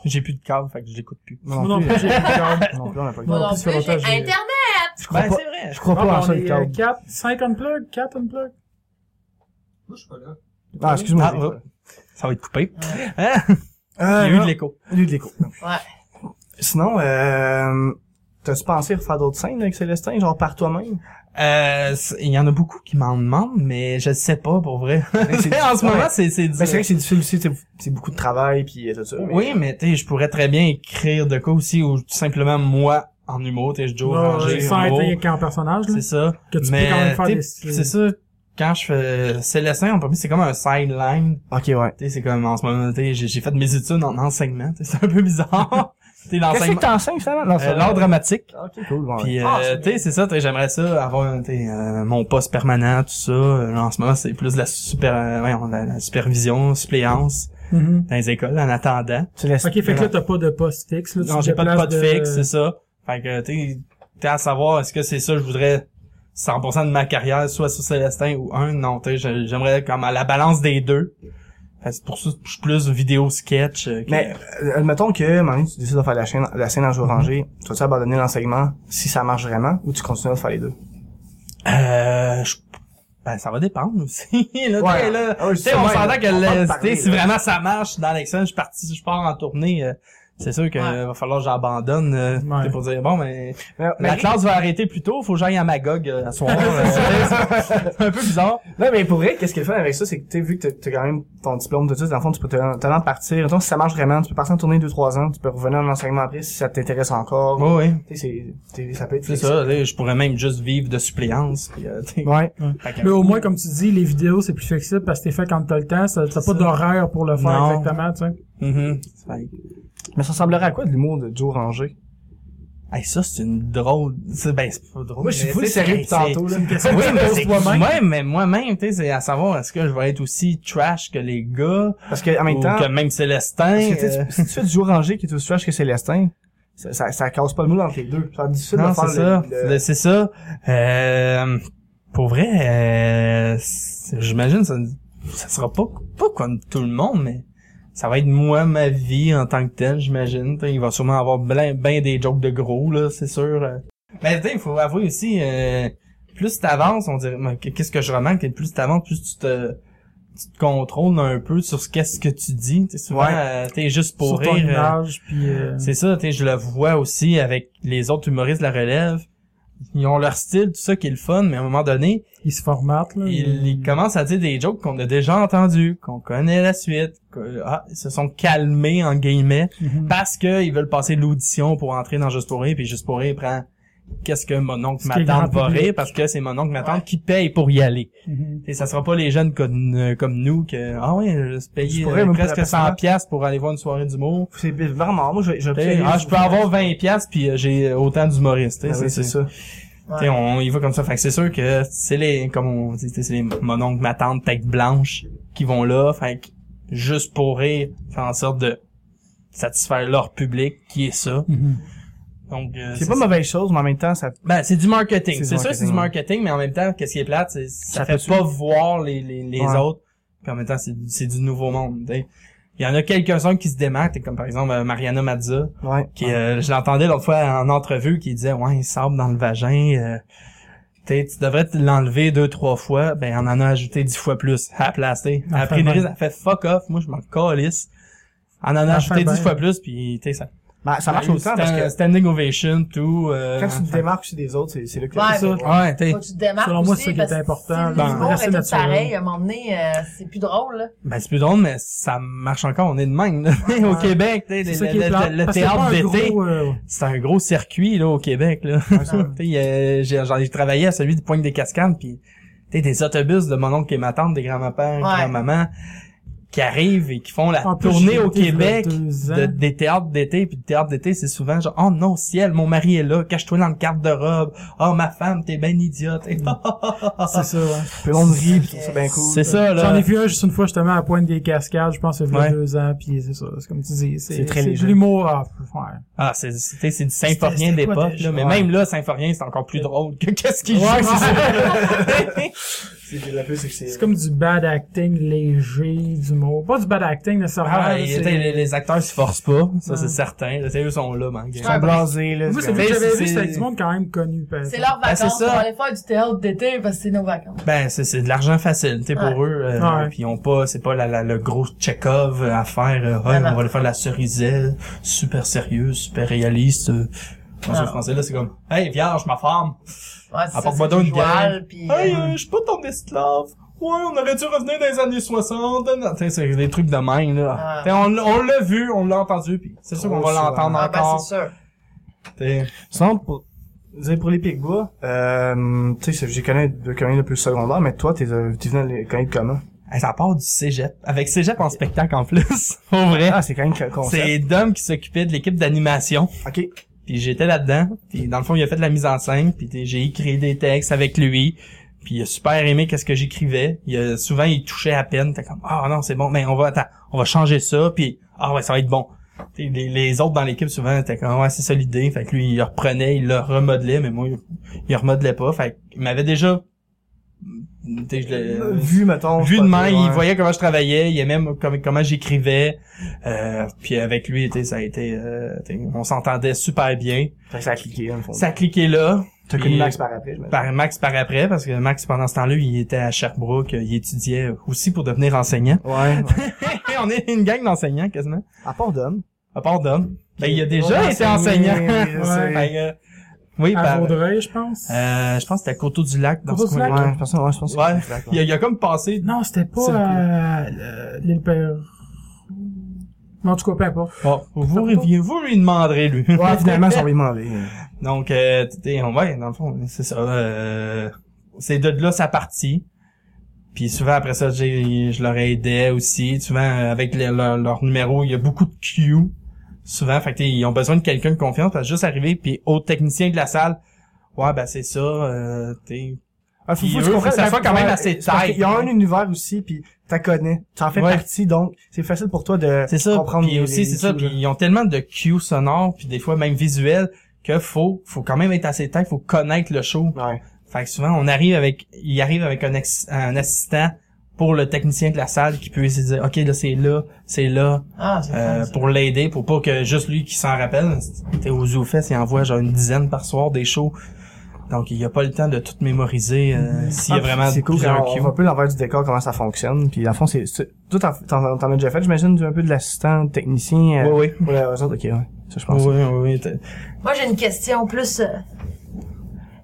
[SPEAKER 4] J'ai plus de câble, fait que je l'écoute plus.
[SPEAKER 1] Moi non plus, j'ai Corn.
[SPEAKER 2] Non plus, on a pas le
[SPEAKER 3] Moi
[SPEAKER 1] Non,
[SPEAKER 3] non
[SPEAKER 1] plus, ça
[SPEAKER 3] plus,
[SPEAKER 1] va
[SPEAKER 3] j'ai
[SPEAKER 1] pas, j'ai-
[SPEAKER 3] Internet!
[SPEAKER 2] Je
[SPEAKER 4] Ben,
[SPEAKER 2] crois pas,
[SPEAKER 4] c'est vrai.
[SPEAKER 2] je crois
[SPEAKER 3] Ah,
[SPEAKER 2] pas en ça, le câble.
[SPEAKER 1] 4, 5 unplug, 4 unplug.
[SPEAKER 4] Moi, je suis pas là.
[SPEAKER 3] euh,
[SPEAKER 2] Ah, excuse-moi.
[SPEAKER 3] oh.
[SPEAKER 4] Ah, ouais. Ça va être coupé.
[SPEAKER 2] Euh,
[SPEAKER 4] Il y a eu de
[SPEAKER 2] non,
[SPEAKER 4] l'écho.
[SPEAKER 2] il y a eu de l'écho.
[SPEAKER 3] Ouais.
[SPEAKER 2] Sinon, euh, t'as-tu pensé refaire d'autres scènes avec Célestin, genre par toi-même?
[SPEAKER 4] Euh, c'est- il y en a beaucoup qui m'en demandent, mais je sais pas pour vrai.
[SPEAKER 2] Ben, c'est-
[SPEAKER 4] en ce
[SPEAKER 2] ouais.
[SPEAKER 4] moment, c'est c'est
[SPEAKER 2] Ben, c'est vrai
[SPEAKER 4] dur.
[SPEAKER 2] que c'est difficile aussi, c'est- c'est beaucoup de travail pis euh, tout ça. mais-
[SPEAKER 4] Oui, mais tu sais, je pourrais très bien écrire de quoi aussi ou tout simplement moi en humour, tu sais, je joue
[SPEAKER 1] Ouais, Sans
[SPEAKER 4] humour.
[SPEAKER 1] être qu'en personnage, là.
[SPEAKER 4] C'est ça.
[SPEAKER 1] Que tu
[SPEAKER 4] mais
[SPEAKER 1] peux quand même faire
[SPEAKER 4] tu
[SPEAKER 1] des...
[SPEAKER 4] sais, c'est ça. Quand je fais Célestin, on peut dire c'est comme un sideline.
[SPEAKER 2] Ok, ouais.
[SPEAKER 4] Tu sais, c'est comme en ce moment, tu sais, j'ai j'ai fait mes études en enseignement, tu sais, c'est un peu bizarre. tu
[SPEAKER 2] Qu'est-ce
[SPEAKER 4] sais,
[SPEAKER 2] que
[SPEAKER 4] l'enseignement
[SPEAKER 2] t'enseignes finalement? Non,
[SPEAKER 4] euh,
[SPEAKER 2] ça-
[SPEAKER 4] l'art dramatique.
[SPEAKER 2] Ok, cool, bon.
[SPEAKER 4] Puis,
[SPEAKER 3] Ah,
[SPEAKER 4] euh,
[SPEAKER 3] c'est
[SPEAKER 4] tu sais, c'est ça, tu sais, j'aimerais ça, avoir un, tu sais, euh, mon poste permanent, tout ça. Euh, en ce moment, c'est plus de la, super, euh, voyons, la, la supervision, suppléance
[SPEAKER 1] Mhm.
[SPEAKER 4] dans les écoles en attendant.
[SPEAKER 2] Célestin.
[SPEAKER 1] Ok, fait que là, t'as pas de poste fixe, là. tu
[SPEAKER 4] Non,
[SPEAKER 1] te
[SPEAKER 4] j'ai pas de
[SPEAKER 1] déplaces
[SPEAKER 4] code fixe, c'est ça. Fait que, tu sais, t'es à savoir, est-ce que c'est ça, je voudrais 100% de ma carrière, soit sur Célestin ou un, non, tu sais, j'ai- j'aimerais comme à la balance des deux. Fait que c'est pour ça, que je suis plus vidéo sketch. euh, que-
[SPEAKER 2] Mais, euh, admettons que, à un moment donné, tu décides de faire la chaîne, la scène en jeu rangé, tu vas-tu abandonner l'enseignement si ça marche vraiment ou tu continues à faire les deux?
[SPEAKER 4] Euh, je- ben, ça va dépendre aussi. là,
[SPEAKER 2] Ouais.
[SPEAKER 4] t'sais, là,
[SPEAKER 2] Ah oui,
[SPEAKER 4] t'sais,
[SPEAKER 2] sûrement,
[SPEAKER 4] on s'entend
[SPEAKER 2] là,
[SPEAKER 4] que
[SPEAKER 2] on va
[SPEAKER 4] le-
[SPEAKER 2] te parler,
[SPEAKER 4] t'sais, si
[SPEAKER 2] là.
[SPEAKER 4] vraiment ça marche dans l'action, je suis parti, je pars en tournée. euh, c'est sûr que
[SPEAKER 3] Ouais.
[SPEAKER 4] va falloir que j'abandonne euh,
[SPEAKER 1] Ouais.
[SPEAKER 4] t'sais, pour dire bon mais
[SPEAKER 2] Mais,
[SPEAKER 4] la
[SPEAKER 2] mais-
[SPEAKER 4] classe va arrêter plus tôt, faut que j'aille à Magog euh, à soir. euh, t'sais, c'est un peu bizarre.
[SPEAKER 2] non, mais pour vrai, qu'est-ce qu'il fait avec ça, c'est que, tu sais, vu que t'as- t'as quand même ton diplôme de tout, dans le fond, tu peux te- t'en partir. Mettons, si ça marche vraiment, tu peux partir en tournée 2-3 ans, tu peux revenir en enseignement après si ça t'intéresse encore.
[SPEAKER 4] Oui, oui.
[SPEAKER 2] Tu sais, c'est, t'es- ça peut être
[SPEAKER 4] C'est
[SPEAKER 2] flexible.
[SPEAKER 4] ça, t'sais, je pourrais même juste vivre de suppléance. puis, euh, t'sais,
[SPEAKER 2] Ouais.
[SPEAKER 4] fait que-
[SPEAKER 1] Mais au moins, comme tu dis, les vidéos, c'est plus flexible parce que t'es fait quand t'as le temps. ça- T'as pas
[SPEAKER 4] ça.
[SPEAKER 1] d'horaire pour le faire
[SPEAKER 4] Non.
[SPEAKER 1] exactement, tu sais.
[SPEAKER 4] Mhm. Fait que-
[SPEAKER 2] Mais ça ressemblerait à quoi de l'humour de Joe Ranger?
[SPEAKER 4] Hey, ça c'est une drôle. c'est- Ben c'est pas drôle.
[SPEAKER 2] Moi, je suis
[SPEAKER 4] mais
[SPEAKER 2] full
[SPEAKER 4] t'sais,
[SPEAKER 2] sérieux
[SPEAKER 4] hey,
[SPEAKER 2] depuis tantôt, là.
[SPEAKER 4] Oui, mais c'est
[SPEAKER 1] toi-même.
[SPEAKER 4] Ouais, mais moi-même, tu sais, c'est à savoir, est-ce que je vais être aussi trash que les gars,
[SPEAKER 2] Parce que, en même
[SPEAKER 4] ou
[SPEAKER 2] temps,
[SPEAKER 4] que même Célestin.
[SPEAKER 2] parce que, tu sais,
[SPEAKER 4] euh,
[SPEAKER 2] tu- si tu fais du Joe Ranger qui est aussi trash que Célestin, ça, ça, ça casse pas le moule entre les deux. Ça va être difficile
[SPEAKER 4] Non,
[SPEAKER 2] de faire
[SPEAKER 4] c'est ça.
[SPEAKER 2] le- le-
[SPEAKER 4] C'est- C'est ça. Euh, pour vrai, euh, c'est- j'imagine ça, ça sera pas pas comme tout le monde, mais ça va être moi ma vie en tant que telle, j'imagine. Tu sais, Il va sûrement avoir ben, ben des jokes de gros là, c'est sûr. euh. Mais tu sais, il faut avouer aussi, euh, plus t'avances, on dirait, mais qu'est-ce que je remarque, c'est que plus t'avances, plus tu te tu te contrôles un peu sur ce qu'est-ce que tu dis. Tu sais, souvent,
[SPEAKER 2] Ouais.
[SPEAKER 4] euh, t'es juste pour
[SPEAKER 1] Sur ton
[SPEAKER 4] rire. euh,
[SPEAKER 1] image, puis... euh,
[SPEAKER 4] c'est ça, tu sais, je le vois aussi avec les autres humoristes de la relève. Ils ont leur style, tout ça qui est le fun, mais à un moment donné,
[SPEAKER 1] Il se formate, là. Mhm.
[SPEAKER 4] ils, ils commencent à dire des jokes qu'on a déjà entendus, qu'on connaît la suite, que- ah, ils se sont calmés, en guillemets,
[SPEAKER 1] Mhm.
[SPEAKER 4] parce que ils veulent passer l'audition pour entrer dans Juste pour rire, puis Juste pour rire prend qu'est-ce que mon oncle,
[SPEAKER 1] Ce
[SPEAKER 4] ma
[SPEAKER 1] qui est
[SPEAKER 4] tante
[SPEAKER 1] grand
[SPEAKER 4] va
[SPEAKER 1] public.
[SPEAKER 4] rire, parce que c'est mon oncle, ma tante qui paye pour y aller.
[SPEAKER 1] Mhm.
[SPEAKER 4] Et ça sera pas les jeunes comme, comme nous que, ah ouais, je vais se payer
[SPEAKER 2] Je pourrais,
[SPEAKER 4] euh,
[SPEAKER 2] moi, pour la
[SPEAKER 4] presque
[SPEAKER 2] personne.
[SPEAKER 4] 100 piastres pour aller voir une soirée d'humour.
[SPEAKER 2] C'est vraiment, moi, je, je,
[SPEAKER 4] ah, T'sais, ah, je peux avoir 20 pièces puis euh, j'ai autant d'humoristes,
[SPEAKER 2] Ah
[SPEAKER 4] tu sais,
[SPEAKER 2] oui, c'est ça. Ouais.
[SPEAKER 4] T'sais, on y va comme ça. Fait que c'est sûr que c'est les, comme on dit, c'est les mononcles, ma tante, tête blanche qui vont là. Fait que juste pour rire, faire en sorte de satisfaire leur public qui est ça.
[SPEAKER 5] Mhm.
[SPEAKER 4] Donc, euh,
[SPEAKER 2] C'est pas mauvaise chose, mais en même temps, ça,
[SPEAKER 4] ben, c'est du marketing.
[SPEAKER 2] C'est du
[SPEAKER 4] C'est sûr, c'est du
[SPEAKER 2] marketing, ouais.
[SPEAKER 4] marketing, mais en même temps, qu'est-ce qui est plate, c'est,
[SPEAKER 2] Ça
[SPEAKER 4] ça, fait pas
[SPEAKER 2] peut suivre.
[SPEAKER 4] voir les, les, les
[SPEAKER 2] Ouais.
[SPEAKER 4] autres. Puis en même temps, c'est, du- c'est du nouveau monde. t'sais. Il y en a quelques-uns qui se démarquent, comme par exemple euh, Mariana Mazza,
[SPEAKER 2] ouais.
[SPEAKER 4] qui euh, je l'entendais l'autre fois en entrevue, qui disait ouais, il sable dans le vagin. euh, t'sais, tu devrais te l'enlever deux trois fois. Ben, on en a ajouté dix fois plus à la place. t'sais. Elle a pris une risque, elle a fait fuck off. Moi, je m'en calisse. On en a ajouté
[SPEAKER 1] fait
[SPEAKER 4] dix
[SPEAKER 1] bien.
[SPEAKER 4] fois plus, puis t'sais, ça.
[SPEAKER 2] Ben, ça marche autant parce que
[SPEAKER 4] standing ovation, tout. euh,
[SPEAKER 2] quand tu te démarques aussi des autres, c'est, c'est le
[SPEAKER 3] Ouais,
[SPEAKER 2] club.
[SPEAKER 3] mais-
[SPEAKER 4] Ouais, t'sais.
[SPEAKER 3] Faut que tu te démarques
[SPEAKER 1] Selon moi, c'est
[SPEAKER 3] aussi,
[SPEAKER 1] ça qui est
[SPEAKER 3] parce que
[SPEAKER 1] important.
[SPEAKER 3] Si
[SPEAKER 1] Ben,
[SPEAKER 3] l'humour est
[SPEAKER 1] rester
[SPEAKER 3] tout
[SPEAKER 1] naturel.
[SPEAKER 3] pareil, à un moment donné, euh, c'est plus drôle, là.
[SPEAKER 4] Ben, c'est plus drôle, mais ça marche encore, on est de même, là. au Québec, tu sais,
[SPEAKER 1] C'est
[SPEAKER 4] le,
[SPEAKER 1] ça qui est
[SPEAKER 4] le-
[SPEAKER 1] plate,
[SPEAKER 4] le- le
[SPEAKER 1] parce que c'est pas
[SPEAKER 4] théâtre
[SPEAKER 1] un
[SPEAKER 4] d'été,
[SPEAKER 1] gros, euh,
[SPEAKER 4] c'est un gros circuit, là, au Québec, là. Tu sais, euh, j'ai- J'en ai travaillé à celui du Pointe des Cascades, puis tu sais, des autobus de mon oncle et ma tante, des grands-pères,
[SPEAKER 3] Ouais.
[SPEAKER 4] grand-maman, qui arrivent et qui font la
[SPEAKER 1] En plus,
[SPEAKER 4] tournée
[SPEAKER 1] j'ai
[SPEAKER 4] au
[SPEAKER 1] été il y a
[SPEAKER 4] Québec
[SPEAKER 1] deux ans.
[SPEAKER 4] de- des théâtres d'été, puis le théâtre d'été, c'est souvent genre, oh non, ciel, mon mari est là, cache-toi dans le garde-robe, oh ma femme, t'es ben idiote,
[SPEAKER 1] c'est ça, ouais.
[SPEAKER 2] Puis le monde rit, pis c'est bien cool.
[SPEAKER 4] c'est ça, là.
[SPEAKER 1] J'en ai vu un juste une fois justement à la pointe des cascades, je pense que ça fait
[SPEAKER 4] Ouais.
[SPEAKER 1] deux ans, puis c'est ça, c'est comme tu dis, c'est
[SPEAKER 2] C'est très
[SPEAKER 1] c'est de
[SPEAKER 2] léger.
[SPEAKER 1] l'humour, ah, ouais.
[SPEAKER 4] Ah, c'est, c'est, t'sais, c'est du symphorien
[SPEAKER 1] C'était- c'était quoi
[SPEAKER 4] d'époque,
[SPEAKER 1] déjà?
[SPEAKER 4] là. Mais
[SPEAKER 1] Ouais.
[SPEAKER 4] même là, symphorien, c'est encore plus drôle que qu'est-ce qu'il joue.
[SPEAKER 2] C'est, c'est, la plus, c'est, que c'est,
[SPEAKER 1] C'est comme du bad acting léger, d'humour. Pas du bad acting nécessairement.
[SPEAKER 4] Ah,
[SPEAKER 1] là,
[SPEAKER 4] et,
[SPEAKER 1] c'est-
[SPEAKER 4] t'sais, les, les acteurs se forcent pas. Ça,
[SPEAKER 1] Ouais.
[SPEAKER 4] c'est certain. Là, t'sais, eux sont là, man.
[SPEAKER 2] ils sont blasés, là.
[SPEAKER 1] Moi,
[SPEAKER 2] c'est
[SPEAKER 1] c'est
[SPEAKER 2] bien.
[SPEAKER 1] que j'avais
[SPEAKER 4] c'est-
[SPEAKER 1] vu, c'était avec
[SPEAKER 4] c'est-
[SPEAKER 1] du monde quand même connu. par
[SPEAKER 3] C'est
[SPEAKER 1] exemple.
[SPEAKER 3] leurs
[SPEAKER 4] Ben, c'est
[SPEAKER 3] vacances.
[SPEAKER 4] ça.
[SPEAKER 3] on va aller faire du théâtre d'été parce que c'est nos vacances.
[SPEAKER 4] Ben, c'est, c'est de l'argent facile, t'sais, pour eux. euh,
[SPEAKER 1] Ouais.
[SPEAKER 4] Puis ils ont pas, c'est pas la, la- le gros check-off à faire. euh, Ouais,
[SPEAKER 3] Non, non.
[SPEAKER 4] on va le faire de la ceriselle, super sérieux, super réaliste. euh. En
[SPEAKER 3] Non.
[SPEAKER 4] français, là, c'est comme, hey, vierge, ma femme.
[SPEAKER 3] Ouais, c'est ça,
[SPEAKER 4] Apporte-moi
[SPEAKER 3] c'est
[SPEAKER 4] donc une
[SPEAKER 3] joual,
[SPEAKER 4] bière.
[SPEAKER 3] puis, euh,
[SPEAKER 4] Hey, euh, je suis pas ton esclave. Ouais, on aurait dû revenir dans les années 60. Non, t'sais, c'est des trucs de même, là.
[SPEAKER 3] Ah.
[SPEAKER 4] T'sais, on, l'a- on l'a vu, on l'a entendu, puis c'est sûr
[SPEAKER 2] Trop
[SPEAKER 4] qu'on va
[SPEAKER 2] souvent.
[SPEAKER 4] l'entendre
[SPEAKER 3] Ah, ben,
[SPEAKER 4] encore.
[SPEAKER 3] c'est sûr.
[SPEAKER 4] T'sais,
[SPEAKER 2] Sinon, pour, vous savez, pour les Picbois, euh, tu sais, j'ai connu deux communes de plus secondaire, mais toi, t'es, euh, tu venais de les connaître comment?
[SPEAKER 4] hey, ça part du cégep. Avec cégep en spectacle, en plus. Au vrai.
[SPEAKER 2] Ah, c'est quand même le concept.
[SPEAKER 4] c'est Dom qui s'occupait de l'équipe d'animation.
[SPEAKER 2] Ok.
[SPEAKER 4] Puis j'étais là-dedans. Puis dans le fond, il a fait de la mise en scène. Puis t'sais, j'ai écrit des textes avec lui. Puis il a super aimé qu'est-ce que j'écrivais. Il a- souvent il touchait à peine. T'es comme ah non c'est bon, mais on va attends, on va changer ça. Puis ah ouais ça va être bon. T'sais, Les, les autres dans l'équipe souvent étaient comme ouais c'est ça l'idée. Fait que lui il le reprenait, il le remodelait, mais moi il- il remodelait pas. Fait qu'il m'avait déjà t'sais, je l'ai-
[SPEAKER 2] vu, mettons.
[SPEAKER 4] vu de
[SPEAKER 2] spoté,
[SPEAKER 4] main, il
[SPEAKER 2] ouais.
[SPEAKER 4] voyait comment je travaillais, il aimait même comme- comment j'écrivais. Euh, puis avec lui, tu sais, ça a été, euh, tu sais, on s'entendait super bien.
[SPEAKER 2] Fait que ça a cliqué, dans le fond.
[SPEAKER 4] Ça a cliqué là.
[SPEAKER 2] T'as
[SPEAKER 4] Puis,
[SPEAKER 2] connu Max par après, je me
[SPEAKER 4] par Max par après, parce que Max, pendant ce temps-là, il était à Sherbrooke, il étudiait aussi pour devenir enseignant.
[SPEAKER 2] Ouais, ouais.
[SPEAKER 4] on est une gang d'enseignants, quasiment.
[SPEAKER 2] À part Dom.
[SPEAKER 4] À part Dom. Ben, il a déjà
[SPEAKER 2] Ouais,
[SPEAKER 4] été
[SPEAKER 2] enseigné,
[SPEAKER 4] enseignant.
[SPEAKER 2] oui, je sais.
[SPEAKER 4] Fait que, euh, oui,
[SPEAKER 1] À
[SPEAKER 4] par,
[SPEAKER 1] Vaudreuil, je pense.
[SPEAKER 2] Ah.
[SPEAKER 4] euh, je pense que c'était à Coteau-du-Lac, dans ce
[SPEAKER 1] Coteau-du-Lac?
[SPEAKER 4] coin-là.
[SPEAKER 2] Ouais, je pense, que- ouais, je pense. que
[SPEAKER 4] Ouais.
[SPEAKER 2] c'est exact,
[SPEAKER 4] Il a, il a comme passé
[SPEAKER 1] Non, c'était
[SPEAKER 4] c'est le
[SPEAKER 1] pas à euh, l'île Père. Non, en tout cas, peu importe.
[SPEAKER 4] Bon, vous, reviez- vous lui demanderez, lui.
[SPEAKER 2] Ouais, finalement, ça va lui demander.
[SPEAKER 4] Donc, euh, t'es- ouais, dans le fond, c'est ça. euh, c'est de là sa partie. Puis souvent, après ça, j'ai, je leur aidais aussi. Souvent, euh, avec le- leur, leur numéro, il y a beaucoup de Q. Souvent, fait que, t'sais, ils ont besoin de quelqu'un de confiance. Parce que juste arriver, puis au technicien de la salle, ouais, ben c'est ça. Euh, t'es-
[SPEAKER 2] Ah, faut,
[SPEAKER 4] Puis
[SPEAKER 2] faut que
[SPEAKER 4] eux,
[SPEAKER 2] tu comprennes,
[SPEAKER 4] faut que ça
[SPEAKER 2] la-
[SPEAKER 4] soit quand même
[SPEAKER 2] ouais,
[SPEAKER 4] assez
[SPEAKER 2] c'est parce
[SPEAKER 4] tight.
[SPEAKER 2] qu'il y a un univers aussi, puis t'as connais. T'en fais
[SPEAKER 4] Ouais.
[SPEAKER 2] partie, donc c'est facile pour toi de
[SPEAKER 4] c'est ça.
[SPEAKER 2] comprendre
[SPEAKER 4] Puis
[SPEAKER 2] les-
[SPEAKER 4] aussi,
[SPEAKER 2] les
[SPEAKER 4] c'est ça.
[SPEAKER 2] cues,
[SPEAKER 4] Puis
[SPEAKER 2] là.
[SPEAKER 4] ils ont tellement de Q sonores, puis des fois même visuels, que faut, faut quand même être assez tight. Faut connaître le show.
[SPEAKER 2] Ouais.
[SPEAKER 4] Fait que souvent, on arrive avec, il arrive avec un, ex- un assistant pour le technicien de la salle qui peut essayer de dire, OK, là, c'est là, c'est là,
[SPEAKER 3] Ah, c'est
[SPEAKER 4] euh,
[SPEAKER 3] ça.
[SPEAKER 4] pour l'aider, pour pas que juste lui qui s'en rappelle. T'es aux Zoufest, il envoie genre une dizaine par soir des shows. Donc, il y a pas le temps de tout mémoriser, euh, s'il y a
[SPEAKER 2] Ah,
[SPEAKER 4] vraiment
[SPEAKER 2] c'est cool
[SPEAKER 4] plusieurs
[SPEAKER 2] quand on
[SPEAKER 4] cues.
[SPEAKER 2] voit un peu l'envers du décor comment ça fonctionne puis à fond c'est c'est- toi t'en t'en- t'en as déjà fait j'imagine tu es un peu de l'assistant technicien euh,
[SPEAKER 4] Oui, oui.
[SPEAKER 2] pour les autres ok ouais ça je
[SPEAKER 4] Oui,
[SPEAKER 2] pense
[SPEAKER 4] oui, oui, t'as-
[SPEAKER 3] Moi, j'ai une question plus euh,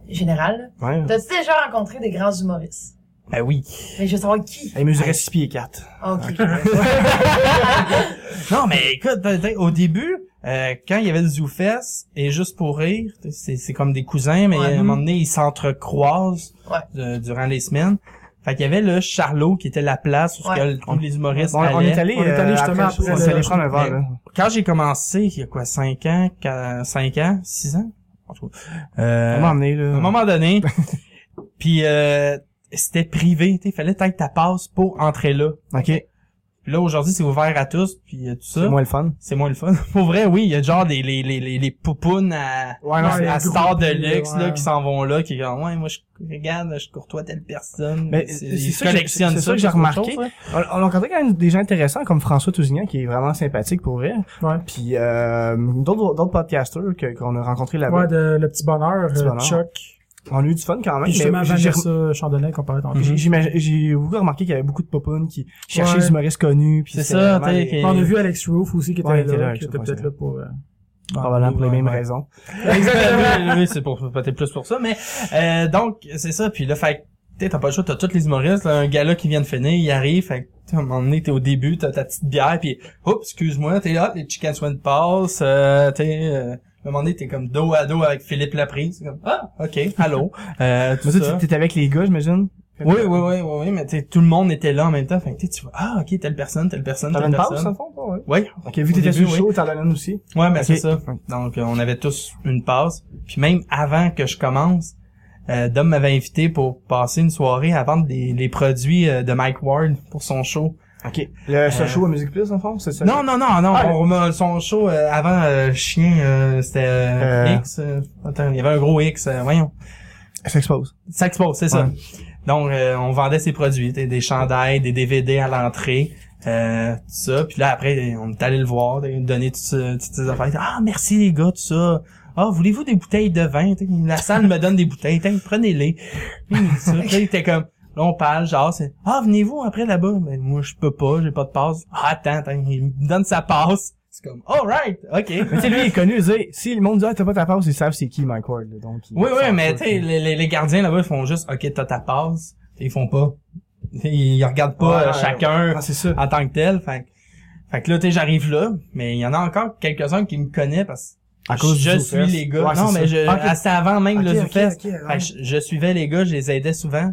[SPEAKER 3] générale.
[SPEAKER 2] ouais
[SPEAKER 3] T'as-tu déjà rencontré des grands humoristes?
[SPEAKER 4] Ben oui.
[SPEAKER 3] Mais je veux savoir qui.
[SPEAKER 2] il mesurait 6 pieds 4
[SPEAKER 3] Ok.
[SPEAKER 4] Non, mais écoute, ben, ben, au début, euh, quand il y avait le ZooFest, et juste pour rire, c'est c'est comme des cousins, mais
[SPEAKER 3] Ouais.
[SPEAKER 4] à un moment donné, ils s'entrecroisent
[SPEAKER 3] Ouais.
[SPEAKER 4] de- durant les semaines. Fait qu'il y avait le Charlot qui était la place où ce
[SPEAKER 3] Ouais.
[SPEAKER 4] que tous les humoristes
[SPEAKER 2] on,
[SPEAKER 4] allaient.
[SPEAKER 2] on est allé
[SPEAKER 1] On est allé
[SPEAKER 2] euh,
[SPEAKER 1] justement
[SPEAKER 2] après,
[SPEAKER 1] après
[SPEAKER 2] on
[SPEAKER 1] le-
[SPEAKER 2] est allé prendre un verre
[SPEAKER 4] Quand j'ai commencé, il y a quoi, 5 ans, 5 ans, 6 ans? En tout cas. Euh,
[SPEAKER 2] À un moment donné, là.
[SPEAKER 4] à un moment donné, puis euh, c'était privé, tu sais, fallait être ta passe pour entrer là.
[SPEAKER 2] Ok.
[SPEAKER 4] Puis là aujourd'hui, c'est ouvert à tous, puis euh, tout ça.
[SPEAKER 2] C'est moins le fun.
[SPEAKER 4] C'est moins le fun. Pour vrai, oui, il y a genre des les les les, les poupounes à
[SPEAKER 2] Ouais,
[SPEAKER 1] non,
[SPEAKER 4] à,
[SPEAKER 1] les
[SPEAKER 4] à
[SPEAKER 1] gros
[SPEAKER 4] stars de
[SPEAKER 1] prix,
[SPEAKER 4] luxe
[SPEAKER 1] ouais.
[SPEAKER 4] là qui s'en vont là qui est comme ouais, moi je regarde, je courtois telle personne.
[SPEAKER 2] Mais
[SPEAKER 4] C'est-
[SPEAKER 2] c'est
[SPEAKER 4] ils
[SPEAKER 2] ça que j'ai-
[SPEAKER 4] collectionnent
[SPEAKER 2] c'est ça que j'ai
[SPEAKER 4] c'est autre
[SPEAKER 2] remarqué.
[SPEAKER 4] chose, hein.
[SPEAKER 2] On, on a rencontré quand même des gens intéressants comme François Tousignan qui est vraiment sympathique pour vrai.
[SPEAKER 1] Ouais.
[SPEAKER 2] Puis euh, d'autres d'autres podcasters que qu'on a rencontrés là-bas.
[SPEAKER 1] Ouais, de le petit bonheur,
[SPEAKER 2] ah, Petit
[SPEAKER 1] euh,
[SPEAKER 2] bonheur.
[SPEAKER 1] Chuck.
[SPEAKER 2] On a eu du fun quand même.
[SPEAKER 1] Puis justement,
[SPEAKER 2] mais j'ai-
[SPEAKER 1] Vanessa Chandonnet qu'on parlait tantôt.
[SPEAKER 2] j'ai- j'imagine- J'ai beaucoup remarqué qu'il y avait beaucoup de popounes qui cherchaient
[SPEAKER 1] Ouais.
[SPEAKER 2] des humoristes connus. puis
[SPEAKER 4] C'est
[SPEAKER 2] c'était
[SPEAKER 4] ça,
[SPEAKER 2] vraiment
[SPEAKER 4] tu sais,
[SPEAKER 2] des-
[SPEAKER 4] qui-
[SPEAKER 1] On a vu Alex Roof aussi qui était
[SPEAKER 2] Ouais, il était là,
[SPEAKER 1] là,
[SPEAKER 2] Alex
[SPEAKER 1] qui était
[SPEAKER 2] Roof,
[SPEAKER 1] peut-être
[SPEAKER 2] ouais.
[SPEAKER 1] là pour... euh,
[SPEAKER 2] probablement pour les mêmes
[SPEAKER 4] Ouais.
[SPEAKER 2] raisons.
[SPEAKER 4] Exactement. oui, c'est pour peut-être plus pour ça, mais euh, donc c'est ça. Puis là, fait que, t'sais, t'as pas le choix, t'as tous les humoristes, là, un gars là qui vient de finir, il arrive, fait que, t'sais, à un moment donné, t'es au début, t'as ta petite bière, puis oups, excuse-moi, t'es là, les chicken swan passent, euh, t'es euh, à un moment donné, t'es comme dos à dos avec Philippe Laprise, c'est comme ah, ok, allô, euh, tout
[SPEAKER 2] Mais
[SPEAKER 4] ça.
[SPEAKER 2] ça, t'étais avec les gars, j'imagine.
[SPEAKER 4] Oui, oui, oui, oui, oui, mais t'sais, tout le monde était là en même temps, fait que t'sais, tu vois, ah, ok, telle personne, telle personne,
[SPEAKER 2] T'en as
[SPEAKER 4] telle
[SPEAKER 2] une passe, dans
[SPEAKER 4] personne.
[SPEAKER 2] le fond, toi, ouais.
[SPEAKER 4] Oui,
[SPEAKER 2] Ok, vu
[SPEAKER 4] Au
[SPEAKER 2] que t'étais
[SPEAKER 4] début,
[SPEAKER 2] sur le show, t'en as une aussi.
[SPEAKER 4] Ouais, mais
[SPEAKER 2] Ok.
[SPEAKER 4] c'est ça. Donc, euh, on avait tous une passe. Puis même avant que je commence, euh, Dom m'avait invité pour passer une soirée à vendre des, les produits euh, de Mike Ward pour son show.
[SPEAKER 2] Ok. Euh, Le, ce show à Musique Plus, dans le fond, c'est ça?
[SPEAKER 4] Non, non, non, non.
[SPEAKER 2] Ah,
[SPEAKER 4] on remet son show euh, avant euh, Chien, euh, c'était euh,
[SPEAKER 2] Euh.
[SPEAKER 4] X. euh, attends, il y avait un gros X, euh, voyons.
[SPEAKER 2] Elle s'expose.
[SPEAKER 4] S'expose, c'est ça.
[SPEAKER 2] Ouais.
[SPEAKER 4] Donc, euh, on vendait ses produits, t'sais, des chandails, des DVD à l'entrée, euh, tout ça. Puis là, après, on est allé le voir, t'sais, donner toutes ces toutes ces affaires. Ah, merci les gars, tout ça. Ah, voulez-vous des bouteilles de vin? T'sais, La salle me donne des bouteilles, T'sais, prenez-les. Puis, il me dit ça. Puis là, il était comme... Là, on parle, genre, c'est « Ah, venez-vous après là-bas? » Ben, moi, je peux pas, j'ai pas de passe. « Ah, attends, attends, il me donne sa passe. » C'est comme « All right, OK. »
[SPEAKER 2] Mais tu sais, lui, il est connu, tu sais, si le monde dit, ah, t'as pas ta passe, ils savent c'est qui, Mike Ward, là, donc. ils-
[SPEAKER 4] Oui,
[SPEAKER 2] ils
[SPEAKER 4] oui,
[SPEAKER 2] savent
[SPEAKER 4] mais
[SPEAKER 2] pas.
[SPEAKER 4] tu sais, les, les- les gardiens là-bas, ils font juste, OK, t'as ta passe. Ils font pas. Ils, ils regardent pas
[SPEAKER 2] Ouais,
[SPEAKER 4] euh,
[SPEAKER 2] ouais.
[SPEAKER 4] chacun
[SPEAKER 2] Ah, c'est ça.
[SPEAKER 4] en tant que tel. Fait, que- fait que là, tu sais, j'arrive là, mais il y en a encore quelques-uns qui me connaissent parce que
[SPEAKER 2] À cause du
[SPEAKER 4] je
[SPEAKER 2] Zoufest.
[SPEAKER 4] suis les gars.
[SPEAKER 2] Ouais,
[SPEAKER 4] non,
[SPEAKER 2] c'est
[SPEAKER 4] mais
[SPEAKER 2] ça.
[SPEAKER 4] je,
[SPEAKER 2] Ok.
[SPEAKER 4] ah, c'était avant même
[SPEAKER 2] Ok,
[SPEAKER 4] le
[SPEAKER 2] ok,
[SPEAKER 4] Zoufest.
[SPEAKER 2] ok, ouais.
[SPEAKER 4] Fait que je, je suivais les gars, je les aidais souvent.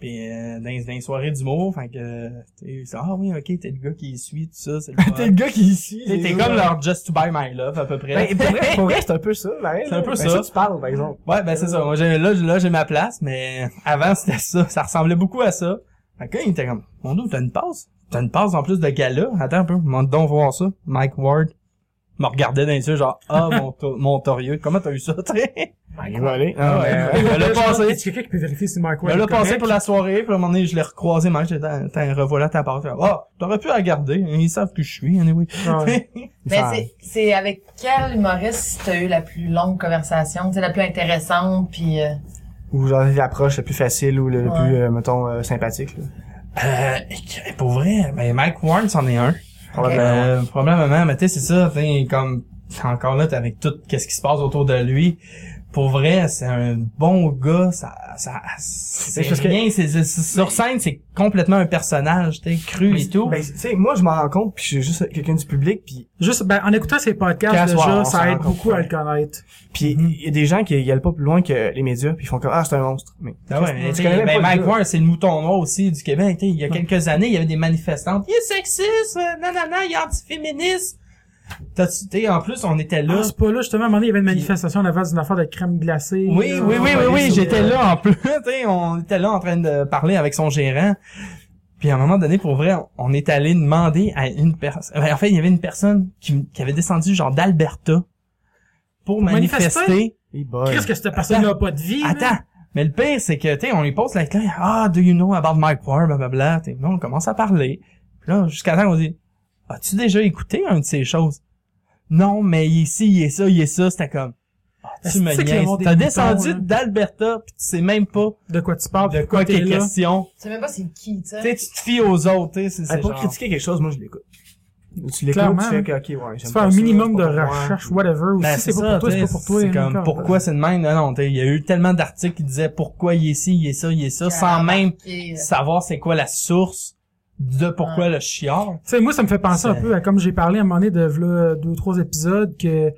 [SPEAKER 4] Puis euh, dans, les- dans les soirées d'humour, fait que, euh, tu sais, ah oui, ok, t'es le gars qui suit, tout ça, c'est le fun.
[SPEAKER 2] T'es le gars qui est ici.
[SPEAKER 4] T'es- T'es
[SPEAKER 2] les
[SPEAKER 4] comme
[SPEAKER 2] gars.
[SPEAKER 4] leur Just to Buy My Love, à peu près.
[SPEAKER 2] Ben, pour vrai, pour vrai, c'est un peu ça, pareil,
[SPEAKER 4] C'est
[SPEAKER 2] là.
[SPEAKER 4] un peu
[SPEAKER 2] Ben,
[SPEAKER 4] ça.
[SPEAKER 2] tu parles, par exemple.
[SPEAKER 4] Ouais, ben c'est ça. Moi, j'ai, là, j'ai- là, j'ai ma place, mais avant, c'était ça. Ça ressemblait beaucoup à ça. Fait que là, il était comme, mon dos, t'as une passe? T'as une passe en plus de gala? Attends un peu, monte donc voir ça. Mike Ward me regardait dans les yeux, genre, ah, mon, to- mon torieux, comment t'as eu ça, t'sais?
[SPEAKER 2] Il va aller. Ah,
[SPEAKER 4] ouais.
[SPEAKER 2] ouais.
[SPEAKER 4] Il me l'a
[SPEAKER 1] je pense qu'il y
[SPEAKER 4] passé.
[SPEAKER 1] a quelqu'un qui peut vérifier si Mike
[SPEAKER 4] Il
[SPEAKER 1] Ward
[SPEAKER 4] me l'a
[SPEAKER 1] est
[SPEAKER 4] Ben, passé
[SPEAKER 1] correct.
[SPEAKER 4] pour la soirée, puis à un moment donné, je l'ai recroisé, Mike, j'ai dit, Attends, attends, revoilà ta passe. Ah, t'aurais pu la garder. Ils savent que je suis, anyway.
[SPEAKER 1] Ouais.
[SPEAKER 3] Mais
[SPEAKER 2] Ça-
[SPEAKER 3] c'est, c'est avec quel humoriste t'as eu la plus longue conversation, tu sais, la plus intéressante, puis euh,
[SPEAKER 2] Ou genre, l'approche la plus facile ou le le
[SPEAKER 3] Ouais.
[SPEAKER 2] plus, euh, mettons, euh, sympathique, là.
[SPEAKER 4] Euh, pour vrai, ben, Mike Ward, c'en est un.
[SPEAKER 2] Probablement.
[SPEAKER 4] Euh, probablement, mais tu sais, c'est ça, tu sais, comme encore là, t'es avec tout qu'est-ce qui se passe autour de lui. Pour vrai, c'est un bon gars, ça, ça, c'est
[SPEAKER 2] Mais parce que-
[SPEAKER 4] rien, c'est, c'est- c'est- sur scène, c'est complètement un personnage, t'es cru et tout.
[SPEAKER 2] Ben, tu sais, moi, je m'en rends compte, puis je suis juste quelqu'un du public, puis
[SPEAKER 1] Juste, ben, en écoutant ces
[SPEAKER 2] Qu'à
[SPEAKER 1] podcasts,
[SPEAKER 2] soir, on
[SPEAKER 1] déjà,
[SPEAKER 2] s'en
[SPEAKER 1] ça aide
[SPEAKER 2] rend compte,
[SPEAKER 1] beaucoup à
[SPEAKER 2] ouais.
[SPEAKER 1] le connaître.
[SPEAKER 2] Puis il y a des gens qui y allent pas plus loin que les médias, puis ils font comme ah c'est un monstre. Mais
[SPEAKER 4] Ah ouais, mais
[SPEAKER 2] tu
[SPEAKER 4] t'sais,
[SPEAKER 2] connais même
[SPEAKER 4] ben,
[SPEAKER 2] pas le
[SPEAKER 4] Mike
[SPEAKER 2] gars.
[SPEAKER 4] Ward, c'est le mouton noir aussi du Québec. t'sais, il y a quelques années, il y avait des manifestantes. Il est sexiste, euh, nanana, il est antiféministe. T'as-tu, t'sais, en plus, on était là.
[SPEAKER 1] Ah, c'est pas là, justement, à un moment donné, il y avait une manifestation en avant d'une affaire de crème glacée.
[SPEAKER 4] Oui,
[SPEAKER 1] là,
[SPEAKER 4] oui, oui, oui,
[SPEAKER 1] on
[SPEAKER 4] oui,
[SPEAKER 1] parlait sur-
[SPEAKER 4] j'étais là en plus, t'sais, on était là en train de parler avec son gérant. Puis à un moment donné, pour vrai, on est allé demander à une personne. ben, en fait, il y avait une personne qui, qui avait descendu genre d'Alberta pour
[SPEAKER 1] manifester?
[SPEAKER 4] manifester.
[SPEAKER 2] Hey boy.
[SPEAKER 1] Qu'est-ce euh, que cette personne-là a pas de vie? là?
[SPEAKER 4] Attends, mais le pire, c'est que, tu sais, on lui pose la clé, ah, do you know about Mike Ward, blablabla, tu sais, là, on commence à parler. Puis là, jusqu'à temps, on dit, as-tu déjà écouté un de ces choses? Non, mais il est ci, il est ça, il est ça, c'était comme, ah,
[SPEAKER 1] Est-ce
[SPEAKER 4] tu me
[SPEAKER 1] que c'est que le
[SPEAKER 4] niaises,
[SPEAKER 1] monde des
[SPEAKER 4] t'as
[SPEAKER 1] moutons,
[SPEAKER 4] descendu
[SPEAKER 1] là?
[SPEAKER 4] d'Alberta, pis tu sais même pas
[SPEAKER 1] De quoi tu parles?
[SPEAKER 4] de quoi
[SPEAKER 1] t'es
[SPEAKER 4] qu'est
[SPEAKER 1] là?
[SPEAKER 4] question.
[SPEAKER 3] tu sais même pas c'est qui, tu sais.
[SPEAKER 4] Tu sais, tu te fies aux autres, tu sais, c'est
[SPEAKER 2] Hey,
[SPEAKER 4] c'est
[SPEAKER 2] pour
[SPEAKER 4] genre-
[SPEAKER 2] critiquer quelque chose, moi je l'écoute. Tu l'écoutes,
[SPEAKER 1] Clairement,
[SPEAKER 2] tu fais que, ok ouais.
[SPEAKER 1] Tu
[SPEAKER 2] j'aime
[SPEAKER 1] fais
[SPEAKER 2] pas
[SPEAKER 1] un
[SPEAKER 2] ça,
[SPEAKER 1] minimum
[SPEAKER 2] c'est
[SPEAKER 1] de
[SPEAKER 2] pas pour moi.
[SPEAKER 1] recherche, whatever, ou
[SPEAKER 4] Ben,
[SPEAKER 1] si c'est pas pour toi, c'est pas pour toi.
[SPEAKER 4] C'est
[SPEAKER 1] hein,
[SPEAKER 4] comme,
[SPEAKER 1] encore.
[SPEAKER 4] pourquoi c'est de même? Non, non, t'sais, il y a eu tellement d'articles qui disaient pourquoi il est ci, il est ça, il est ça, sans même
[SPEAKER 3] Qui, euh,
[SPEAKER 4] savoir c'est quoi la source de pourquoi le chiard.
[SPEAKER 1] Tu sais, moi, ça me fait penser un
[SPEAKER 4] C'est-
[SPEAKER 1] peu à comme j'ai parlé à un moment donné de v'là deux, trois épisodes que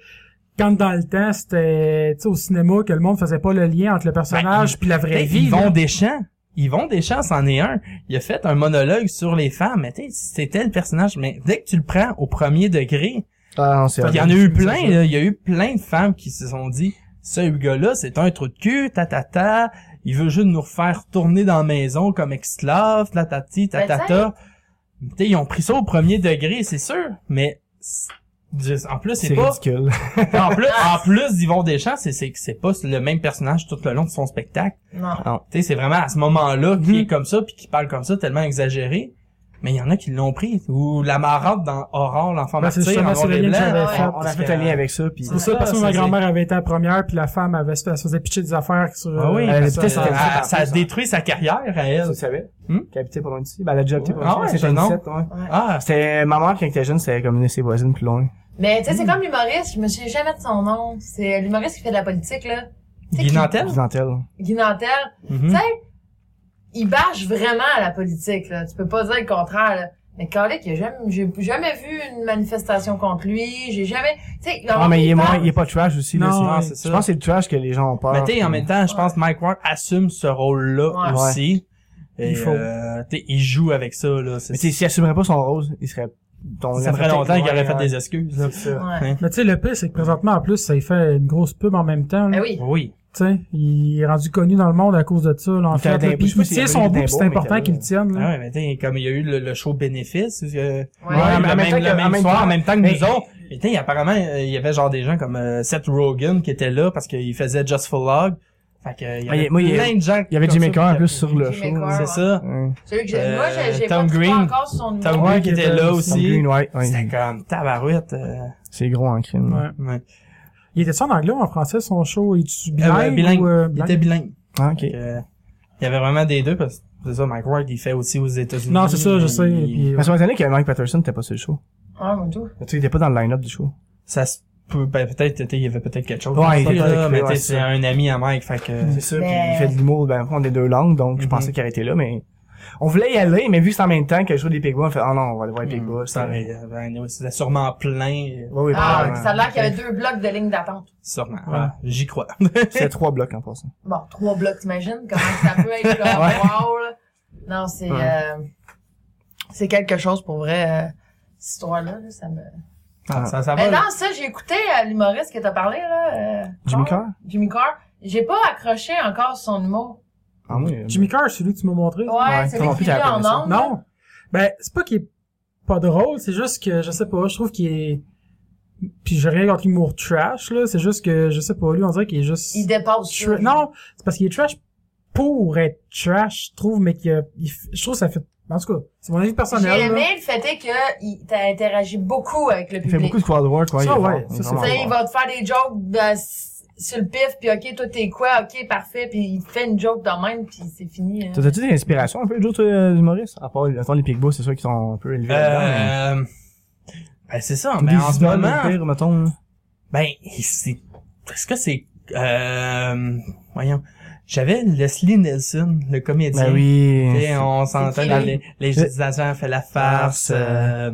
[SPEAKER 1] quand dans le temps, c'était, tu sais, au cinéma, que le monde faisait pas le lien
[SPEAKER 4] Ben,
[SPEAKER 1] entre le personnage puis la vraie
[SPEAKER 4] Hey,
[SPEAKER 1] vie.
[SPEAKER 4] Yvon
[SPEAKER 1] là.
[SPEAKER 4] Deschamps. Yvon Deschamps, c'en est un. Il a fait un monologue sur les femmes. Mais tu sais, c'était le personnage. Mais dès que tu le prends au premier degré,
[SPEAKER 2] Ah non c'est.
[SPEAKER 4] il y en a eu plein. là. Il y a eu plein de femmes qui se sont dit, ce gars-là, c'est un trou de cul, ta ta ta, il veut juste nous refaire tourner dans la maison comme esclave, ta ta ti, ta ta ta. Tu sais, ils ont pris ça au premier degré, c'est sûr, mais c'est- en plus, c'est
[SPEAKER 2] C'est
[SPEAKER 4] pas...
[SPEAKER 2] ridicule.
[SPEAKER 4] En plus, en plus Yvon Deschamps, c'est c'est c'est pas le même personnage tout le long de son spectacle.
[SPEAKER 3] Non.
[SPEAKER 4] Alors, tu sais, c'est vraiment à ce moment-là qui
[SPEAKER 1] Mhm.
[SPEAKER 4] est comme ça puis qui parle comme ça tellement exagéré. Mais il y en a qui l'ont pris ou la marade dans Aurore, l'enfant
[SPEAKER 1] Ben, c'est
[SPEAKER 4] martyr en
[SPEAKER 1] justement, c'est
[SPEAKER 4] noir
[SPEAKER 1] le
[SPEAKER 4] et
[SPEAKER 1] lien que
[SPEAKER 4] blanc. Euh,
[SPEAKER 1] j'avais
[SPEAKER 3] ouais,
[SPEAKER 1] fait.
[SPEAKER 2] On a fait un lien avec ça, puis...
[SPEAKER 1] C'est ça, parce que
[SPEAKER 4] Ah, ça,
[SPEAKER 1] ma
[SPEAKER 4] c'est-
[SPEAKER 1] grand-mère avait été la première, puis la femme avait, elle se faisait pitcher des affaires sur...
[SPEAKER 4] Ah oui,
[SPEAKER 1] euh,
[SPEAKER 2] Elle a
[SPEAKER 4] ça,
[SPEAKER 1] sur-
[SPEAKER 2] habité sur-
[SPEAKER 4] ça, ça- ça
[SPEAKER 2] en
[SPEAKER 4] a
[SPEAKER 2] plus, hein.
[SPEAKER 4] détruit sa carrière à
[SPEAKER 2] Tu
[SPEAKER 4] elle.
[SPEAKER 2] le savais?
[SPEAKER 4] Hmm?
[SPEAKER 2] Qu'elle habitait pas loin d'ici. Ben, elle a déjà habité pas
[SPEAKER 4] Ah
[SPEAKER 2] loin
[SPEAKER 4] ouais,
[SPEAKER 2] d'ici.
[SPEAKER 4] c'est
[SPEAKER 2] C'était en
[SPEAKER 4] non.
[SPEAKER 2] 17, ouais.
[SPEAKER 3] Ouais.
[SPEAKER 4] Ah, c'est-
[SPEAKER 2] C'était, ma mère, quand elle était jeune, c'était comme une de ses voisines plus loin.
[SPEAKER 3] Mais tu sais, c'est comme l'humoriste, je me souviens jamais de son nom. C'est l'humoriste qui fait de la politique, là.
[SPEAKER 4] Guy Nantel?
[SPEAKER 2] Byzantel.
[SPEAKER 3] Guy Nantel.
[SPEAKER 4] Mhm.
[SPEAKER 3] Il bâche vraiment à la politique, là. Tu peux pas dire le contraire, là. Mais Calic, il a jamais- j'ai jamais vu une manifestation contre lui. J'ai jamais... Tu sais,
[SPEAKER 2] Ah, mais il est moins, il est pas trash aussi, là.
[SPEAKER 1] Non,
[SPEAKER 2] c'est-
[SPEAKER 1] ouais.
[SPEAKER 4] c'est ça.
[SPEAKER 2] Je pense que c'est le trash que les gens ont peur.
[SPEAKER 4] Mais tu sais, en même temps, je pense que Mike Ward assume ce rôle-là
[SPEAKER 3] Ouais.
[SPEAKER 4] aussi.
[SPEAKER 1] Il
[SPEAKER 4] Et,
[SPEAKER 1] faut.
[SPEAKER 4] euh, tu sais, il joue avec ça, là.
[SPEAKER 2] Mais tu sais, s'il assumerait pas son rose, il serait, ton-
[SPEAKER 4] ça ferait longtemps qu'il aurait fait
[SPEAKER 2] Ouais,
[SPEAKER 4] des excuses. là.
[SPEAKER 2] ouais. C'est ça.
[SPEAKER 3] Ouais.
[SPEAKER 1] Mais tu sais, le pire, c'est que présentement, en plus, ça y fait une grosse pub en même temps. là.
[SPEAKER 3] Ben oui.
[SPEAKER 4] Oui.
[SPEAKER 1] Tu sais, il est rendu connu dans le monde à cause de ça, là, en
[SPEAKER 2] Il
[SPEAKER 1] fait.
[SPEAKER 2] était-
[SPEAKER 1] là. Puis
[SPEAKER 2] je sais pas
[SPEAKER 1] il
[SPEAKER 2] s'il
[SPEAKER 1] tient
[SPEAKER 2] avait
[SPEAKER 1] son
[SPEAKER 2] eu des
[SPEAKER 1] bout, puis c'est
[SPEAKER 2] bons, mais
[SPEAKER 1] important
[SPEAKER 2] quand
[SPEAKER 1] qu'il le
[SPEAKER 2] même.
[SPEAKER 1] tienne,
[SPEAKER 4] Ah
[SPEAKER 1] là.
[SPEAKER 4] ouais, mais t'sais, comme il y a eu le, le show bénéfice, euh,
[SPEAKER 3] Ouais.
[SPEAKER 4] ouais,
[SPEAKER 2] mais
[SPEAKER 4] le
[SPEAKER 2] en même
[SPEAKER 4] même,
[SPEAKER 2] temps
[SPEAKER 4] le
[SPEAKER 2] que-
[SPEAKER 4] même
[SPEAKER 2] en même
[SPEAKER 4] soir,
[SPEAKER 2] temps-
[SPEAKER 4] en même temps que
[SPEAKER 2] Mais-
[SPEAKER 4] nous autres. Mais t'sais, apparemment, euh, il y avait genre des gens comme euh, Seth Rogen qui était là parce qu'il faisait Just for Log. Fait que, euh, il y
[SPEAKER 2] Ah,
[SPEAKER 4] avait
[SPEAKER 2] il- moi, il-
[SPEAKER 4] plein de gens.
[SPEAKER 2] Il y avait
[SPEAKER 4] comme
[SPEAKER 2] Jimmy
[SPEAKER 4] ça,
[SPEAKER 2] Carr en
[SPEAKER 4] qui-
[SPEAKER 2] plus sur le
[SPEAKER 3] Jimmy
[SPEAKER 2] show.
[SPEAKER 3] Carr.
[SPEAKER 4] C'est
[SPEAKER 3] Ouais.
[SPEAKER 4] ça.
[SPEAKER 2] Ouais.
[SPEAKER 3] Celui que j'ai...
[SPEAKER 4] Euh,
[SPEAKER 3] moi, j'ai j'ai
[SPEAKER 4] Tom
[SPEAKER 3] pas,
[SPEAKER 4] Green.
[SPEAKER 3] pas encore son nom.
[SPEAKER 4] Tom Green qui était là
[SPEAKER 2] Tom
[SPEAKER 4] aussi.
[SPEAKER 2] Green, ouais, ouais.
[SPEAKER 4] C'était comme tabarouette. euh,
[SPEAKER 2] C'est gros en crime.
[SPEAKER 1] Ouais.
[SPEAKER 4] ouais.
[SPEAKER 1] Il était ça en anglais ou en français, son show? Il est bilingue?
[SPEAKER 4] Euh, bilingue.
[SPEAKER 1] Ou, euh,
[SPEAKER 4] Il était bilingue.
[SPEAKER 2] Ah, ok.
[SPEAKER 4] Fait que, euh, il y avait vraiment des deux parce que c'est ça, Mike Ward, il fait aussi aux États-Unis.
[SPEAKER 1] Non, c'est ça, je sais.
[SPEAKER 4] Il-
[SPEAKER 1] puis, euh,
[SPEAKER 2] Mais c'est m'étonnait que Mike Patterson n'était pas sur le show.
[SPEAKER 3] Ah, mon dieu.
[SPEAKER 2] Tu sais, il était pas dans le line-up du show.
[SPEAKER 4] Ça se peut, ben, peut-être, t'sais, il y avait peut-être quelque chose.
[SPEAKER 2] Ouais,
[SPEAKER 4] dans
[SPEAKER 2] il
[SPEAKER 4] ça,
[SPEAKER 2] était
[SPEAKER 4] là,
[SPEAKER 2] occupé,
[SPEAKER 4] mais
[SPEAKER 2] ouais,
[SPEAKER 4] t'sais,
[SPEAKER 2] c'est Mm.
[SPEAKER 4] c'est un ami à Mike, fait que.
[SPEAKER 2] C'est sûr,
[SPEAKER 3] Mais-
[SPEAKER 2] puis il fait de l'humour, ben, on est deux langues, donc je
[SPEAKER 4] Mhm.
[SPEAKER 2] pensais qu'il aurait été là, mais on voulait y aller, mais vu que c'est en même temps que le show des Pigbois, on fait, ah non, on va aller voir les Pigbois.
[SPEAKER 4] Ça
[SPEAKER 2] c'était-
[SPEAKER 4] aurait- euh, ben, C'était sûrement plein. euh,
[SPEAKER 2] Ouais, oui,
[SPEAKER 3] Ah,
[SPEAKER 2] probablement.
[SPEAKER 3] ça a l'air qu'il y avait deux blocs de ligne d'attente.
[SPEAKER 4] Sûrement.
[SPEAKER 2] Ouais.
[SPEAKER 4] Ah, J'y crois.
[SPEAKER 2] C'était trois blocs en passant.
[SPEAKER 3] Bon, trois blocs, t'imagines? Comment ça peut être comme wow, là? Non, c'est...
[SPEAKER 2] Ouais.
[SPEAKER 3] euh, c'est quelque chose pour vrai, euh, cette histoire-là. là, ça me...
[SPEAKER 4] Ah, ça, ça
[SPEAKER 3] Mais
[SPEAKER 4] va. là.
[SPEAKER 3] non, ça, j'ai écouté euh, l'humoriste que t'as parlé, là. euh,
[SPEAKER 2] Jimmy
[SPEAKER 3] Carr.
[SPEAKER 2] Carr?
[SPEAKER 3] Jimmy Carr. J'ai pas accroché encore son humour.
[SPEAKER 2] Ah oui.
[SPEAKER 1] Jimmy Carr, c'est celui que tu m'as montré.
[SPEAKER 3] Ouais,
[SPEAKER 2] Ouais,
[SPEAKER 3] c'est
[SPEAKER 2] toi non
[SPEAKER 3] lui
[SPEAKER 2] plus,
[SPEAKER 3] qui est
[SPEAKER 2] t'as
[SPEAKER 3] en
[SPEAKER 2] appris ça.
[SPEAKER 3] ondes. là.
[SPEAKER 1] Non. Ben, c'est pas qu'il est pas drôle, c'est juste que, je sais pas, je trouve qu'il est... Puis j'ai rien contre l'humour trash, là, c'est juste que, je sais pas, lui, on dirait qu'il est juste...
[SPEAKER 3] Il dépasse. ça.
[SPEAKER 1] Tra- non, c'est parce qu'il est trash pour être trash, je trouve, mais que je trouve que ça fait... En tout cas, c'est mon avis personnel.
[SPEAKER 3] J'ai
[SPEAKER 1] là.
[SPEAKER 3] aimé le fait est que il t'a interagi beaucoup avec le
[SPEAKER 2] Il fait
[SPEAKER 3] public.
[SPEAKER 2] beaucoup de quad work,
[SPEAKER 1] Ça,
[SPEAKER 2] ouais. il est
[SPEAKER 1] ouais,
[SPEAKER 2] fort, il est
[SPEAKER 1] ça, c'est-
[SPEAKER 2] vraiment
[SPEAKER 3] Tu sais,
[SPEAKER 2] fort.
[SPEAKER 3] il va te faire des jokes euh, s- sur le pif, puis OK, toi, t'es quoi? OK, parfait. Puis il te fait une joke de même, puis c'est fini. hein.
[SPEAKER 2] T'as- T'as-tu des inspirations un peu d'autres euh, humoristes? À part, attends, les Pigbois, c'est sûr qu'ils sont un peu élevés là-dedans,
[SPEAKER 4] Euh, ben, c'est ça.
[SPEAKER 2] mais-
[SPEAKER 4] Mais en
[SPEAKER 2] Des
[SPEAKER 4] ce
[SPEAKER 2] idoles,
[SPEAKER 4] moment,
[SPEAKER 2] au pire, mettons. là.
[SPEAKER 4] ben, c'est, est-ce que c'est, euh, voyons. J'avais Leslie Nelson, le comédien.
[SPEAKER 2] Ben
[SPEAKER 4] Tu
[SPEAKER 2] oui.
[SPEAKER 4] sais, on s'entend
[SPEAKER 3] qui,
[SPEAKER 4] dans
[SPEAKER 3] lui?
[SPEAKER 4] les, législation fait la farce, euh,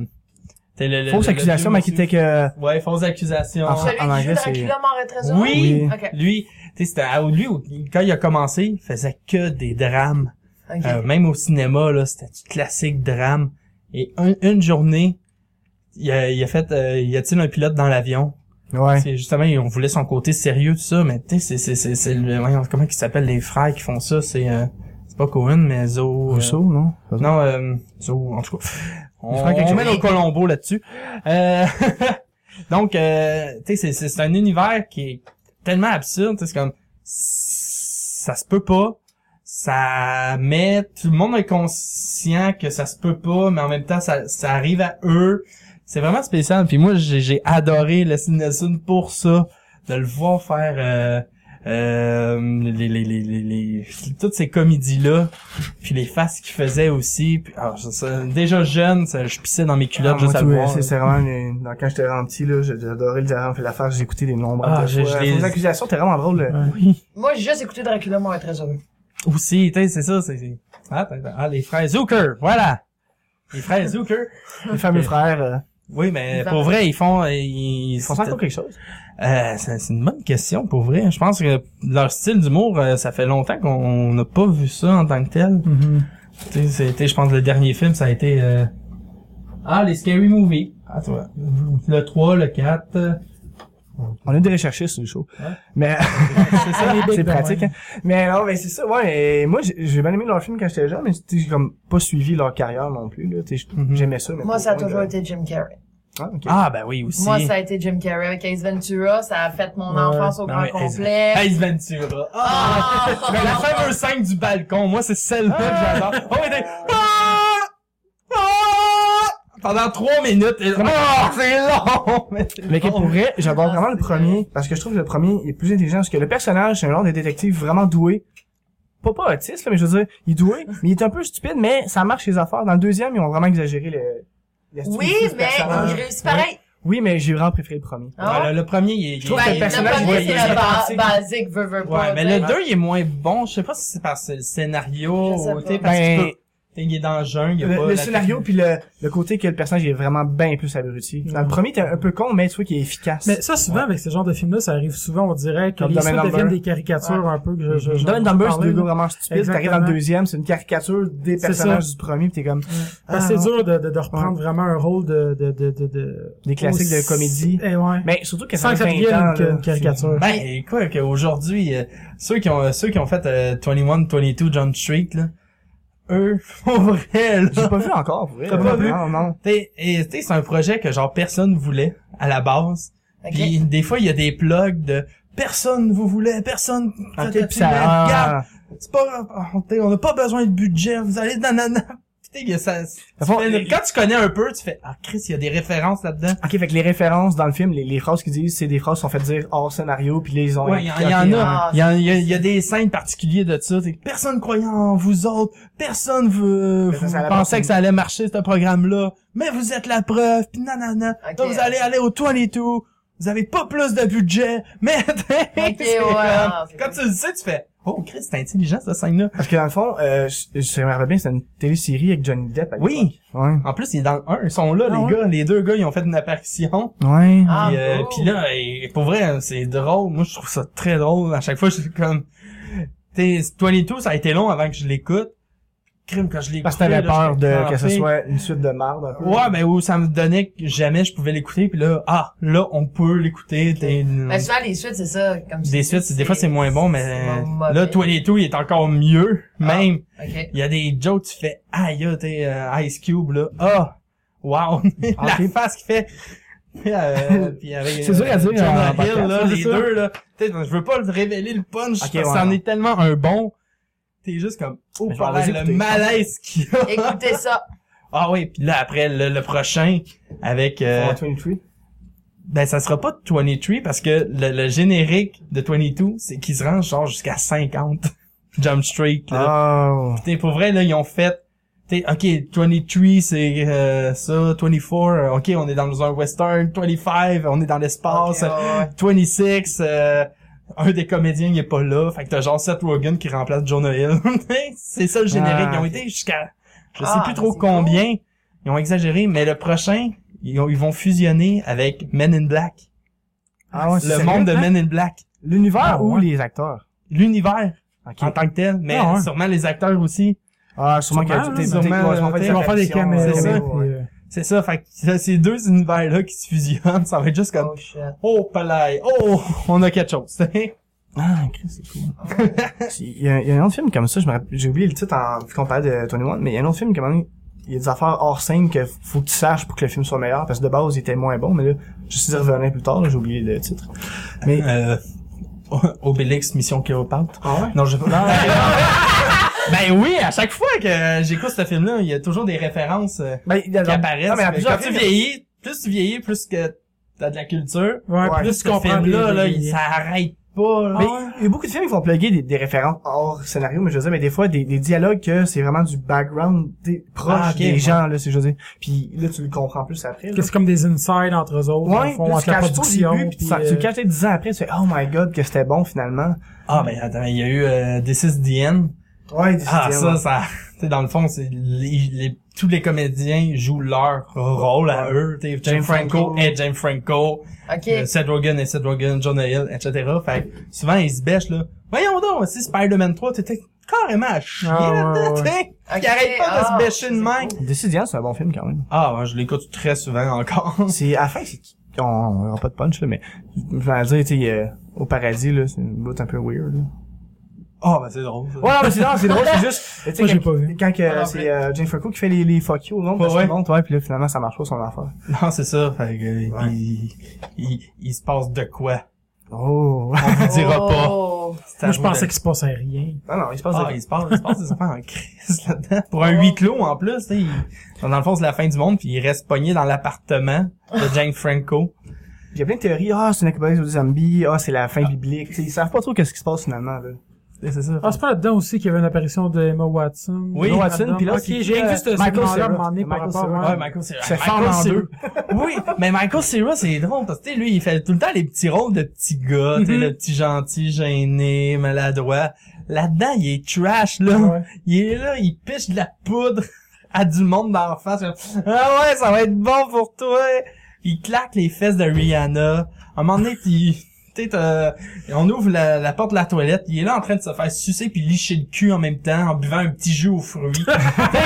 [SPEAKER 4] t'sais, le- le-
[SPEAKER 2] Ah, Fausse
[SPEAKER 4] le- le-
[SPEAKER 2] accusation,
[SPEAKER 4] le-
[SPEAKER 2] mais qui était que...
[SPEAKER 4] Ouais, fausses accusations.
[SPEAKER 2] En fait,
[SPEAKER 3] Celui qui
[SPEAKER 2] anglais,
[SPEAKER 3] joue
[SPEAKER 2] c'est-
[SPEAKER 3] Dracula mort et trésor.
[SPEAKER 4] Oui. Euh,
[SPEAKER 2] Oui.
[SPEAKER 3] OK.
[SPEAKER 4] Lui, tu sais, c'était, à- lui, au- quand il a commencé, il faisait que des drames.
[SPEAKER 3] OK.
[SPEAKER 4] Euh, même au cinéma, là, c'était du classique drame. Et un- une journée, il a, il a fait, euh, y a-t-il un pilote dans l'avion?
[SPEAKER 2] Ouais.
[SPEAKER 4] C'est justement, on voulait son côté sérieux, tout ça, mais tu sais, c'est, c'est, c'est, c'est le, voyons, comment ils s'appellent les frères qui font ça? C'est, euh, c'est pas Cohen, mais Zo. euh,
[SPEAKER 2] Rousseau, non?
[SPEAKER 4] non, euh, Zo, en tout cas. On,
[SPEAKER 2] prend quelque
[SPEAKER 4] on
[SPEAKER 2] chose.
[SPEAKER 4] met nos colombos là-dessus. Euh, donc, euh, tu sais, c'est- c'est c'est un univers qui est tellement absurde. tu sais, C'est comme, ça se peut pas. Ça met, tout le monde est conscient que ça se peut pas, mais en même temps, ça, ça arrive à eux. C'est vraiment spécial. Puis moi, j'ai j'ai adoré Leslie Nelson pour ça. De le voir faire euh, euh, les, les, les, les, les- toutes ces comédies-là puis les faces qu'il faisait aussi puis, alors, ça- ça- déjà jeune ça, je pissais dans mes culottes
[SPEAKER 2] Ah,
[SPEAKER 4] juste
[SPEAKER 2] moi,
[SPEAKER 4] à
[SPEAKER 2] tout,
[SPEAKER 4] le
[SPEAKER 2] euh,
[SPEAKER 4] voir
[SPEAKER 2] C'est c'est vraiment, une- dans- quand j'étais vraiment petit, là, j'ai- j'adorais le Jarran fait l'affaire, j'ai écouté des nombreux.
[SPEAKER 4] Ah,
[SPEAKER 2] de
[SPEAKER 4] je-
[SPEAKER 2] fois.
[SPEAKER 4] je les-
[SPEAKER 2] Vos accusations, t'es vraiment drôle. là.
[SPEAKER 3] Moi, j'ai juste écouté Dracula mort et trésor.
[SPEAKER 4] aussi tu sais, c'est ça c'est c'est- ah, attends, attends. Ah, les frères Zucker voilà les frères Zucker
[SPEAKER 2] Les fameux
[SPEAKER 4] Ok.
[SPEAKER 2] frères, euh,
[SPEAKER 4] oui mais pour vrai ils font ils,
[SPEAKER 2] ils font ça encore quelque chose.
[SPEAKER 4] Euh, c'est c'est une bonne question pour vrai je pense que leur style d'humour euh, ça fait longtemps qu'on n'a pas vu ça en tant que tel
[SPEAKER 3] Mm-hmm.
[SPEAKER 1] Mhm.
[SPEAKER 4] Tu sais, c'était, je pense, le dernier film, ça a été... euh, Ah, les Scary Movie. Ah, tu vois. Le 3, le 4. euh,
[SPEAKER 2] On est des recherchistes sur le show. Mais
[SPEAKER 1] C'est ça, les
[SPEAKER 2] Ah, c'est
[SPEAKER 1] big
[SPEAKER 2] pratique.
[SPEAKER 1] domaines.
[SPEAKER 2] hein. Mais non, mais c'est ça. Ouais, et moi j'ai j'ai bien aimé leur film quand j'étais jeune, mais tu sais, j'ai comme pas suivi leur carrière non plus. là. Tu sais,
[SPEAKER 4] Mhm.
[SPEAKER 2] J'aimais ça. Mais
[SPEAKER 3] Moi,
[SPEAKER 2] pas
[SPEAKER 3] ça a
[SPEAKER 2] au point
[SPEAKER 3] toujours
[SPEAKER 2] de-
[SPEAKER 3] été Jim Carrey.
[SPEAKER 2] Mm-hmm. Ah, ok.
[SPEAKER 4] Ah, ben oui, aussi.
[SPEAKER 3] Moi, ça a été Jim Carrey avec Ace Ventura. Ça a fait mon
[SPEAKER 1] Ouais.
[SPEAKER 3] enfance au
[SPEAKER 4] Non,
[SPEAKER 3] grand
[SPEAKER 4] mais Ace-
[SPEAKER 3] complet.
[SPEAKER 4] Ace Ventura. Ah!
[SPEAKER 3] Ah!
[SPEAKER 4] Mais la fameuse scène du balcon, moi, c'est celle-là que j'adore. On était... Ah! Ah! Pendant trois minutes. et- Ah, c'est long! Mais c'est
[SPEAKER 2] Mais que
[SPEAKER 4] long.
[SPEAKER 2] pour vrai, j'adore
[SPEAKER 3] Ah,
[SPEAKER 2] vraiment le
[SPEAKER 3] c'est
[SPEAKER 2] premier, parce que je trouve que le premier est plus intelligent, parce que le personnage, c'est un genre de détective vraiment doué. Pas pas autiste, là, mais je veux dire, il est doué, mais il est un peu stupide, mais ça marche ses affaires. Dans le deuxième, ils ont vraiment exagéré le... la
[SPEAKER 3] Oui,
[SPEAKER 2] stupidité du
[SPEAKER 3] mais
[SPEAKER 2] personnage.
[SPEAKER 3] il réussit pareil.
[SPEAKER 2] Oui, mais j'ai vraiment préféré le premier.
[SPEAKER 3] Ah ouais?
[SPEAKER 4] Ouais, le, le premier, il est...
[SPEAKER 2] Je trouve
[SPEAKER 3] Ben,
[SPEAKER 2] que le
[SPEAKER 3] le
[SPEAKER 2] personnage,
[SPEAKER 3] premier,
[SPEAKER 2] ouais, il
[SPEAKER 3] c'est
[SPEAKER 2] est
[SPEAKER 3] le ba-
[SPEAKER 2] sympathique.
[SPEAKER 3] basique, veut, veut pas.
[SPEAKER 4] Ouais, mais
[SPEAKER 3] tu sais.
[SPEAKER 4] le 2, il est moins bon. Je sais pas si c'est parce que le scénario
[SPEAKER 3] Je sais
[SPEAKER 4] ou, tu sais,
[SPEAKER 3] pas.
[SPEAKER 4] parce que
[SPEAKER 2] Ben,
[SPEAKER 4] tu peux- il est dans le jungle, il y a
[SPEAKER 2] Le,
[SPEAKER 4] pas
[SPEAKER 2] le
[SPEAKER 4] la-
[SPEAKER 2] scénario, puis le, le côté que le personnage est vraiment bien plus abruti. Dans le premier, t'es un peu con, mais tu vois qu'il est efficace.
[SPEAKER 1] Mais ça, souvent, avec ce genre de films-là, ça arrive souvent, on dirait que
[SPEAKER 2] Comme
[SPEAKER 1] les
[SPEAKER 2] Dumb and
[SPEAKER 1] films deviennent
[SPEAKER 2] Dumber.
[SPEAKER 1] des caricatures un peu que je, je, je-
[SPEAKER 2] Dumb and
[SPEAKER 1] j'en
[SPEAKER 2] Dumber, c'est
[SPEAKER 1] parlais,
[SPEAKER 2] deux gars
[SPEAKER 1] là.
[SPEAKER 2] vraiment stupides. T'arrives dans le
[SPEAKER 1] Exactement.
[SPEAKER 2] deuxième, c'est une caricature des
[SPEAKER 1] C'est
[SPEAKER 2] personnages
[SPEAKER 1] ça.
[SPEAKER 2] du premier, pis t'es comme
[SPEAKER 1] Parce
[SPEAKER 2] Ah,
[SPEAKER 1] que
[SPEAKER 2] non.
[SPEAKER 1] c'est dur de, de, de reprendre
[SPEAKER 2] Ouais.
[SPEAKER 1] vraiment un rôle de, de, de, de, de...
[SPEAKER 2] des classiques de
[SPEAKER 1] aussi-
[SPEAKER 2] comédie.
[SPEAKER 1] Eh ouais.
[SPEAKER 2] Mais surtout que
[SPEAKER 1] Sans
[SPEAKER 2] ça
[SPEAKER 1] que ça
[SPEAKER 2] fait 20
[SPEAKER 1] devienne
[SPEAKER 2] ans,
[SPEAKER 1] une,
[SPEAKER 2] là,
[SPEAKER 1] une caricature.
[SPEAKER 4] Ben, et quoi, qu'aujourd'hui, euh, ceux qui ont, ceux qui ont fait euh, 21, 22 John Street, là, eux, pour vrai, là,
[SPEAKER 2] J'ai pas vu encore, pour vrai.
[SPEAKER 4] T'as pas vu?
[SPEAKER 2] Non, non.
[SPEAKER 4] T'sais, et, t'sais, c'est un projet que genre personne voulait à la base.
[SPEAKER 3] Ok.
[SPEAKER 4] Puis des fois il y a des plugs de personne vous voulait, personne.
[SPEAKER 2] Ok,
[SPEAKER 4] tatati,
[SPEAKER 2] pis ça,
[SPEAKER 4] mais regarde,
[SPEAKER 2] ah,
[SPEAKER 4] c'est pas, ah, t'sais, on n'a pas besoin de budget, vous allez nanana. Puis t'sais, ça, tu
[SPEAKER 2] Au fond,
[SPEAKER 4] fais-
[SPEAKER 2] il-
[SPEAKER 4] quand tu connais un peu, tu fais ah Chris, il y a des références là-dedans.
[SPEAKER 2] ok, fait que les références dans le film, les, les phrases qu'ils disent, c'est des phrases qui sont faites dire hors scénario, puis là, ils ont...
[SPEAKER 4] Ouais, il y, en-
[SPEAKER 2] Ok,
[SPEAKER 4] il y en
[SPEAKER 2] ouais.
[SPEAKER 4] a.
[SPEAKER 3] ah,
[SPEAKER 4] Il y, en- il y a- il y a des scènes particulières de ça. t'sais, personne croyant en vous autres. Personne vous,
[SPEAKER 2] Mais ça,
[SPEAKER 4] vous
[SPEAKER 2] ça allait
[SPEAKER 4] pensait
[SPEAKER 2] marcher.
[SPEAKER 4] que ça allait marcher, ce programme-là. Mais vous êtes la preuve. Puis nanana.
[SPEAKER 3] Ok.
[SPEAKER 4] Donc vous allez aller au toit et tout. Vous avez pas plus de budget. Mais t'sais,
[SPEAKER 3] Ok, ouais,
[SPEAKER 4] c'est hein. comme-
[SPEAKER 3] ah, c'est
[SPEAKER 4] quand tu le sais, tu fais « Oh, Chris, c'est intelligent, cette scène-là.
[SPEAKER 2] Parce que dans le fond, euh, je, je me rappelle bien, c'était une télésérie avec Johnny Depp à » l'époque.
[SPEAKER 4] Oui.
[SPEAKER 2] Ouais.
[SPEAKER 4] En plus, il est dans le 1. Ils sont là,
[SPEAKER 1] Ah
[SPEAKER 4] les
[SPEAKER 1] ouais?
[SPEAKER 4] gars. Les deux gars, ils ont fait une apparition.
[SPEAKER 2] Ouais.
[SPEAKER 3] Ah,
[SPEAKER 4] Puis, euh,
[SPEAKER 3] cool.
[SPEAKER 4] puis là, et pour vrai, hein, c'est drôle. Moi, je trouve ça très drôle. À chaque fois, je suis comme... T'sais, 22, ça a été long avant que je l'écoute. Crime, quand je l'ai
[SPEAKER 2] Parce que
[SPEAKER 4] écouté,
[SPEAKER 2] t'avais
[SPEAKER 4] là,
[SPEAKER 2] peur
[SPEAKER 4] j'étais
[SPEAKER 2] de que ce
[SPEAKER 4] crampé.
[SPEAKER 2] soit une suite de marde. un peu.
[SPEAKER 4] Ouais, mais où ça me donnait que jamais je pouvais l'écouter. Puis là, ah, là, on peut l'écouter. T'es-
[SPEAKER 3] Ben, souvent, les suites, c'est ça. Comme tu
[SPEAKER 4] Des
[SPEAKER 3] dis,
[SPEAKER 4] suites, c'est- des fois, c'est moins bon, mais
[SPEAKER 3] c'est mauvais. Ah.
[SPEAKER 4] là, 22, il est encore mieux. Même.
[SPEAKER 3] Ok.
[SPEAKER 4] Il y a des jokes, tu fais, aïe, ah, t'es euh, Ice Cube, là, ah, wow, la
[SPEAKER 2] Ok.
[SPEAKER 4] face qu'il fait. Euh, puis avec,
[SPEAKER 2] Ah, C'est dur à dire,
[SPEAKER 4] Jonah
[SPEAKER 2] en podcast,
[SPEAKER 4] Hill, là,
[SPEAKER 2] ça, c'est
[SPEAKER 4] les
[SPEAKER 2] ça.
[SPEAKER 4] deux, là. T'sais, Je veux pas le révéler le punch,
[SPEAKER 2] Ok,
[SPEAKER 4] parce que
[SPEAKER 2] ouais,
[SPEAKER 4] ça en
[SPEAKER 2] ouais.
[SPEAKER 4] est tellement un bon. T'es juste comme, oh,
[SPEAKER 2] Mais je vais aller
[SPEAKER 4] pareil, le
[SPEAKER 2] écouter.
[SPEAKER 4] malaise qu'il y a.
[SPEAKER 3] Écoutez ça.
[SPEAKER 4] Ah oui, puis là, après, le, le prochain, avec... euh,
[SPEAKER 2] Ouais, 23.
[SPEAKER 4] ben, ça sera pas 23, parce que le, le générique de 22, c'est qu'il se rend genre jusqu'à 50. Jump Street, là.
[SPEAKER 2] Oh.
[SPEAKER 4] T'sais, pour vrai, là, ils ont fait... T'sais, OK, 23, c'est euh, ça. 24, OK, on est dans un western. 25, on est dans l'espace.
[SPEAKER 3] Ok, ouais, ouais.
[SPEAKER 4] 26, euh, un des comédiens, il est pas là. Fait que t'as genre Seth Rogen qui remplace Jonah Hill. c'est ça, le générique.
[SPEAKER 2] Ah,
[SPEAKER 4] ils ont
[SPEAKER 2] ok.
[SPEAKER 4] été jusqu'à... Je
[SPEAKER 3] Ah,
[SPEAKER 4] sais plus trop
[SPEAKER 3] c'est
[SPEAKER 4] combien. Ils ont exagéré, mais le prochain, ils, ont- ils vont fusionner avec Men in Black.
[SPEAKER 2] Ah ouais,
[SPEAKER 4] Le monde de Men in Black.
[SPEAKER 2] L'univers
[SPEAKER 1] hein? Ah,
[SPEAKER 2] ou
[SPEAKER 1] ouais.
[SPEAKER 2] les acteurs?
[SPEAKER 4] L'univers,
[SPEAKER 2] Ok.
[SPEAKER 4] en tant que tel. Mais
[SPEAKER 1] Ah, ouais.
[SPEAKER 4] sûrement les acteurs aussi.
[SPEAKER 2] Ah, sûrement qu'il y a
[SPEAKER 1] Sûrement,
[SPEAKER 2] toutes les
[SPEAKER 4] là,
[SPEAKER 2] boutiques,
[SPEAKER 4] sûrement,
[SPEAKER 2] ouais, sûrement
[SPEAKER 4] euh,
[SPEAKER 1] Ils vont faire des
[SPEAKER 2] apparitions,
[SPEAKER 1] caméos.
[SPEAKER 4] c'est ça.
[SPEAKER 1] puis, euh,
[SPEAKER 4] C'est ça, fait que là, ces deux univers-là qui se fusionnent, ça va être juste comme
[SPEAKER 3] Oh, shit.
[SPEAKER 4] Oh palais, oh on a quelque chose.
[SPEAKER 2] Ah, Chris, c'est cool. il, y a, il y a un autre film comme ça, je me rappelle- j'ai oublié le titre en, vu qu'on parlait de 21, mais il y a un autre film, comment il y a des affaires hors scène que faut que tu saches pour que le film soit meilleur, parce que de base, il était moins bon, mais là, je suis revenu plus tard, là, j'ai oublié le titre. Mais,
[SPEAKER 4] euh, Obélix, Mission Cléopâtre.
[SPEAKER 2] ah ouais?
[SPEAKER 4] Non, je ben oui, à chaque fois que j'écoute ce film-là, il y a toujours des références euh,
[SPEAKER 2] Ben, il y a
[SPEAKER 4] qui apparaissent.
[SPEAKER 2] non, mais il y a
[SPEAKER 4] mais
[SPEAKER 2] plusieurs
[SPEAKER 4] quand tu
[SPEAKER 2] films.
[SPEAKER 4] vieillis, plus tu vieillis, plus que t'as de la culture,
[SPEAKER 1] Ouais,
[SPEAKER 2] Ouais.
[SPEAKER 4] plus
[SPEAKER 1] plus
[SPEAKER 4] ce
[SPEAKER 1] tu comprends.
[SPEAKER 4] film-là,
[SPEAKER 1] les-
[SPEAKER 4] là,
[SPEAKER 1] les-
[SPEAKER 4] il- ça arrête pas. là.
[SPEAKER 2] Mais il y a beaucoup de films qui vont plugger des, des références hors scénario, mais je veux dire, mais des fois, des, des dialogues que c'est vraiment du background des, proche
[SPEAKER 4] Ah, ok,
[SPEAKER 2] des
[SPEAKER 4] ouais.
[SPEAKER 2] gens, là, c'est, je veux dire. Puis là, tu le comprends plus après. là.
[SPEAKER 1] que c'est comme des insides entre eux autres, dans le
[SPEAKER 2] Ouais,
[SPEAKER 1] fond,
[SPEAKER 2] là,
[SPEAKER 1] entre
[SPEAKER 2] tu
[SPEAKER 1] la
[SPEAKER 2] caches tout au
[SPEAKER 1] production.
[SPEAKER 2] début, puis tu
[SPEAKER 1] puis,
[SPEAKER 2] sens- tu
[SPEAKER 1] euh,
[SPEAKER 2] le caches peut-être 10 ans après, tu fais « Oh my God, que c'était bon, finalement!
[SPEAKER 4] Ah ben attends, il y a eu euh, This is the End. »
[SPEAKER 2] Ouais, des
[SPEAKER 4] Ah
[SPEAKER 2] sixièmes.
[SPEAKER 4] ça, ça, tu sais, dans le fond, c'est les, les- tous les comédiens jouent leur rôle à
[SPEAKER 2] Ouais.
[SPEAKER 4] eux. tu sais, James
[SPEAKER 2] James
[SPEAKER 4] Franco
[SPEAKER 2] Franco.
[SPEAKER 4] et James Franco,
[SPEAKER 3] Ok.
[SPEAKER 4] euh, Seth Rogen et Seth Rogen, Jonah Hill, etc. Fait que souvent ils se bêchent là. Voyons donc, si Spider-Man 3, t'étais carrément à chier
[SPEAKER 1] Ah,
[SPEAKER 4] là-dedans,
[SPEAKER 1] ouais,
[SPEAKER 4] tu sais. Ils arrêtent pas
[SPEAKER 3] ah,
[SPEAKER 4] de se bêcher de
[SPEAKER 3] c'est
[SPEAKER 4] même.
[SPEAKER 3] cool.
[SPEAKER 2] Décidian, c'est un bon film quand même.
[SPEAKER 4] Ah, ouais, je l'écoute très souvent encore.
[SPEAKER 2] C'est à la fin, c'est qui on, on aura pas de punch, là, mais, je vais dire, tu sais, euh, au paradis, là, c'est une bout un peu weird, là.
[SPEAKER 4] Oh, ben c'est drôle. ça.
[SPEAKER 2] Ouais, non, mais c'est non, c'est drôle, c'est juste, tu sais,
[SPEAKER 1] Moi, j'ai
[SPEAKER 2] quand-
[SPEAKER 1] pas vu.
[SPEAKER 2] quand que,
[SPEAKER 4] non
[SPEAKER 2] c'est
[SPEAKER 4] plus.
[SPEAKER 2] euh, Jane Franco qui fait les, les fuck you au nom de
[SPEAKER 4] Ouais,
[SPEAKER 2] tout
[SPEAKER 4] ouais.
[SPEAKER 2] le monde, ouais, puis là, finalement, ça marche pas son affaire.
[SPEAKER 4] Non, c'est ça. Fait que, euh, il, il, il se passe de quoi?
[SPEAKER 2] Oh.
[SPEAKER 4] On vous dira pas.
[SPEAKER 3] Oh.
[SPEAKER 4] C'est à
[SPEAKER 1] Moi, je
[SPEAKER 4] vous de-
[SPEAKER 1] pensais qu'il se passait rien.
[SPEAKER 2] Non, non, il se passe
[SPEAKER 4] Ah,
[SPEAKER 2] des-
[SPEAKER 4] il se passe, il se passe des affaires en crise là-dedans. Pour un huis clos, en plus, tu sais, il- dans le fond, c'est la fin du monde, puis il reste pogné dans l'appartement de Jane Franco.
[SPEAKER 2] Il y a plein de théories. Ah, c'est une apocalypse des zombies. Ah, c'est la fin biblique. T'sais, ils savent pas trop qu'est-ce qui se passe finalement, là.
[SPEAKER 4] C'est c'est ça.
[SPEAKER 1] Ah, c'est pas là-dedans aussi qu'il y avait une apparition de Emma Watson.
[SPEAKER 4] Oui,
[SPEAKER 1] Emma
[SPEAKER 2] Watson, puis là,
[SPEAKER 1] Ok,
[SPEAKER 2] c'est-
[SPEAKER 1] j'ai euh, rien vu ce
[SPEAKER 2] Michael
[SPEAKER 1] segment-là à
[SPEAKER 2] Cera.
[SPEAKER 1] un moment donné par
[SPEAKER 2] Michael
[SPEAKER 1] rapport
[SPEAKER 2] Cera.
[SPEAKER 1] à...
[SPEAKER 4] Ouais, Michael Cera.
[SPEAKER 2] C'est
[SPEAKER 4] Michael
[SPEAKER 2] fort en
[SPEAKER 4] Cera.
[SPEAKER 2] deux.
[SPEAKER 4] oui, mais Michael Cera, c'est drôle, parce que, tu sais, lui, il fait tout le temps les petits rôles de petit gars, tu sais,
[SPEAKER 1] Mhm.
[SPEAKER 4] le petit gentil, gêné, maladroit. Là-dedans, il est trash, là.
[SPEAKER 1] Ouais.
[SPEAKER 4] Il est là, il piche de la poudre à du monde d'en face. comme, Ah ouais, ça va être bon pour toi. Il claque les fesses de Rihanna. À un moment donné, pis, tu sais, t'as- on ouvre la, la porte de la toilette. Il est là en train de se faire sucer puis licher le cul en même temps en buvant un petit jus aux fruits. T'sais,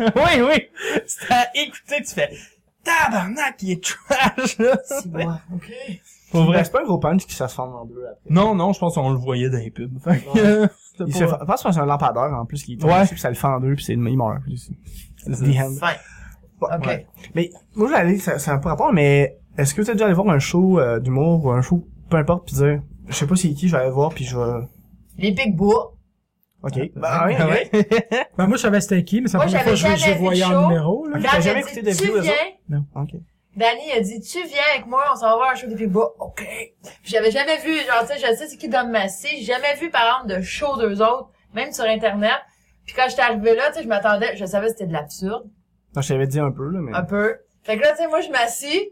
[SPEAKER 4] écoute, oui, oui. C'est à écouter, Euh, tu fais tabarnak, il est trash, là.
[SPEAKER 3] C'est moi. OK.
[SPEAKER 4] Pour
[SPEAKER 2] Ouais,
[SPEAKER 4] vrai.
[SPEAKER 2] Ben, c'est pas un gros punch qui se transforme en deux après.
[SPEAKER 4] Non, non, je pense qu'on le voyait dans les pubs. Fait que, euh, c'était
[SPEAKER 2] Il
[SPEAKER 4] pas-
[SPEAKER 2] se fa- je pense que c'est un lampadaire en plus qui tombe
[SPEAKER 4] Ouais.
[SPEAKER 2] dessus, puis ça le fait en deux puis c'est il meurt. Puis c'est- The end.
[SPEAKER 3] Fin.
[SPEAKER 2] Ouais,
[SPEAKER 3] OK.
[SPEAKER 2] ouais. Mais moi je vais aller c'est c'est un peu rapport mais est-ce que tu es déjà allé voir un show euh, d'humour ou un show peu importe puis dire je sais pas c'est qui je vais aller voir puis je vais
[SPEAKER 3] Les Big Bois.
[SPEAKER 2] OK. Bah,
[SPEAKER 4] Ah oui,
[SPEAKER 2] ok.
[SPEAKER 4] oui.
[SPEAKER 1] Ben, moi, je savais c'était qui, mais ça
[SPEAKER 3] Moi,
[SPEAKER 1] fait la première
[SPEAKER 3] j'avais
[SPEAKER 1] fois que je-
[SPEAKER 3] jamais
[SPEAKER 1] je
[SPEAKER 3] vu
[SPEAKER 1] voyais
[SPEAKER 3] le
[SPEAKER 1] en
[SPEAKER 3] show.
[SPEAKER 1] numéro, là.
[SPEAKER 2] T'as
[SPEAKER 3] Danny
[SPEAKER 2] jamais
[SPEAKER 3] a dit,
[SPEAKER 2] écouté de
[SPEAKER 3] tu
[SPEAKER 2] Blue, eux
[SPEAKER 3] viens.
[SPEAKER 2] Non. OK.
[SPEAKER 3] Danny a dit, tu viens avec moi, on s'en va voir un show des Big Bois. OK. Puis j'avais jamais vu, genre, tu sais, je sais c'est qui Don Massé. J'ai jamais vu, par exemple, de show d'eux autres, même sur Internet. Puis quand j'étais arrivée là, tu sais, je m'attendais, je savais que c'était de l'absurde.
[SPEAKER 2] Non, je t'avais dit un peu là mais
[SPEAKER 3] un peu. Fait que là, tu sais, moi, je m'assis.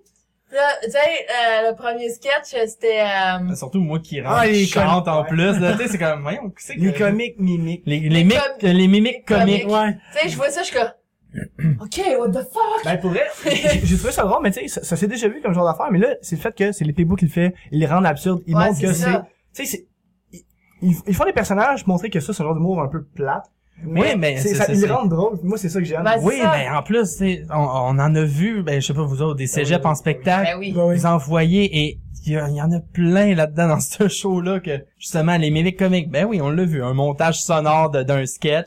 [SPEAKER 3] Là, tu sais, euh, le premier sketch, euh, c'était... euh,
[SPEAKER 4] Mais Surtout moi qui rentre,
[SPEAKER 2] Ah, les
[SPEAKER 4] qui chante
[SPEAKER 2] comiques,
[SPEAKER 4] en
[SPEAKER 2] ouais.
[SPEAKER 4] plus. là, Tu sais, c'est comme, voyons, qui c'est que-
[SPEAKER 2] les comiques mimiques.
[SPEAKER 4] Les, les, mic-
[SPEAKER 3] com-
[SPEAKER 4] les mimiques
[SPEAKER 3] les
[SPEAKER 4] comiques.
[SPEAKER 3] comiques.
[SPEAKER 1] Ouais.
[SPEAKER 3] Tu sais, je vois ça, je suis comme... OK, what the fuck?
[SPEAKER 2] Ben pour vrai, j'ai j'ai trouvé ça drôle, mais tu sais, ça, ça s'est déjà vu comme genre d'affaire, mais là, c'est le fait que c'est les Playbook qui le fait, ils les rendent absurdes, ils
[SPEAKER 3] Ouais,
[SPEAKER 2] montrent
[SPEAKER 3] c'est
[SPEAKER 2] que c'est.
[SPEAKER 3] ça.
[SPEAKER 2] Tu sais, c'est. Ils, ils ils font des personnages montrer que ça, c'est un genre d'humour un peu plate.
[SPEAKER 4] Oui, mais
[SPEAKER 2] c'est-
[SPEAKER 4] c'est-
[SPEAKER 2] ça,
[SPEAKER 4] c'est-
[SPEAKER 2] ils les
[SPEAKER 4] c'est-
[SPEAKER 2] rendent drôles. Moi, c'est ça que j'aime.
[SPEAKER 3] Ben, c'est
[SPEAKER 4] Oui,
[SPEAKER 3] ça.
[SPEAKER 4] mais en plus, tu sais, on, on en a vu, ben, je sais pas vous autres, des cégeps en spectacle.
[SPEAKER 3] Ben oui.
[SPEAKER 1] Ben oui.
[SPEAKER 4] Vous en voyez et il y, a- il y en a plein là-dedans dans ce show-là que, justement, les mimiques comiques. Ben oui, on l'a vu. Un montage sonore de- d'un sketch.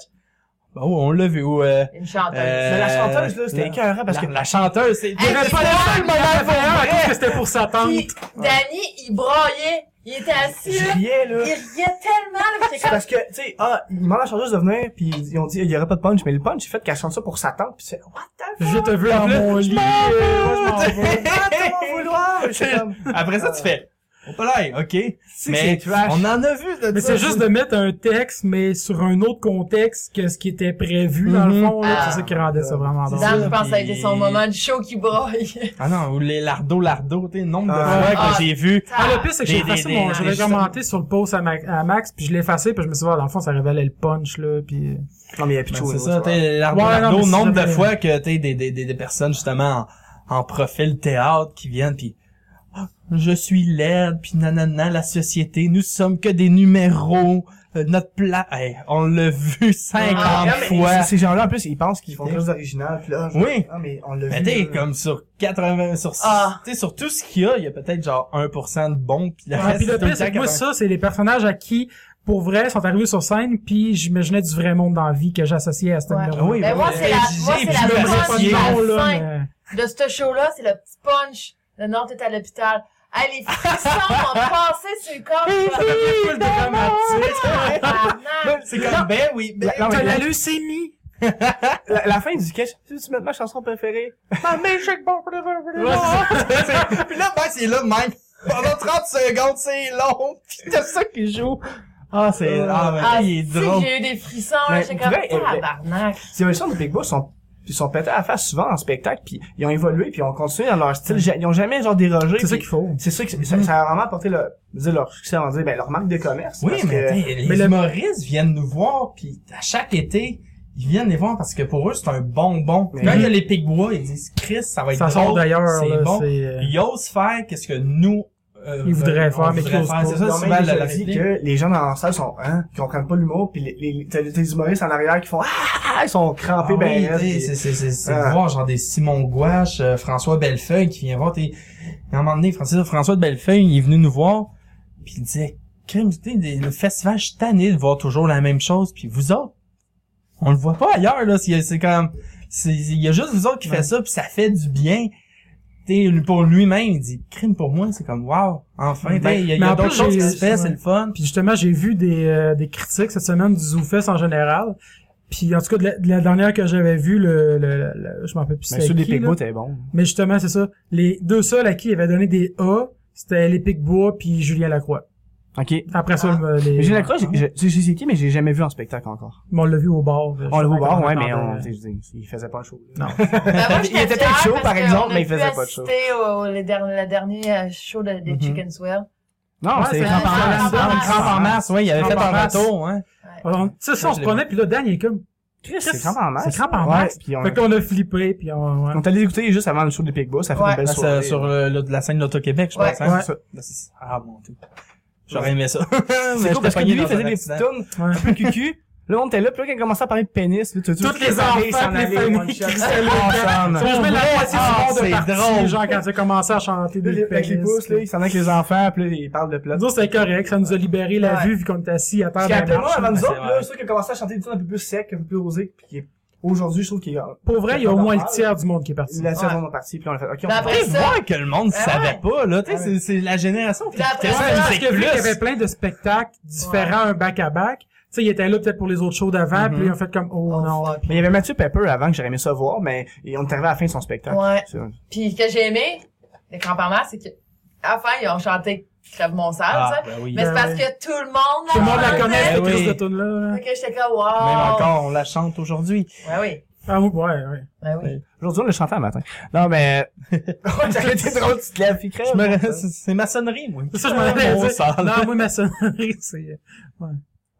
[SPEAKER 4] Ben oui, on l'a vu. Ou, euh,
[SPEAKER 3] Une chanteuse.
[SPEAKER 4] euh,
[SPEAKER 2] Mais la chanteuse, là, c'était
[SPEAKER 4] la-
[SPEAKER 2] écœurant parce
[SPEAKER 4] la-
[SPEAKER 2] que-
[SPEAKER 4] La chanteuse, c'est...
[SPEAKER 3] Hey,
[SPEAKER 1] J'aurais
[SPEAKER 3] il
[SPEAKER 1] pas
[SPEAKER 3] est
[SPEAKER 1] laissé le
[SPEAKER 3] drôle,
[SPEAKER 1] moment faire, à cause que c'était pour sa tante.
[SPEAKER 3] Puis, Danny, il braillait. Il était assis,
[SPEAKER 2] Je
[SPEAKER 3] là.
[SPEAKER 2] riais, là.
[SPEAKER 3] Il riait tellement, là. J'étais
[SPEAKER 2] C'est
[SPEAKER 3] comme...
[SPEAKER 2] parce que, tu sais, ah, ils demandent à la chanteuse de venir, puis ils ont dit, il y aurait pas de punch, mais le punch, c'est fait qu'elle chante ça pour sa tante, puis c'est, what the fuck?
[SPEAKER 1] Je te veux dans mon lit. euh, moi, je m'en vais.
[SPEAKER 2] Ah, comment vouloir? Je suis comme,
[SPEAKER 4] Après ça, tu fais... On peut l'air, ok.
[SPEAKER 2] c'est que
[SPEAKER 4] Mais
[SPEAKER 2] c'est trash.
[SPEAKER 4] on en a vu de
[SPEAKER 1] Mais
[SPEAKER 4] ça.
[SPEAKER 1] c'est juste de mettre un texte, mais sur un autre contexte que ce qui était prévu, dans le
[SPEAKER 2] Mm-hmm.
[SPEAKER 4] Mhm.
[SPEAKER 1] fond, là.
[SPEAKER 3] Ah.
[SPEAKER 1] C'est ça qui rendait ça vraiment drôle.
[SPEAKER 3] Dan, je pense que ça a
[SPEAKER 4] Puis-
[SPEAKER 3] été son moment du show qui braille.
[SPEAKER 4] Ah non, ou les lardos, lardos, tu sais, le nombre de
[SPEAKER 2] Ah.
[SPEAKER 4] fois que
[SPEAKER 3] Ah.
[SPEAKER 4] j'ai vu.
[SPEAKER 1] Ah, le pire, c'est que j'ai
[SPEAKER 4] Des-
[SPEAKER 1] effacé
[SPEAKER 4] des-
[SPEAKER 1] mon,
[SPEAKER 4] des-
[SPEAKER 1] j'avais
[SPEAKER 4] des-
[SPEAKER 1] commenté sur le post à, Ma- à Max, puis je l'ai effacé, puis je me suis dit, ah, dans le fond, ça révélait le punch, là, puis...
[SPEAKER 2] Non, mais il y a plus de
[SPEAKER 4] Ben,
[SPEAKER 2] show,
[SPEAKER 4] c'est
[SPEAKER 2] là,
[SPEAKER 4] ça,
[SPEAKER 2] tu vois.
[SPEAKER 4] t'es les lardos,
[SPEAKER 1] Ouais, non,
[SPEAKER 4] lardos,
[SPEAKER 1] mais c'est
[SPEAKER 4] nombre
[SPEAKER 1] ça,
[SPEAKER 4] de
[SPEAKER 1] mais-
[SPEAKER 4] fois que t'es des, des, des, des personnes justement en, en profil théâtre qui viennent puis Ah, je suis laide puis nanana la société, nous sommes que des numéros, euh, notre plat, Hey, on l'a vu 50
[SPEAKER 3] Ah,
[SPEAKER 2] Ah, mais
[SPEAKER 4] fois.
[SPEAKER 2] ces- Ces gens-là, en plus, ils pensent qu'ils font
[SPEAKER 4] Oui.
[SPEAKER 2] quelque chose d'original, puis là, je-
[SPEAKER 4] Oui.
[SPEAKER 2] Ah, mais on l'a
[SPEAKER 4] Mais
[SPEAKER 2] vu.
[SPEAKER 4] t'es
[SPEAKER 2] là.
[SPEAKER 4] comme sur 80 sur
[SPEAKER 3] Ah.
[SPEAKER 4] tu sais sur tout ce qu'il y a, il y a peut-être genre 1% de bon puis le
[SPEAKER 1] Ah,
[SPEAKER 4] reste
[SPEAKER 1] puis le
[SPEAKER 4] tout le
[SPEAKER 1] pire, c'est
[SPEAKER 4] temps
[SPEAKER 1] que moi,
[SPEAKER 4] 80.
[SPEAKER 1] ça, c'est les personnages à qui, pour vrai, sont arrivés sur scène, puis j'imaginais du vrai monde dans la vie que j'associais à ce
[SPEAKER 3] Ouais.
[SPEAKER 1] numéro.
[SPEAKER 4] oui,
[SPEAKER 3] Ben, moi, c'est la- moi, c'est
[SPEAKER 1] Je me
[SPEAKER 3] la
[SPEAKER 1] rappelle pas
[SPEAKER 3] première-
[SPEAKER 1] de nom, là,
[SPEAKER 3] Cinq.
[SPEAKER 1] mais-
[SPEAKER 3] de ce show-là, c'est le petit punch. Le nom t'es à l'hôpital. Ah, les frissons ont passé sur le corps. Je suis comme, Tabarnak.
[SPEAKER 4] C'est comme ben oui, ben,
[SPEAKER 2] Non, mais
[SPEAKER 1] T'as la
[SPEAKER 2] la-
[SPEAKER 1] leucémie!
[SPEAKER 2] La, la fin du sketch, c'est tu mets ma chanson préférée. Ma main shake bon, blablabla.
[SPEAKER 4] Puis là, ben, c'est là de même. Pendant 30 secondes, c'est long. Pis t'as ça qui joue. Ah, c'est,
[SPEAKER 2] Euh,
[SPEAKER 4] ah, ben,
[SPEAKER 3] Ah,
[SPEAKER 4] il est
[SPEAKER 3] si,
[SPEAKER 4] drôle.
[SPEAKER 3] j'ai eu des frissons,
[SPEAKER 2] Mais
[SPEAKER 3] là, j'étais comme,
[SPEAKER 2] tu vois, elle-
[SPEAKER 3] tabarnak.
[SPEAKER 2] Ces évolutions de Big Boss sont ils sont pétés à la face souvent en spectacle puis ils ont évolué puis ils ont continué dans leur style Ja- ils ont jamais genre dérogé
[SPEAKER 1] C'est ça
[SPEAKER 2] puis
[SPEAKER 1] qu'il faut.
[SPEAKER 2] c'est ça que
[SPEAKER 4] Mhm.
[SPEAKER 2] ça, ça a vraiment apporté leur je veux dire, leur succès on va dire ben leur marque de commerce
[SPEAKER 4] Oui,
[SPEAKER 2] parce
[SPEAKER 4] mais,
[SPEAKER 2] que,
[SPEAKER 4] t'sais, les
[SPEAKER 1] mais le-
[SPEAKER 4] humoristes viennent nous voir, puis à chaque été, ils viennent les voir parce que pour eux, c'est un bonbon.
[SPEAKER 2] Mais-
[SPEAKER 4] Quand il y a les pics bois, ils disent, Chris, ça va être
[SPEAKER 1] Ça
[SPEAKER 4] drôle,
[SPEAKER 1] sort d'ailleurs,
[SPEAKER 4] c'est
[SPEAKER 1] là,
[SPEAKER 4] bon.
[SPEAKER 1] c'est... euh,
[SPEAKER 4] Ils osent faire qu'est-ce que nous, euh,
[SPEAKER 1] Ils voudraient
[SPEAKER 4] on
[SPEAKER 1] faire, mais
[SPEAKER 4] voudrait
[SPEAKER 1] qu'ils
[SPEAKER 4] faire.
[SPEAKER 1] osent pas.
[SPEAKER 4] C'est ça,
[SPEAKER 2] Non,
[SPEAKER 4] c'est
[SPEAKER 2] mais
[SPEAKER 4] mal la
[SPEAKER 2] j'ai
[SPEAKER 4] la
[SPEAKER 2] dit
[SPEAKER 4] réplique.
[SPEAKER 2] que les gens dans la salle sont, hein, qui comprennent pas l'humour, pis les, les, t'as t'as des humoristes en arrière qui font, ah, ah, ah, ils sont
[SPEAKER 4] Ah
[SPEAKER 2] crampés,
[SPEAKER 4] oui,
[SPEAKER 2] ben,
[SPEAKER 4] t'sais,
[SPEAKER 2] restes,
[SPEAKER 4] c'est c'est c'est c'est
[SPEAKER 2] Ah.
[SPEAKER 4] de voir genre des Simon Gouache, euh, François Bellefeuille qui vient voir t'es à un moment donné Francis- François de Bellefeuille, il est venu nous voir puis il disait crime t'sais, des- le festival je suis tanné de voir toujours la même chose puis vous autres on le voit pas ailleurs là c'est c'est comme c'est il y a juste vous autres qui fait ça puis ça fait du bien T'sais, pour lui-même il dit crime pour moi c'est comme wow
[SPEAKER 1] Ben,
[SPEAKER 4] enfin t'sais, il y a, il y
[SPEAKER 1] mais
[SPEAKER 4] a
[SPEAKER 1] en
[SPEAKER 4] d'autres
[SPEAKER 1] plus,
[SPEAKER 4] choses qui
[SPEAKER 1] j'ai-
[SPEAKER 4] se fait c'est
[SPEAKER 1] ouais.
[SPEAKER 4] le fun
[SPEAKER 1] Puis justement, j'ai vu des, euh, des critiques cette semaine du ZooFest en général. Puis en tout cas, de la, de la dernière que j'avais vue, le, le, le- je m'en rappelle plus
[SPEAKER 2] Mais
[SPEAKER 1] c'était
[SPEAKER 4] Ben,
[SPEAKER 2] ben, ceux des
[SPEAKER 1] qui, là.
[SPEAKER 2] Pigbois, t'es bon.
[SPEAKER 1] Mais justement, c'est ça. Les deux seuls à qui il avait donné des A, c'était les Picbois puis Julien Lacroix.
[SPEAKER 2] Ok. Ah. Mais
[SPEAKER 1] Après ça, le- les...
[SPEAKER 2] j'ai la croix, j'ai, j'ai- j'ai- j'ai qui, mais j'ai jamais vu en spectacle encore.
[SPEAKER 1] Mais on l'a vu au bar. euh,
[SPEAKER 2] On le voit, voir, ouais, mais on,
[SPEAKER 1] on...
[SPEAKER 2] t'sais, je veux dire, il faisait pas chaud. là.
[SPEAKER 1] Non.
[SPEAKER 3] Ben, moi,
[SPEAKER 2] Il
[SPEAKER 3] j'étais
[SPEAKER 2] était
[SPEAKER 3] fière
[SPEAKER 2] peut-être chaud,
[SPEAKER 3] parce
[SPEAKER 2] par
[SPEAKER 3] qu'on
[SPEAKER 2] exemple, mais
[SPEAKER 3] a
[SPEAKER 2] il
[SPEAKER 3] pu
[SPEAKER 2] faisait pas de show.
[SPEAKER 3] assister au, les derniers, la dernière show de, des
[SPEAKER 4] Mhm.
[SPEAKER 3] Chicken Swell.
[SPEAKER 2] Non,
[SPEAKER 1] Ouais,
[SPEAKER 2] c'est
[SPEAKER 1] c'est-
[SPEAKER 2] crampé en
[SPEAKER 3] c'est-
[SPEAKER 2] masse.
[SPEAKER 3] c'est-
[SPEAKER 2] Non,
[SPEAKER 4] Ah,
[SPEAKER 2] mais
[SPEAKER 4] le crampe
[SPEAKER 2] crampé en
[SPEAKER 4] en
[SPEAKER 2] masse.
[SPEAKER 4] masse, ouais, il avait fait
[SPEAKER 1] Crampe en
[SPEAKER 4] un
[SPEAKER 1] masse.
[SPEAKER 4] retour, hein.
[SPEAKER 1] on- Ah, Ça, ça, on
[SPEAKER 4] Je
[SPEAKER 1] se
[SPEAKER 4] l'ai
[SPEAKER 1] prenait, puis là, Dan, il est comme...
[SPEAKER 2] C'est crampé en masse.
[SPEAKER 1] C'est crampe en masse.
[SPEAKER 2] Ouais, puis on,
[SPEAKER 1] Fait que là, on a flippé, puis on... ouais.
[SPEAKER 2] on t'a écouter juste avant le show des Pigbois, ça euh, fait
[SPEAKER 3] Ouais.
[SPEAKER 2] une belle
[SPEAKER 4] Ah,
[SPEAKER 2] soirée.
[SPEAKER 4] c'est sur le- le- la scène d'Auto-Québec, je
[SPEAKER 3] Ouais.
[SPEAKER 4] pense. hein?
[SPEAKER 1] Ouais.
[SPEAKER 4] C'est ça. Là, c'est- Ah, mon dieu. J'aurais
[SPEAKER 2] Ouais.
[SPEAKER 4] aimé ça.
[SPEAKER 2] C'est cool parce que lui, il faisait des petites
[SPEAKER 4] tours.
[SPEAKER 2] tunes,
[SPEAKER 1] Ouais.
[SPEAKER 2] un peu cucu. Là, on était là, puis là, quand il commençait à parler de pénis, là, tu
[SPEAKER 1] Toutes les enfants, les familles qui se
[SPEAKER 2] ensemble.
[SPEAKER 1] On jouait la moitié
[SPEAKER 2] Ah,
[SPEAKER 1] du bord de
[SPEAKER 2] c'est
[SPEAKER 1] partie,
[SPEAKER 2] drôle.
[SPEAKER 1] genre, quand tu as commencé à chanter des
[SPEAKER 2] Là, les- Avec les
[SPEAKER 1] pénis,
[SPEAKER 2] pouces, là, il s'en va avec les enfants, puis là, il parle de plot.
[SPEAKER 1] Nous autres, c'était correct, ça nous a libéré la
[SPEAKER 3] Ouais.
[SPEAKER 1] vue, vu qu'on était assis à terre
[SPEAKER 2] Puis
[SPEAKER 1] d'un
[SPEAKER 2] après,
[SPEAKER 1] marche.
[SPEAKER 2] avant nous
[SPEAKER 4] c'est
[SPEAKER 2] autres, là,
[SPEAKER 4] vrai.
[SPEAKER 2] ceux qui ont commencé à chanter des tunes un peu plus secs, un peu plus rosés, puis qui est- aujourd'hui, je trouve qu'il y a
[SPEAKER 1] Pour vrai, il y a au moins le tiers du monde qui est parti.
[SPEAKER 2] la
[SPEAKER 3] Ouais.
[SPEAKER 2] saison de partie, puis on a fait, ok, on
[SPEAKER 3] Mais
[SPEAKER 2] va
[SPEAKER 3] après,
[SPEAKER 4] Tu
[SPEAKER 3] ça.
[SPEAKER 4] vois que le monde
[SPEAKER 3] Ah,
[SPEAKER 4] savait
[SPEAKER 3] ouais.
[SPEAKER 4] pas, là. Tu
[SPEAKER 2] Ah,
[SPEAKER 4] sais, c'est- c'est la génération qui
[SPEAKER 3] Puis après,
[SPEAKER 4] écoutait
[SPEAKER 3] ça,
[SPEAKER 4] ça, la
[SPEAKER 1] Parce
[SPEAKER 4] musique
[SPEAKER 1] que vu qu'il y
[SPEAKER 4] plus.
[SPEAKER 1] avait plein de spectacles différents, un back-à-back, tu sais, ils étaient là peut-être pour les autres shows d'avant,
[SPEAKER 4] Mhm.
[SPEAKER 1] puis ils ont fait comme, oh
[SPEAKER 3] Oh,
[SPEAKER 1] non.
[SPEAKER 3] fuck.
[SPEAKER 2] Mais il y avait Mathieu Pepper avant que j'aurais aimé ça voir, mais et on est arrivé à la fin de son spectacle.
[SPEAKER 3] Ouais.
[SPEAKER 2] C'est-
[SPEAKER 3] Puis ce que j'ai aimé, les crampes en masse, c'est que, à la fin, ils ont chanté Crève mon sale,
[SPEAKER 4] Ah,
[SPEAKER 3] ça.
[SPEAKER 4] ben oui.
[SPEAKER 3] Mais
[SPEAKER 4] Même
[SPEAKER 1] ben
[SPEAKER 3] c'est parce
[SPEAKER 1] oui.
[SPEAKER 3] que tout le monde
[SPEAKER 1] Tout le monde la connaît,
[SPEAKER 2] Ben
[SPEAKER 1] cette
[SPEAKER 4] oui.
[SPEAKER 1] crise de tune là
[SPEAKER 3] Fait que j'étais comme, wow.
[SPEAKER 4] encore, on la chante aujourd'hui.
[SPEAKER 3] Ouais, oui.
[SPEAKER 1] Ah oui, ouais, ouais.
[SPEAKER 3] Ouais, oui.
[SPEAKER 2] Aujourd'hui, on le chantait un matin. Non, mais, j'aurais été drôle, tu te lèves, il crève.
[SPEAKER 4] Je me- c'est- C'est maçonnerie, moi.
[SPEAKER 1] C'est ça, je m'en allais
[SPEAKER 4] Mon
[SPEAKER 1] dire.
[SPEAKER 4] sale.
[SPEAKER 1] Non, moi, ma sonnerie, c'est... euh,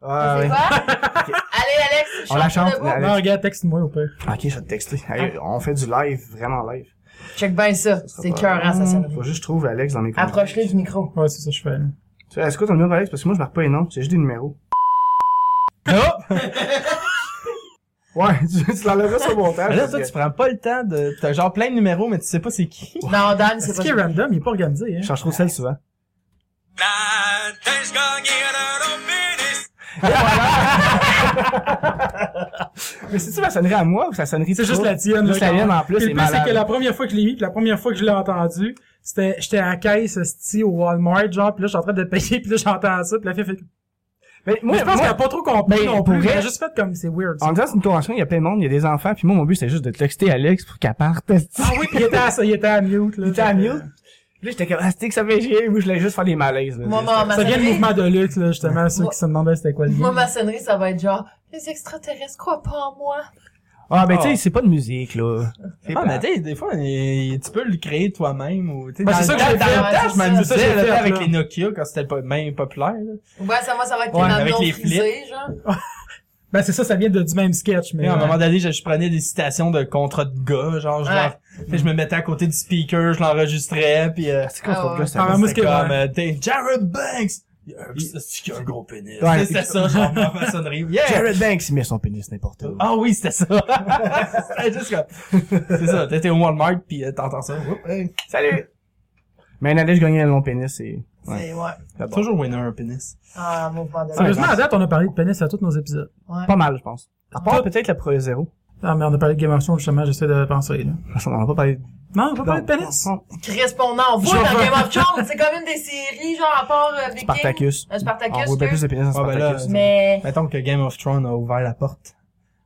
[SPEAKER 2] Ah,
[SPEAKER 3] C'est
[SPEAKER 2] ouais.
[SPEAKER 3] quoi? Allez, Alex,
[SPEAKER 2] On la
[SPEAKER 3] chante
[SPEAKER 2] chante,
[SPEAKER 3] debout.
[SPEAKER 2] la-
[SPEAKER 1] Non, regarde, texte-moi au pire.
[SPEAKER 2] Ok, je vais te texter. Allez, on fait du live, vraiment live.
[SPEAKER 3] Check bien ça.
[SPEAKER 2] sera
[SPEAKER 3] C'est
[SPEAKER 2] pas-
[SPEAKER 3] cœur, hein, ça sonnerie.
[SPEAKER 2] Faut juste trouver Alex dans mes contacts.
[SPEAKER 3] Approche-le du micro.
[SPEAKER 1] Ouais, c'est ça que je fais. là.
[SPEAKER 2] Tu sais, Est-ce que t'as le numéro Alex? Parce que moi, je marque pas les noms, c'est juste des numéros.
[SPEAKER 4] Hop!
[SPEAKER 2] Ouais, tu, tu l'enlèveras sur le montage.
[SPEAKER 4] Là,
[SPEAKER 2] parce
[SPEAKER 4] toi,
[SPEAKER 2] que
[SPEAKER 4] tu prends pas le temps de, t'as genre plein de numéros, mais tu sais pas c'est qui.
[SPEAKER 3] Non, Dan, c'est
[SPEAKER 1] Ce
[SPEAKER 3] pas
[SPEAKER 1] qui est random, il est pas organisé, hein.
[SPEAKER 2] Je change trop de sel souvent. Mais c'est-tu ma sonnerie à moi ou sa sonnerie
[SPEAKER 1] C'est juste la tienne.
[SPEAKER 2] Juste
[SPEAKER 1] là,
[SPEAKER 2] la
[SPEAKER 1] quand
[SPEAKER 2] mienne,
[SPEAKER 1] même.
[SPEAKER 2] en plus,
[SPEAKER 1] Puis
[SPEAKER 2] c'est
[SPEAKER 1] Le pire, c'est
[SPEAKER 2] malade.
[SPEAKER 1] que la première fois que je l'ai eu, puis la première fois que je l'ai entendu, c'était, j'étais à la caisse, esti, au Walmart, genre, puis là, je suis en train de payer, puis là, j'entends ça, puis la fille fait...
[SPEAKER 2] Mais moi,
[SPEAKER 1] Moi, je pense qu'elle a
[SPEAKER 2] moi,
[SPEAKER 1] pas trop compris
[SPEAKER 2] Ben,
[SPEAKER 1] non
[SPEAKER 2] pour
[SPEAKER 1] plus,
[SPEAKER 2] vrai-
[SPEAKER 1] elle a juste fait comme, c'est weird. ça.
[SPEAKER 2] en disant c'est une convention, il y a plein de monde, il y a des enfants, puis moi, mon but, c'est juste de texter Alex pour qu'elle parte.
[SPEAKER 1] Ah oui, puis il était à, il était à mute, là.
[SPEAKER 2] Il était à mute. Là, j'étais comme, ah, c'était que ça fait chier. Moi, je voulais juste faire des malaises, là.
[SPEAKER 3] Moi, ma- ma
[SPEAKER 1] Ça vient le
[SPEAKER 3] sonnerie-
[SPEAKER 1] mouvement de lutte, là, justement, ceux
[SPEAKER 3] Moi-
[SPEAKER 1] qui se demandaient c'était quoi le
[SPEAKER 3] Moi,
[SPEAKER 1] lien.
[SPEAKER 3] ma sonnerie, ça va être genre, les extraterrestres croient pas en moi.
[SPEAKER 2] Ah, ben,
[SPEAKER 4] Ah.
[SPEAKER 2] tu sais, c'est pas de musique, là. C'est
[SPEAKER 4] Ah,
[SPEAKER 2] pas-
[SPEAKER 4] mais tu sais, des fois, il- tu peux le créer toi-même ou, tu sais,
[SPEAKER 1] Ben,
[SPEAKER 4] dans
[SPEAKER 1] c'est
[SPEAKER 4] le
[SPEAKER 1] ça que j'ai
[SPEAKER 4] temps-
[SPEAKER 1] fait.
[SPEAKER 4] dans le temps,
[SPEAKER 3] Ouais,
[SPEAKER 4] je
[SPEAKER 3] c'est ça.
[SPEAKER 1] C'est ça que
[SPEAKER 4] m'amusais,
[SPEAKER 1] j'ai
[SPEAKER 4] là,
[SPEAKER 1] fait,
[SPEAKER 4] avec
[SPEAKER 1] là.
[SPEAKER 4] les Nokia quand c'était pas même populaire, là.
[SPEAKER 3] Ouais, ça, moi, ça va être
[SPEAKER 4] Ouais,
[SPEAKER 3] les
[SPEAKER 4] avec
[SPEAKER 3] avec
[SPEAKER 4] les
[SPEAKER 3] les frisés, genre.
[SPEAKER 1] Ben, c'est ça, ça vient de, du même sketch, mais.
[SPEAKER 4] Mais à un
[SPEAKER 1] euh,
[SPEAKER 4] moment donné, je, je prenais des citations de contrats de gars, genre je,
[SPEAKER 3] Ouais.
[SPEAKER 4] leur- tu sais, je me mettais à côté du speaker, je l'enregistrais, puis euh,
[SPEAKER 2] C'est quoi,
[SPEAKER 3] Ah,
[SPEAKER 2] faut que
[SPEAKER 3] ouais.
[SPEAKER 2] là,
[SPEAKER 1] Ah,
[SPEAKER 2] ça
[SPEAKER 1] ben, moi, ce
[SPEAKER 4] c'était
[SPEAKER 1] que-
[SPEAKER 4] comme euh, t'es Jared Banks. Il y a un- C'est qui a un gros pénis.
[SPEAKER 2] Ouais.
[SPEAKER 4] C'était ça, genre ma maçonnerie. Yeah!
[SPEAKER 2] Jared Banks, il met son pénis n'importe où.
[SPEAKER 4] Ah oui, c'était ça. c'était juste comme... C'est ça, t'étais au Walmart, puis euh, t'entends ça. Oups, hey.
[SPEAKER 2] Salut! Mais un Alex gagnait le long pénis, c'est... Ouais.
[SPEAKER 3] C'est, ouais.
[SPEAKER 2] c'est bon.
[SPEAKER 4] Toujours winner un pénis.
[SPEAKER 3] Ah, mouvement de
[SPEAKER 1] Sérieusement,
[SPEAKER 2] Ouais,
[SPEAKER 1] à date, on a parlé de pénis à tous nos épisodes.
[SPEAKER 3] Ouais.
[SPEAKER 2] Pas mal, je pense. À part
[SPEAKER 1] Tout-
[SPEAKER 2] peut-être le Pro Zero.
[SPEAKER 1] Ah, mais on a parlé de Game of Thrones, justement, j'essaie de penser, là.
[SPEAKER 2] On en a pas parlé.
[SPEAKER 1] Non, on va parler de
[SPEAKER 2] Non.
[SPEAKER 1] pénis.
[SPEAKER 2] Non.
[SPEAKER 3] Correspondant, vous,
[SPEAKER 1] Je
[SPEAKER 3] dans
[SPEAKER 1] veux-
[SPEAKER 3] Game of Thrones, c'est comme une des séries, genre, à part euh, Viking.
[SPEAKER 2] Spartacus.
[SPEAKER 3] Un Spartacus,
[SPEAKER 2] On voit bien
[SPEAKER 3] que-
[SPEAKER 2] plus de pénis en
[SPEAKER 4] Ah, ben là,
[SPEAKER 2] Spartacus.
[SPEAKER 3] Mais,
[SPEAKER 4] Mettons que Game of Thrones a ouvert la porte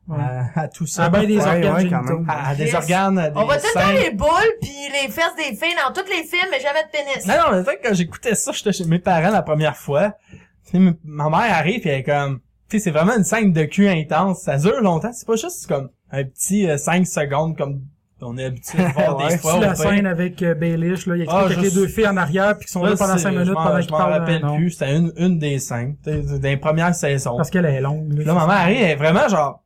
[SPEAKER 1] Ouais.
[SPEAKER 4] à, à tout ça.
[SPEAKER 1] Ah, ben, des
[SPEAKER 2] Ouais,
[SPEAKER 1] organes
[SPEAKER 2] ouais, quand
[SPEAKER 1] génitaux.
[SPEAKER 2] même.
[SPEAKER 4] à, à des
[SPEAKER 3] Chris.
[SPEAKER 4] organes, à des
[SPEAKER 3] on voit tout le temps
[SPEAKER 4] seins.
[SPEAKER 3] les boules pis les fesses des filles dans tous les films, mais jamais de pénis.
[SPEAKER 4] Non, non, mais tu sais, quand j'écoutais ça, j'étais chez mes parents la première fois. Tu sais, m- ma mère arrive et elle est comme, tu sais, c'est vraiment une scène de cul intense. Ça dure longtemps. C'est pas juste comme un petit 5 secondes comme on est habitué à voir des
[SPEAKER 2] Ouais,
[SPEAKER 4] fois.
[SPEAKER 1] Si
[SPEAKER 4] au
[SPEAKER 1] la
[SPEAKER 4] pire.
[SPEAKER 1] scène avec euh, Baelish, là, il explique
[SPEAKER 4] Ah,
[SPEAKER 1] avec
[SPEAKER 4] juste-
[SPEAKER 1] les deux filles en arrière, puis qui sont là
[SPEAKER 4] Là,
[SPEAKER 1] pendant
[SPEAKER 4] c'est-
[SPEAKER 1] 5
[SPEAKER 4] je
[SPEAKER 1] minutes
[SPEAKER 4] m'en-
[SPEAKER 1] pendant
[SPEAKER 4] Je
[SPEAKER 1] qu'ils
[SPEAKER 4] m'en
[SPEAKER 1] parlent.
[SPEAKER 4] rappelle
[SPEAKER 1] non.
[SPEAKER 4] plus. C'était une, une des scènes, tu sais, des premières saisons.
[SPEAKER 1] Parce qu'elle est longue,
[SPEAKER 4] Puis Là, ma mère arrive, elle est vraiment genre,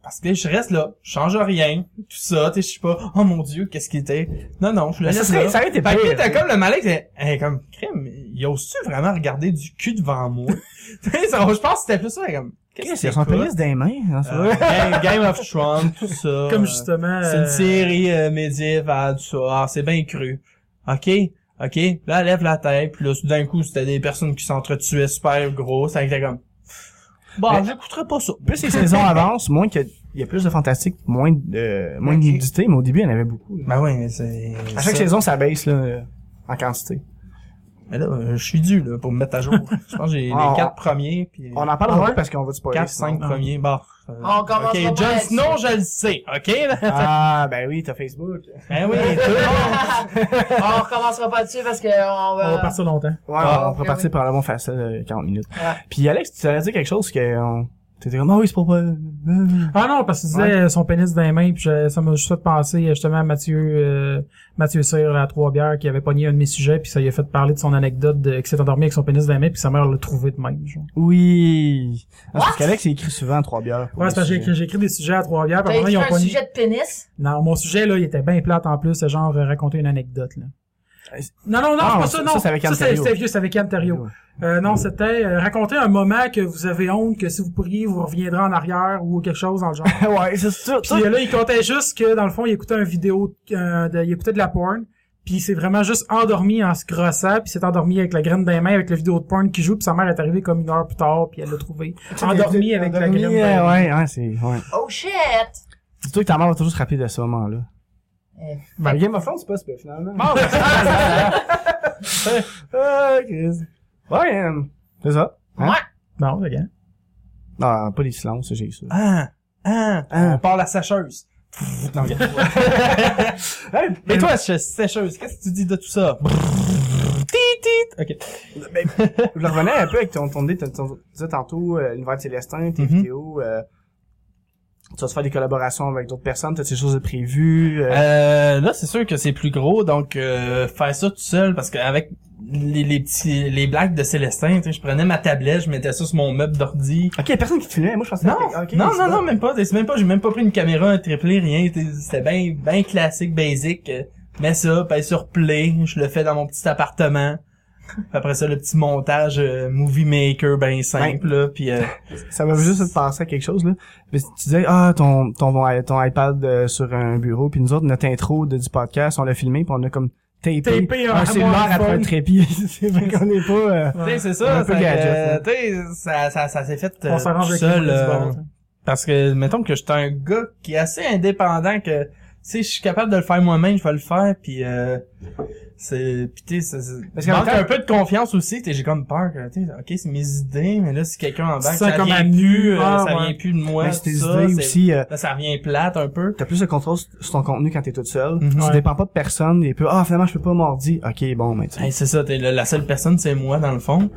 [SPEAKER 4] parce que je reste là, je change rien, tout ça, tu sais, je suis pas, oh mon dieu, qu'est-ce qu'il était. Non, non, je le
[SPEAKER 2] Mais ça
[SPEAKER 4] laisse
[SPEAKER 2] serait-
[SPEAKER 4] là.
[SPEAKER 2] ça aurait été
[SPEAKER 4] Fait que
[SPEAKER 2] pire,
[SPEAKER 4] là, t'as
[SPEAKER 2] tu sais.
[SPEAKER 4] comme le malaise, elle elle est comme, crime, il ose-tu vraiment regarder du cul devant moi? Tu sais, ça, je pense que c'était plus ça, comme,
[SPEAKER 2] Qu'est-ce que c'est
[SPEAKER 4] son
[SPEAKER 2] son pénis des mains? hein,
[SPEAKER 4] Euh,
[SPEAKER 2] ça?
[SPEAKER 4] Game, Game of Thrones, tout ça.
[SPEAKER 1] Comme
[SPEAKER 4] Euh,
[SPEAKER 1] justement.
[SPEAKER 4] C'est une
[SPEAKER 1] euh,
[SPEAKER 4] série euh, médiévale, tout ça. Ah, c'est bien cru. OK? OK? Là, elle lève la tête, puis là, d'un coup, c'était des personnes qui s'entretuaient super gros. Ça était comme... Bon,
[SPEAKER 2] Mais-
[SPEAKER 4] j'écouterai pas ça.
[SPEAKER 2] Plus les saisons avancent, moins qu'il y a- il y a plus de fantastique, moins de, euh, moins de nudité, mais au début, il y en avait beaucoup.
[SPEAKER 4] Ben oui, mais c'est...
[SPEAKER 2] À chaque
[SPEAKER 4] ça.
[SPEAKER 2] saison, ça baisse, là, euh, en quantité.
[SPEAKER 4] Mais là, euh, je suis dû, là, pour me mettre à jour. je pense que j'ai
[SPEAKER 2] Ah,
[SPEAKER 4] les
[SPEAKER 2] on-
[SPEAKER 4] quatre premiers, puis... euh,
[SPEAKER 2] On en parlera
[SPEAKER 1] Ah ouais?
[SPEAKER 2] pas parce qu'on va du spoiler.
[SPEAKER 4] 4,
[SPEAKER 2] sinon.
[SPEAKER 4] 5 premiers, bah... euh,
[SPEAKER 3] On commence pas
[SPEAKER 4] OK,
[SPEAKER 3] par
[SPEAKER 4] Jon
[SPEAKER 3] là-dessus.
[SPEAKER 4] Snow, je le sais, OK? là?
[SPEAKER 2] Ah, ben oui, t'as Facebook. Ouais,
[SPEAKER 4] ben oui, tout le monde...
[SPEAKER 3] on recommencera pas dessus parce que on
[SPEAKER 1] euh, On
[SPEAKER 3] va.
[SPEAKER 1] va partir longtemps.
[SPEAKER 2] Ah, on pourrait
[SPEAKER 3] ok,
[SPEAKER 2] partir
[SPEAKER 3] oui.
[SPEAKER 2] par le bon facile, euh, 40 minutes.
[SPEAKER 3] Ouais.
[SPEAKER 2] Puis Alex, tu t'avais dit quelque chose que, euh, t'étais comme, ah oui, c'est pour pas...
[SPEAKER 1] Ah non, parce que tu disais euh, son pénis dans les mains, puis je- ça m'a juste fait penser euh, justement à Mathieu, euh, Mathieu Cyr à Trois-Bières qui avait pogné un de mes sujets, puis ça lui a fait parler de son anecdote de, qu'il s'est endormi avec son pénis dans les mains, puis sa mère l'a trouvé de même. Genre.
[SPEAKER 2] Oui. Ah, c'est parce qu'Alex, il écrit souvent en trois bières. pour
[SPEAKER 1] Ouais,
[SPEAKER 2] les
[SPEAKER 1] c'est parce que j'ai
[SPEAKER 2] sujets.
[SPEAKER 1] écrit- j'ai écrit des sujets à Trois-Bières, puis
[SPEAKER 3] T'as
[SPEAKER 1] à un moment,
[SPEAKER 3] écrit
[SPEAKER 1] ils ont
[SPEAKER 3] un
[SPEAKER 1] pogné-
[SPEAKER 3] sujet de pénis?
[SPEAKER 1] Non, mon sujet, là, il était bien plate en plus, c'est genre euh, raconter une anecdote, là.
[SPEAKER 2] Euh, c'est-
[SPEAKER 1] Non, non, non,
[SPEAKER 2] Ah,
[SPEAKER 1] c'est pas
[SPEAKER 2] ça,
[SPEAKER 1] ça, non.
[SPEAKER 2] ça, c'est avec Anne
[SPEAKER 1] c'était
[SPEAKER 2] Thériault.
[SPEAKER 1] c'était vieux, c'est avec Anne Thériault. Euh, non, c'était euh, raconter un moment que vous avez honte, que si vous pourriez, vous reviendrez en arrière ou quelque chose dans le genre.
[SPEAKER 2] ouais, c'est sûr.
[SPEAKER 1] Puis euh, là, il comptait juste que, dans le fond, il écoutait un vidéo, euh, de, il écoutait de la porn, puis il s'est vraiment juste endormi en se grossant, puis s'est endormi avec la graine des mains, avec la vidéo de porn qui joue, puis sa mère est arrivée comme une heure plus tard, puis elle l'a trouvé endormi avec la graine
[SPEAKER 2] Ouais,
[SPEAKER 1] des mains.
[SPEAKER 2] euh, ouais, ouais, c'est, ouais.
[SPEAKER 3] Oh shit!
[SPEAKER 2] Dis-toi que ta mère va toujours se rappeler de ce moment-là.
[SPEAKER 3] Eh.
[SPEAKER 2] Ben, Game of Thrones, c'est pas ce finalement.
[SPEAKER 4] ben,
[SPEAKER 2] Ah, Chris. Ouais, euh, c'est ça. Hein?
[SPEAKER 1] Non, regarde.
[SPEAKER 2] Non, pas les silences, j'ai eu ça.
[SPEAKER 4] Ah, ah,
[SPEAKER 2] Ah.
[SPEAKER 4] on parle à sacheuse. Non, regarde.
[SPEAKER 2] Hey,
[SPEAKER 4] Mais toi, ch- sécheuse, qu'est-ce que tu dis de tout ça? Tit, tit. Ok.
[SPEAKER 2] je revenais un peu avec ton, ton idée, tu tu disais tantôt, euh, l'univers de Célestin, tes
[SPEAKER 4] Mhm.
[SPEAKER 2] vidéos, euh, tu vas te faire des collaborations avec d'autres personnes, t'as ces choses de prévues, euh,
[SPEAKER 4] Euh, là, c'est sûr que c'est plus gros, donc euh, faire ça tout seul, parce qu'avec les, les petits les blagues de Célestin, tu sais, je prenais ma tablette, je mettais ça sur mon meuble d'ordi.
[SPEAKER 2] Ok, y a personne qui te filmait, moi je pensais...
[SPEAKER 4] Non,
[SPEAKER 2] ok,
[SPEAKER 4] non,
[SPEAKER 2] c'est
[SPEAKER 4] non,
[SPEAKER 2] bon.
[SPEAKER 4] non, même pas. C'est même pas. J'ai même pas pris une caméra, un triplé, rien. C'était- C'était bien, bien classique, basic. euh, Mets ça, paye sur play. Je le fais dans mon petit appartement. Puis Après ça, le petit montage euh, movie maker, ben simple. là, puis euh,
[SPEAKER 2] Ça m'a juste fait penser à quelque chose, là. Mais tu disais, ah, ton, ton, ton iPad euh, sur un bureau, puis nous autres, notre intro de, du podcast, on l'a filmé, puis on a comme tapé,
[SPEAKER 1] Tapé un-
[SPEAKER 2] un
[SPEAKER 1] à
[SPEAKER 2] cellulaire
[SPEAKER 1] mon
[SPEAKER 2] après un
[SPEAKER 1] iPhone.
[SPEAKER 2] trépied. c'est vrai qu'on est pas... euh,
[SPEAKER 1] Ouais.
[SPEAKER 4] Tu sais, c'est
[SPEAKER 2] Un
[SPEAKER 4] ça,
[SPEAKER 2] peu
[SPEAKER 4] ça,
[SPEAKER 2] gadget,
[SPEAKER 4] euh,
[SPEAKER 2] ouais.
[SPEAKER 4] tu sais, ça, ça, ça s'est fait euh,
[SPEAKER 1] On s'arrange
[SPEAKER 4] tout
[SPEAKER 1] avec
[SPEAKER 4] seul,
[SPEAKER 1] les
[SPEAKER 4] euh,
[SPEAKER 1] gens du bord, hein.
[SPEAKER 4] parce que mettons que j'étais un gars qui est assez indépendant que tu sais, je suis capable de le faire moi-même, je vais le faire puis euh, c'est puis tu sais, ça-
[SPEAKER 2] Parce
[SPEAKER 4] ça
[SPEAKER 2] qu'en
[SPEAKER 4] manque
[SPEAKER 2] même temps-
[SPEAKER 4] un peu de confiance aussi, tu sais, j'ai comme peur que tu sais, OK, c'est mes idées, mais là si quelqu'un en
[SPEAKER 1] Tu
[SPEAKER 4] banque
[SPEAKER 1] te
[SPEAKER 4] ça
[SPEAKER 1] sens comme
[SPEAKER 4] vient
[SPEAKER 1] à
[SPEAKER 4] plus,
[SPEAKER 1] nu,
[SPEAKER 4] euh,
[SPEAKER 1] ah,
[SPEAKER 4] ça
[SPEAKER 1] ouais.
[SPEAKER 4] vient plus de moi,
[SPEAKER 2] mais c'est
[SPEAKER 4] tout
[SPEAKER 2] tes
[SPEAKER 4] ça,
[SPEAKER 2] idées
[SPEAKER 4] c'est-
[SPEAKER 2] aussi... euh,
[SPEAKER 4] là ça revient plate un peu.
[SPEAKER 2] T'as plus de contrôle sur ton contenu quand t'es toute seule.
[SPEAKER 4] Mhm.
[SPEAKER 2] Tu
[SPEAKER 1] Ouais.
[SPEAKER 2] dépends pas de personne. Et puis, ah, finalement, je peux pas mardi. Ok, bon, mais tu sais.
[SPEAKER 4] Hey, c'est ça, t'es le- la seule personne, c'est moi dans le fond.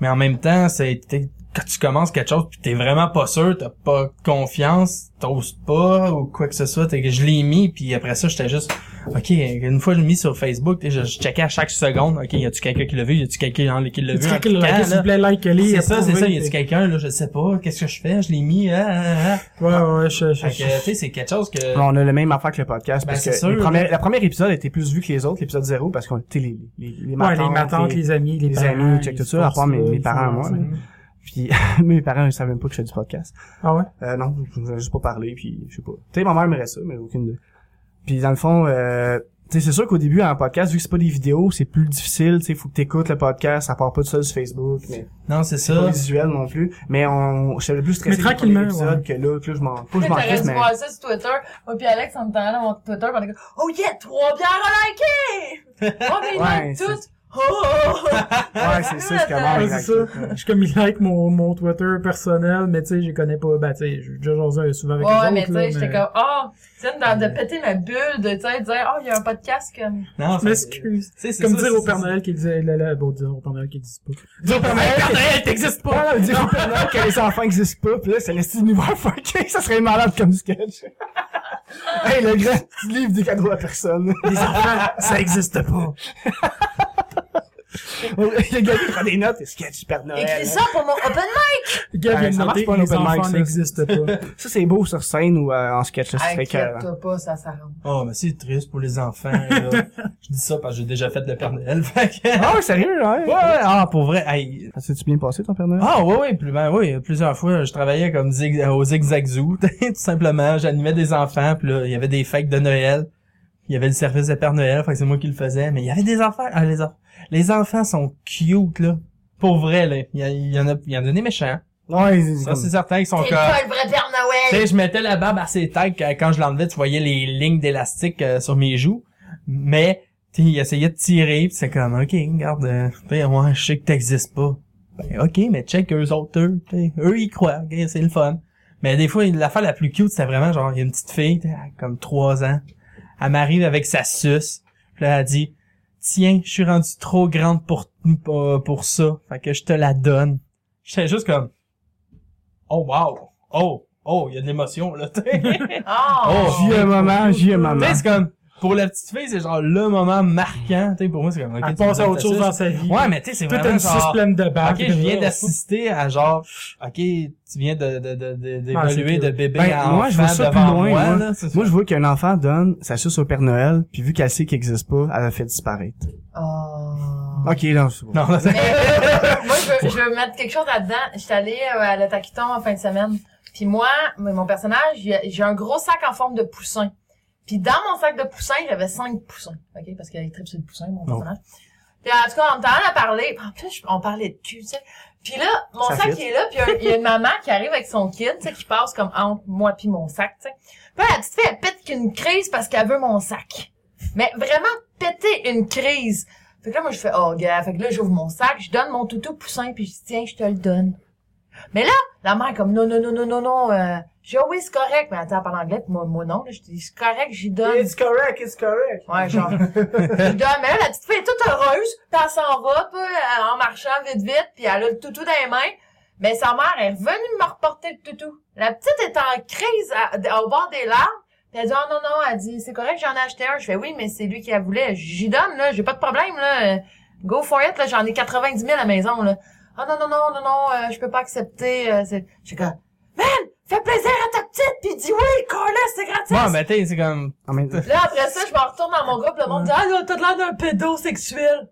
[SPEAKER 4] Mais en même temps, c'est t'es- quand tu commences quelque chose pis t'es vraiment pas sûr, t'as pas confiance, t'oses pas ou quoi que ce soit, t'es que je l'ai mis puis après ça j'étais juste OK, une fois je l'ai mis sur Facebook, t'sais, je, je checkais à chaque seconde, OK, y a-tu quelqu'un qui l'a vu, y a-tu quelqu'un hein, qui l'a
[SPEAKER 1] Tu
[SPEAKER 4] vu.
[SPEAKER 1] sais
[SPEAKER 4] en
[SPEAKER 1] que le
[SPEAKER 4] cliquant,
[SPEAKER 1] like, s'il
[SPEAKER 4] là?
[SPEAKER 1] vous plaît, like, euh, les,
[SPEAKER 4] c'est ça, c'est
[SPEAKER 1] approuvez,
[SPEAKER 4] ça, y a-tu
[SPEAKER 1] puis-
[SPEAKER 4] quelqu'un là, je sais pas, qu'est-ce que je fais, je l'ai mis. Ah, ah, ah.
[SPEAKER 1] Ouais, ouais, je, je,
[SPEAKER 4] Fait
[SPEAKER 1] je-
[SPEAKER 4] que tu sais, c'est quelque chose que
[SPEAKER 2] Alors, on a le même affaire que le podcast
[SPEAKER 4] Ben,
[SPEAKER 2] parce
[SPEAKER 4] c'est
[SPEAKER 2] que
[SPEAKER 4] sûr.
[SPEAKER 2] le premier, la première épisode était plus vu que les autres, l'épisode zéro, parce qu'on était les, les, les
[SPEAKER 1] ouais, les
[SPEAKER 2] matantes,
[SPEAKER 1] matantes,
[SPEAKER 2] les-
[SPEAKER 1] les amis, les,
[SPEAKER 2] les
[SPEAKER 1] parents,
[SPEAKER 2] amis, check
[SPEAKER 1] ils
[SPEAKER 2] tout
[SPEAKER 1] se
[SPEAKER 2] ça, à part mes-
[SPEAKER 1] forcent,
[SPEAKER 2] mes
[SPEAKER 1] ils
[SPEAKER 2] parents,
[SPEAKER 1] font
[SPEAKER 2] moi,
[SPEAKER 1] ça.
[SPEAKER 2] mais- Puis mes parents, ils savent même pas que je fais du podcast.
[SPEAKER 1] Ah ouais?
[SPEAKER 2] Euh, non, je voulais juste pas parler, puis je sais pas. Tu sais, ma mère aimerait ça, mais aucune de. Puis dans le fond, euh, tu sais, c'est sûr qu'au début, en podcast, vu que c'est pas des vidéos, c'est plus difficile. Tu sais, faut que t'écoutes le podcast, ça part pas tout seul sur Facebook, mais
[SPEAKER 4] non, c'est
[SPEAKER 2] c'est pas
[SPEAKER 4] ça.
[SPEAKER 2] visuel non plus. Mais on, j'étais le plus stressé.
[SPEAKER 1] Mais
[SPEAKER 2] pour le premier
[SPEAKER 1] tranquillement,
[SPEAKER 2] épisode Que là, que là, je m'en, pas que je m'en
[SPEAKER 3] T'aurais
[SPEAKER 2] crisse,
[SPEAKER 3] dû
[SPEAKER 2] mais
[SPEAKER 3] voir ça sur Twitter. Moi puis Alex, on était allés à mon Twitter, on était comme, oh yeah, trois bières à liker! Oh, mais
[SPEAKER 2] Ouais,
[SPEAKER 3] ils like
[SPEAKER 2] c'est-
[SPEAKER 3] toutes! Oh, Oh! oh.
[SPEAKER 2] ouais, c'est ça, je commence.
[SPEAKER 1] Ouais, Ah, c'est ça. Je suis comme il like mon, mon Twitter personnel, mais tu sais, je les connais pas. Ben, tu sais, j'ai déjà jasé souvent avec
[SPEAKER 3] Ouais,
[SPEAKER 1] les
[SPEAKER 3] mais
[SPEAKER 1] autres.
[SPEAKER 3] tu sais,
[SPEAKER 1] là,
[SPEAKER 3] j'étais comme, oh, tu sais, dans- de péter ma bulle, de, tu sais, de dire, oh, il y a un podcast comme.
[SPEAKER 4] Non,
[SPEAKER 1] Je
[SPEAKER 4] c'est-
[SPEAKER 1] m'excuse.
[SPEAKER 4] tu sais, c'est
[SPEAKER 1] C'est comme
[SPEAKER 4] ça,
[SPEAKER 1] dire au
[SPEAKER 4] c'est-
[SPEAKER 1] Père Noël qu'il existe, là, là, bon, dire au Père Noël qu'il existe pas.
[SPEAKER 2] Dire au Père Noël que-
[SPEAKER 1] t'existe
[SPEAKER 2] Ouais, non, dire au Père Noël que les enfants existent pas, pis là, c'est l'esti d'univers fucké, ça serait malade comme sketch. hey, le grand petit livre des cadeaux à personne.
[SPEAKER 1] Les enfants, ça existe pas.
[SPEAKER 2] le gars, il prend des notes, et sketch, Père Noël.
[SPEAKER 3] Écris ça pour mon open mic!
[SPEAKER 1] Gab vient
[SPEAKER 2] Ouais,
[SPEAKER 1] de
[SPEAKER 2] ça marche
[SPEAKER 1] noter
[SPEAKER 2] pas,
[SPEAKER 1] que les
[SPEAKER 2] l'open mic,
[SPEAKER 1] enfants
[SPEAKER 2] ça.
[SPEAKER 1] n'existent pas.
[SPEAKER 2] Ça, c'est beau sur scène ou euh, en sketch, là, c'est très cœur.
[SPEAKER 4] Ah,
[SPEAKER 3] Inquiète-toi pas, ça s'arrange.
[SPEAKER 4] Oh, mais c'est triste pour les enfants. là. Je dis ça parce que j'ai déjà fait le Père Noël. Fait que...
[SPEAKER 2] Ah ouais, sérieux, ouais.
[SPEAKER 4] Ouais, ouais, ah, pour vrai. hey.
[SPEAKER 2] Ça s'est-tu bien passé, ton Père Noël?
[SPEAKER 4] Ah, ouais, ouais, plus, ben, oui, plusieurs fois, je travaillais comme zig, euh, au Zigzag Zoo, tout simplement. J'animais des enfants, puis là, il y avait des fêtes de Noël. Il y avait le service de Père Noël, fait que c'est moi qui le faisais. Mais il y avait des enfants. Ah, les, en- les enfants sont cute, là. Pour vrai, là. Il y, a- il y en a, il y en a des méchants.
[SPEAKER 2] Ouais, ils- ils-
[SPEAKER 4] Ça, c'est certain qu'ils sont
[SPEAKER 3] C'est
[SPEAKER 4] comme...
[SPEAKER 3] pas le vrai Père Noël!
[SPEAKER 4] Tu sais, je mettais la barbe assez tête quand je l'enlevais, tu voyais les lignes d'élastique euh, sur mes joues. Mais, tu sais, il essayait de tirer, pis c'est comme, ok, regarde, euh, tu sais, ouais, je sais que t'existes pas. Ben, ok, mais check eux autres, eux, tu sais, eux, ils croient, ok, c'est le fun. Mais des fois, l'affaire la plus cute, c'était vraiment genre, il y a une petite fille, tu sais, elle a comme trois ans. Elle m'arrive avec sa suce. Puis là, elle dit, tiens, je suis rendue trop grande pour, pour, pour ça. Fait que je te la donne. J'étais juste comme, oh wow, oh, oh, il y a de l'émotion, là, tu sais.
[SPEAKER 3] Oh!
[SPEAKER 4] Oh.
[SPEAKER 2] J'ai un E moment, j'ai un
[SPEAKER 4] Tu
[SPEAKER 2] moment.
[SPEAKER 4] sais, c'est comme, pour la petite fille, c'est genre le moment marquant, tu sais, pour moi, c'est comme, ok.
[SPEAKER 1] Elle
[SPEAKER 4] tu
[SPEAKER 1] passe
[SPEAKER 4] me
[SPEAKER 1] à
[SPEAKER 4] donnes
[SPEAKER 1] autre
[SPEAKER 4] ta
[SPEAKER 1] chose dans
[SPEAKER 4] suce.
[SPEAKER 1] sa vie.
[SPEAKER 4] Ouais, mais tu sais, c'est
[SPEAKER 1] Toute
[SPEAKER 4] vraiment
[SPEAKER 1] une suce
[SPEAKER 4] genre,
[SPEAKER 1] pleine de barres.
[SPEAKER 4] ok, je viens d'assister à genre, ok, tu viens de, de, de, de-
[SPEAKER 1] Ah, c'est
[SPEAKER 4] d'évoluer
[SPEAKER 1] cute.
[SPEAKER 4] de bébé
[SPEAKER 2] Ben,
[SPEAKER 4] à
[SPEAKER 2] moi, je vois
[SPEAKER 4] enfant
[SPEAKER 2] ça plus
[SPEAKER 4] devant
[SPEAKER 2] loin,
[SPEAKER 4] moi,
[SPEAKER 2] moi.
[SPEAKER 4] là, c'est-
[SPEAKER 2] Moi, je vois qu'un enfant donne sa suce au Père Noël, puis vu qu'elle sait qu'il existe pas, elle a fait disparaître.
[SPEAKER 3] Oh.
[SPEAKER 2] Ok, non, c'est bon.
[SPEAKER 4] Non, là, c'est-
[SPEAKER 3] Mais, euh, moi, je veux, je veux mettre quelque chose là-dedans. J'étais allée euh, à la Taquiton en fin de semaine. Puis moi, m- mon personnage, il y a- j'ai un gros sac en forme de poussin. Puis dans mon sac de poussin, j'avais cinq poussins. OK? Parce qu'il y a tripe sur le poussin, mon personnage. Puis en tout cas, on t'en a parlé. En plus, je- on parlait de cul, tu sais. Puis là, mon
[SPEAKER 2] Ça
[SPEAKER 3] sac
[SPEAKER 2] fit.
[SPEAKER 3] il est là, puis il y a- il y, a une maman qui arrive avec son kid, tu sais, qui passe comme entre moi puis mon sac, tu sais. Puis là, la petite fille, elle pète qu'une crise parce qu'elle veut mon sac. Mais vraiment péter une crise. Fait que là, moi, je fais, oh, gars. Fait que là, j'ouvre mon sac, je donne mon toutou poussin, puis je dis, tiens, je te le donne. Mais là, la mère est comme, non, non, non, non, non, non, euh, j'ai, oui, c'est correct. Mais attends, elle parle anglais, puis moi, moi, non, là, je dis, c'est correct, j'y donne.
[SPEAKER 2] correct, it's correct.
[SPEAKER 3] Ouais, genre, je donne, mais là, la petite fille est toute heureuse, puis elle s'en va, puis euh, en marchant vite, vite, puis elle a le toutou dans les mains. Mais sa mère est revenue me reporter le toutou. La petite est en crise à- au bord des larmes, puis elle dit, oh non, non, elle dit, c'est correct, j'en ai acheté un. Je fais, oui, mais c'est lui qui la voulait. J'y donne, là, j'ai pas de problème, là. Go for it, là, j'en ai 90 000 à la maison, là. Ah non, non, non, non, non, euh, je peux pas accepter. Euh, c'est- je suis comme, man, fais plaisir à ta petite, puis dis oui, Carla, c'est gratis.
[SPEAKER 4] Ouais, mais tu sais, c'est comme,
[SPEAKER 2] En même temps.
[SPEAKER 3] Là, après ça, je me retourne dans mon groupe, le monde dit, ah, là, t'as l'air d'un pédosexuel.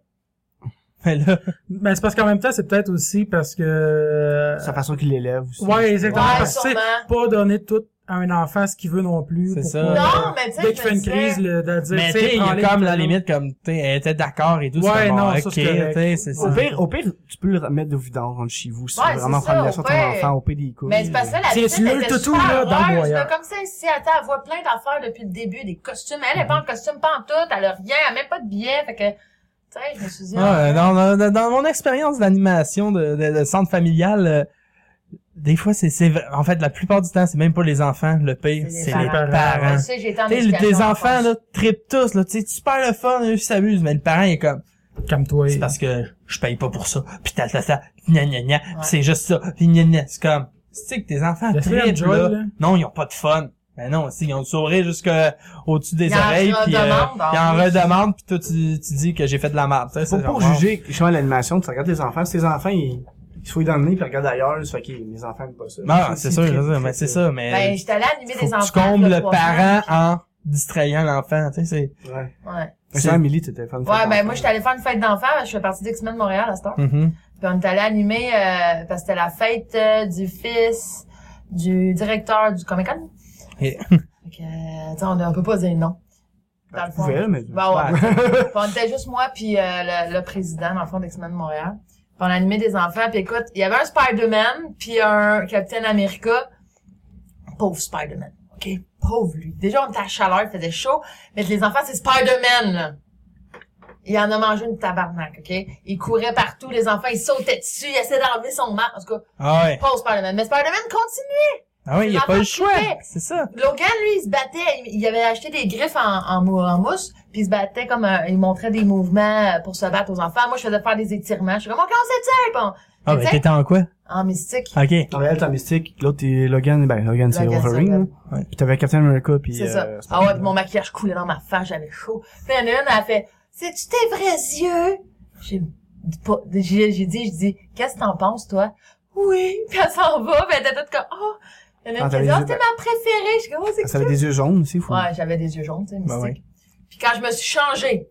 [SPEAKER 4] mais là,
[SPEAKER 1] Mais c'est parce qu'en même temps, c'est peut-être aussi parce que...
[SPEAKER 2] Sa façon qu'il l'élève aussi.
[SPEAKER 1] Ouais, exactement.
[SPEAKER 3] Ouais,
[SPEAKER 1] parce que c'est
[SPEAKER 3] sûrement.
[SPEAKER 1] pas donner tout à un enfant ce qu'il veut non plus.
[SPEAKER 4] C'est
[SPEAKER 1] pour
[SPEAKER 4] ça.
[SPEAKER 1] pas-
[SPEAKER 3] Non, mais tu sais,
[SPEAKER 1] Euh, Dès
[SPEAKER 3] je
[SPEAKER 1] qu'il fait
[SPEAKER 3] me
[SPEAKER 1] une
[SPEAKER 3] disais-
[SPEAKER 1] crise, le, de dire...
[SPEAKER 4] mais tu
[SPEAKER 1] tu
[SPEAKER 4] sais, il y a
[SPEAKER 1] prends-les,
[SPEAKER 4] comme, la
[SPEAKER 1] tout le
[SPEAKER 4] limite, comme, tu sais, elle était d'accord et tout, c'est
[SPEAKER 1] Ouais,
[SPEAKER 4] comme,
[SPEAKER 1] non,
[SPEAKER 4] bon,
[SPEAKER 1] ça,
[SPEAKER 4] ok,
[SPEAKER 1] c'est correct.
[SPEAKER 4] tu sais, c'est ça.
[SPEAKER 2] Au pire, au pire, tu peux le remettre de vidange entre chez vous, si
[SPEAKER 3] Ouais,
[SPEAKER 2] tu veux vraiment
[SPEAKER 3] c'est ça,
[SPEAKER 2] prendre la soin de
[SPEAKER 3] au
[SPEAKER 2] ton
[SPEAKER 3] pire.
[SPEAKER 2] enfant, au pire des couilles. euh.
[SPEAKER 3] Mais c'est parce que la
[SPEAKER 1] C'est
[SPEAKER 3] petite
[SPEAKER 1] le
[SPEAKER 3] était
[SPEAKER 1] toutou,
[SPEAKER 3] super
[SPEAKER 1] là, dans le
[SPEAKER 3] heureuse,
[SPEAKER 1] voyant.
[SPEAKER 3] là, comme ça, ici, elle, elle voit plein d'affaires depuis le début, des costumes. Elle, elle est pas
[SPEAKER 1] Mhm.
[SPEAKER 3] en costume, pas en tout, elle a rien, elle a même pas de billet, fait que, tu sais, je me suis dit, ah,
[SPEAKER 4] Ouais, dans, dans- dans mon expérience d'animation de, de- de centre familial, euh, des fois, c'est, c'est, vrai- en fait, la plupart du temps, c'est même pas les enfants, le pire,
[SPEAKER 3] C'est les
[SPEAKER 4] c'est les
[SPEAKER 3] parents.
[SPEAKER 4] parents.
[SPEAKER 3] ouais, tu sais, j'ai été en
[SPEAKER 4] Tu sais,
[SPEAKER 3] éducation
[SPEAKER 4] tes enfants,
[SPEAKER 3] d'enfance.
[SPEAKER 4] là, tripent tous, là, tu sais, super le fun, eux, ils s'amusent, mais le parent, il est comme,
[SPEAKER 1] monde. Calme-toi.
[SPEAKER 4] c'est parce que je paye pas pour ça, pis t'as ça, gna gna gna,
[SPEAKER 3] Ouais.
[SPEAKER 4] pis c'est juste ça, pis gna gna, c'est comme, tu sais que tes enfants
[SPEAKER 1] Le
[SPEAKER 4] trippent,
[SPEAKER 1] frère Joel,
[SPEAKER 4] là.
[SPEAKER 1] là.
[SPEAKER 4] non, ils ont pas de fun. Ben non, si, ils ont le sourire jusque euh, au-dessus des
[SPEAKER 3] Ils en
[SPEAKER 4] oreilles, pis euh,
[SPEAKER 3] redemandent,
[SPEAKER 4] ils en
[SPEAKER 3] en plus.
[SPEAKER 4] redemandent, pis toi, tu, tu dis que j'ai fait de la merde, tu sais,
[SPEAKER 2] Faut
[SPEAKER 4] c'est
[SPEAKER 2] pour
[SPEAKER 4] genre,
[SPEAKER 2] juger, je suis à l'animation, tu regardes tes enfants, si tes enfants, ils, ils se fouillent dans le nez, puis ils regardent ailleurs, ça fait que mes enfants aiment pas ça.
[SPEAKER 4] Non, c'est sûr,
[SPEAKER 2] très-
[SPEAKER 4] c'est ça,
[SPEAKER 2] très-
[SPEAKER 4] mais c'est ça, mais
[SPEAKER 1] euh,
[SPEAKER 3] Ben, j'étais allée animer
[SPEAKER 4] faut
[SPEAKER 3] des
[SPEAKER 4] que
[SPEAKER 3] enfants.
[SPEAKER 4] tu combles
[SPEAKER 3] là,
[SPEAKER 4] le
[SPEAKER 3] trois
[SPEAKER 4] parent
[SPEAKER 3] semaines,
[SPEAKER 4] en distrayant l'enfant, tu sais, c'est...
[SPEAKER 2] Ouais.
[SPEAKER 3] puis- Ouais.
[SPEAKER 2] Mais ça, Amélie, t'étais fan de
[SPEAKER 3] Ouais,
[SPEAKER 2] fête
[SPEAKER 3] ben,
[SPEAKER 2] d'enfant.
[SPEAKER 3] moi, j'étais allée faire une fête d'enfants, parce que je fais partie d'X-Men Montréal, à cette heure.
[SPEAKER 4] Mhm.
[SPEAKER 3] Puis on est allé animer euh, parce que c'était la fête euh, du fils du directeur du Comic Con.
[SPEAKER 4] Et-
[SPEAKER 3] Fait que, euh, tu sais, on, on peut pas dire non. Dans le
[SPEAKER 2] Ben, Tu
[SPEAKER 3] fond.
[SPEAKER 2] pouvais, mais.
[SPEAKER 3] Bah ouais. Puis on était juste moi puis euh, le, le président, dans le fond, d'X-Men de Montréal. Puis on animait des enfants. Puis écoute, il y avait un Spider-Man puis un Captain America. Pauvre Spider-Man, OK? Pauvre lui. Déjà, on était à la chaleur, il faisait chaud. Mais les enfants, c'est Spider-Man, là. Il en a mangé une tabarnak, OK? Il courait partout, les enfants, ils sautaient dessus, ils essayaient d'enlever son masque. En tout cas,
[SPEAKER 4] Ah ouais.
[SPEAKER 3] pauvre Spider-Man. Mais Spider-Man continue.
[SPEAKER 4] Ah ouais, il y a
[SPEAKER 3] L'enfant
[SPEAKER 4] pas le choix.
[SPEAKER 3] coupait.
[SPEAKER 4] C'est ça.
[SPEAKER 3] Logan, lui, il se battait, il il avait acheté des griffes en, en, mou- en mousse, puis il se battait comme, euh, il montrait des mouvements euh, pour se battre aux enfants. Moi, je faisais faire des étirements. Je suis comme, on s'étire, bon.
[SPEAKER 4] Ah ben,
[SPEAKER 3] Exact.
[SPEAKER 4] t'étais en quoi?
[SPEAKER 3] En mystique.
[SPEAKER 4] OK.
[SPEAKER 2] T'en t'es mystique, l'autre, t'es Logan, ben, Logan, c'est
[SPEAKER 3] Logan, c'est
[SPEAKER 2] Wolverine,
[SPEAKER 3] Logan.
[SPEAKER 2] là. Puis t'avais Captain America, puis.
[SPEAKER 3] C'est
[SPEAKER 2] euh,
[SPEAKER 3] ça. Ah ouais, puis mon maquillage coulait dans ma face, j'avais chaud. Puis il y en a une, elle fait, c'est-tu tes vrais yeux? J'ai pas- j'ai j'ai dit, je dis, qu'est-ce que t'en penses, toi? Oui, puis elle s'en va, puis elle était toute comme, oh! Il y en a
[SPEAKER 2] Ah,
[SPEAKER 3] une qui
[SPEAKER 2] t'avais
[SPEAKER 3] dit,
[SPEAKER 2] les
[SPEAKER 3] oh,
[SPEAKER 2] yeux-
[SPEAKER 3] c'était ma préférée. Je suis comme, oh, c'est
[SPEAKER 2] Ça avait des yeux jaunes aussi, fou.
[SPEAKER 1] Ben
[SPEAKER 3] Ouais, j'avais des yeux jaunes, tu sais, mystique.
[SPEAKER 4] ouais.
[SPEAKER 3] Puis quand je me suis changée,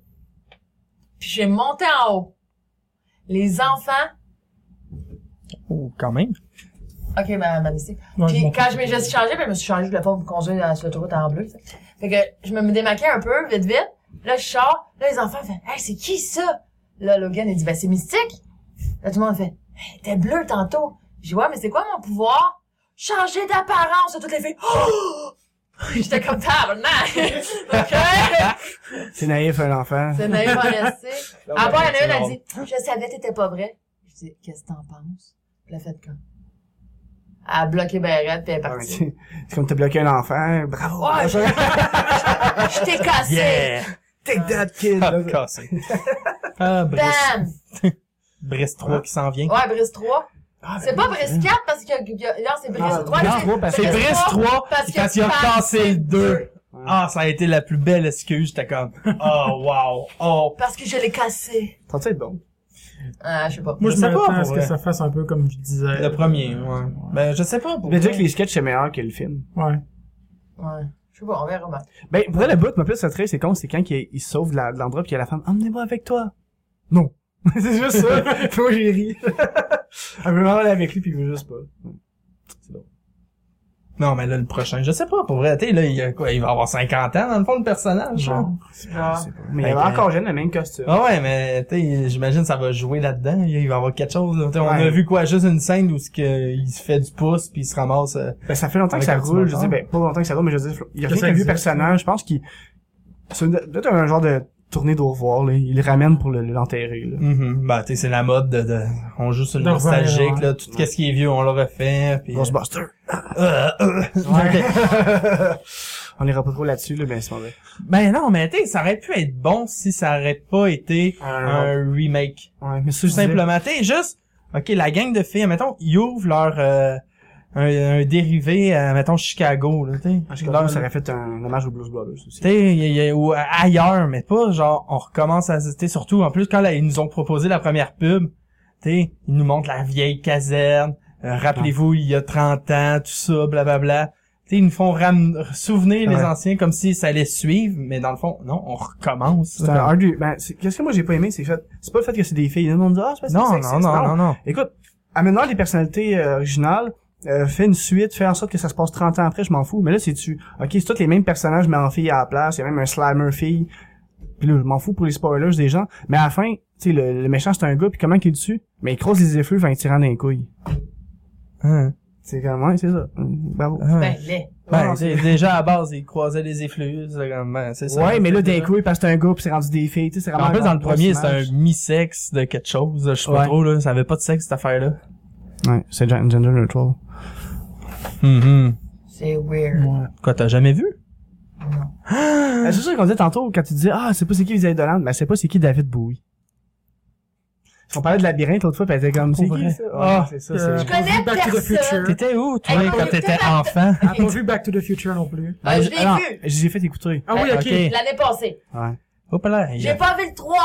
[SPEAKER 3] Puis j'ai monté en haut. Les enfants.
[SPEAKER 4] Oh, quand même.
[SPEAKER 3] Ok, ma, ma mystique.
[SPEAKER 1] Ouais, je
[SPEAKER 3] Puis
[SPEAKER 1] m'en
[SPEAKER 3] quand je me je me suis changée, ben, je me suis changée, je voulais pas me conduire dans sur l'autoroute en bleu. tu sais. Fait que je me démaquais un peu, vite, vite. Là, je sors. Là, les enfants font Hey, c'est qui ça? Là, Logan, il dit Ben, c'est mystique. Là, tout le monde fait Hey, t'es bleu tantôt. J'ai dit Ouais, mais c'est quoi mon pouvoir? Changer d'apparence. Là, Toutes les filles Oh! J'étais comme tabarnak! OK?
[SPEAKER 2] C'est naïf, un enfant.
[SPEAKER 3] C'est naïf en esti. À part, il y en a une, Ah elle dit Je savais que t'étais pas vrai. Je dis Qu'est-ce que t'en penses? Puis elle a fait comme. Elle a bloqué Bérette, puis elle est
[SPEAKER 2] Ah, mais
[SPEAKER 3] partie.
[SPEAKER 2] C'est c'est comme t'as bloqué un enfant. Bravo.
[SPEAKER 3] Ouais, je, je t'ai cassé.
[SPEAKER 2] Yeah. Take that, kid.
[SPEAKER 4] Ah, cassé. Ah,
[SPEAKER 3] Ben.
[SPEAKER 4] Brice.
[SPEAKER 3] Bam!
[SPEAKER 4] Brice 3 qui s'en vient.
[SPEAKER 3] Ouais, Brice 3.
[SPEAKER 2] Ah,
[SPEAKER 3] C'est pas Brice 4 parce qu'il y a- qu'il y a... Non, c'est Brice
[SPEAKER 2] Ah,
[SPEAKER 3] 3.
[SPEAKER 2] Brice
[SPEAKER 3] c'est-
[SPEAKER 2] 3 parce
[SPEAKER 4] C'est
[SPEAKER 2] que-
[SPEAKER 4] Brice 3
[SPEAKER 3] parce que
[SPEAKER 4] parce qu'il a
[SPEAKER 3] Pat,
[SPEAKER 4] cassé
[SPEAKER 3] c'est
[SPEAKER 4] le 2.
[SPEAKER 2] Ouais.
[SPEAKER 4] Ah, ça a été la plus belle excuse. J'étais comme, oh, wow, oh.
[SPEAKER 3] Parce que je l'ai cassé.
[SPEAKER 2] T'as-tu être bon?
[SPEAKER 3] Ah, je sais pas.
[SPEAKER 1] Moi,
[SPEAKER 4] Je
[SPEAKER 1] je
[SPEAKER 4] sais pas,
[SPEAKER 1] m'attends
[SPEAKER 4] pour
[SPEAKER 1] à ce que
[SPEAKER 4] vrai.
[SPEAKER 1] ça fasse un peu comme je disais.
[SPEAKER 4] Le premier, ouais. Ben, je sais pas. pour
[SPEAKER 2] Mais déjà
[SPEAKER 4] vrai.
[SPEAKER 2] que les sketchs, c'est meilleur que le film.
[SPEAKER 1] Ouais.
[SPEAKER 3] Ouais. Je sais pas, on verra mal.
[SPEAKER 2] Ben, pour vrai, le bout, ma plus très c'est con, c'est quand il, il se sauve de la- de l'endroit pis il y a la femme, emmenez-moi avec toi. Non. c'est juste ça. Puis moi, j'ai ri. Elle veut m'en aller avec lui pis il veut juste pas.
[SPEAKER 4] Non, mais là, le prochain, je sais pas. Pour vrai, tu sais, là, il, a quoi, il va avoir 50 ans, dans le fond, le personnage.
[SPEAKER 2] Genre.
[SPEAKER 4] hein?
[SPEAKER 3] Ah.
[SPEAKER 2] Mais il avait
[SPEAKER 4] Fait que-
[SPEAKER 2] encore jeune le même costume.
[SPEAKER 4] Ah ouais, mais tu sais, j'imagine ça va jouer là-dedans. Il va y avoir quelque chose. là. Tu sais, On
[SPEAKER 2] Ouais.
[SPEAKER 4] a vu quoi, juste une scène où ce que il se fait du pouce puis il se ramasse. euh,
[SPEAKER 2] Ben, ça fait longtemps que
[SPEAKER 4] Avec
[SPEAKER 2] ça
[SPEAKER 4] un petit
[SPEAKER 2] roule, je
[SPEAKER 4] moteur.
[SPEAKER 2] dis, ben, pas longtemps que ça roule, mais je dis, il y a
[SPEAKER 1] Que ça
[SPEAKER 2] quelques vieux
[SPEAKER 1] existe,
[SPEAKER 2] personnages, je pense qu'il, c'est une- peut-être un genre de tournée d'au revoir, là. Il le ramène pour le- l'enterrer, là.
[SPEAKER 4] Bah, tu sais, c'est la mode de, de- on joue sur le
[SPEAKER 1] De revenir,
[SPEAKER 4] nostalgique
[SPEAKER 1] ouais.
[SPEAKER 4] là. Tout qu'est-ce qui est vieux, on le refait. Puis.
[SPEAKER 2] Ghostbuster.
[SPEAKER 4] Euh, euh, ok.
[SPEAKER 2] On ira pas trop là-dessus, là, mais c'est pas vrai.
[SPEAKER 4] Ben non, mais tu sais, ça aurait pu être bon si ça aurait pas été
[SPEAKER 2] Un-
[SPEAKER 4] un remake.
[SPEAKER 2] Euh, Ouais, mais
[SPEAKER 4] Tout simplement. T'sais, juste, OK, la gang de filles, mettons, ils ouvrent leur... euh, un, un dérivé, à, mettons, Chicago, là, t'sais.
[SPEAKER 2] Je
[SPEAKER 4] Leur-
[SPEAKER 2] Ah, ça aurait fait un hommage aux Blues Brothers aussi.
[SPEAKER 4] t'sais, y- y- ou euh, ailleurs, mais pas genre, on recommence à assister, surtout, en plus, quand là, ils nous ont proposé la première pub, t'sais, ils nous montrent la vieille caserne, euh, rappelez-vous, il y a 30 ans, tout ça, blablabla. T'sais, ils nous font ram- souvenir les
[SPEAKER 2] Ouais.
[SPEAKER 4] anciens comme si ça allait suivre, mais dans le fond, non, on recommence.
[SPEAKER 2] C'est un ardu. Ben, c'est- qu'est-ce que moi j'ai pas aimé, c'est fait, c'est pas le fait que c'est des filles. Le monde dit, ah, c'est parce que
[SPEAKER 4] Non,
[SPEAKER 2] c'est
[SPEAKER 4] non, non,
[SPEAKER 2] sexiste.
[SPEAKER 4] non, non.
[SPEAKER 2] Écoute, amène-leur des personnalités euh, originales, euh, fais une suite, fais en sorte que ça se passe 30 ans après, je m'en fous. Mais là, c'est tu, ok, c'est tous les mêmes personnages, mais en fille à la place, il y a même un slimer fille. Puis là, je m'en fous pour les spoilers des gens. Mais à la fin, tu sais, le, le méchant c'est un gars, puis comment qu'il est dessus? Mais il croise les effluves en les tirant d'un couille.
[SPEAKER 4] Hein,
[SPEAKER 2] C'est comme, ouais, c'est ça. Mm, Bravo.
[SPEAKER 4] hein.
[SPEAKER 3] Ben, laid.
[SPEAKER 4] Ben,
[SPEAKER 2] Ouais,
[SPEAKER 4] c'est- déjà à base, ils croisaient les effluves, c'est comme, ben, c'est ça.
[SPEAKER 2] ouais, mais là,
[SPEAKER 4] C'était-
[SPEAKER 2] d'un couille, parce que c'est un gars, puis c'est rendu des filles, tu sais, c'est vraiment.
[SPEAKER 4] En plus,
[SPEAKER 2] un
[SPEAKER 4] dans le premier, c'est
[SPEAKER 2] personnage.
[SPEAKER 4] un mi-sexe de quelque chose, je sais pas
[SPEAKER 2] Ouais.
[SPEAKER 4] trop, là, ça avait pas de sexe, cette affaire-là.
[SPEAKER 2] Ouais, c'est gen- gender neutral.
[SPEAKER 4] Hum
[SPEAKER 3] C'est weird.
[SPEAKER 4] Quoi, t'as jamais vu?
[SPEAKER 2] Ah, c'est sûr qu'on disait tantôt, quand tu disais, ah, c'est pas c'est qui Xavier Dolan, ben c'est pas c'est qui David Bowie. On parlait de labyrinthe l'autre fois, pis elle était comme, c'est
[SPEAKER 4] Pour
[SPEAKER 2] qui
[SPEAKER 4] vrai?
[SPEAKER 2] ça?
[SPEAKER 4] Ah,
[SPEAKER 2] Ah, c'est ça,
[SPEAKER 1] Euh,
[SPEAKER 2] c'est...
[SPEAKER 3] connais
[SPEAKER 1] j'ai vu Back to the
[SPEAKER 3] personne.
[SPEAKER 1] Future.
[SPEAKER 4] T'étais où, toi,
[SPEAKER 3] Hey,
[SPEAKER 4] quand
[SPEAKER 3] on
[SPEAKER 4] t'étais
[SPEAKER 3] était-
[SPEAKER 4] enfant?
[SPEAKER 1] Ah, pas vu Back to the Future non plus.
[SPEAKER 3] Ah, je
[SPEAKER 2] Ben,
[SPEAKER 3] l'ai
[SPEAKER 2] alors,
[SPEAKER 3] vu.
[SPEAKER 2] J'ai fait écouter.
[SPEAKER 1] Ah oui,
[SPEAKER 4] Ah,
[SPEAKER 1] ok.
[SPEAKER 4] ok.
[SPEAKER 3] L'année passée.
[SPEAKER 2] Ouais.
[SPEAKER 4] Hop là,
[SPEAKER 3] J'ai
[SPEAKER 4] aïe,
[SPEAKER 3] pas vu le 3.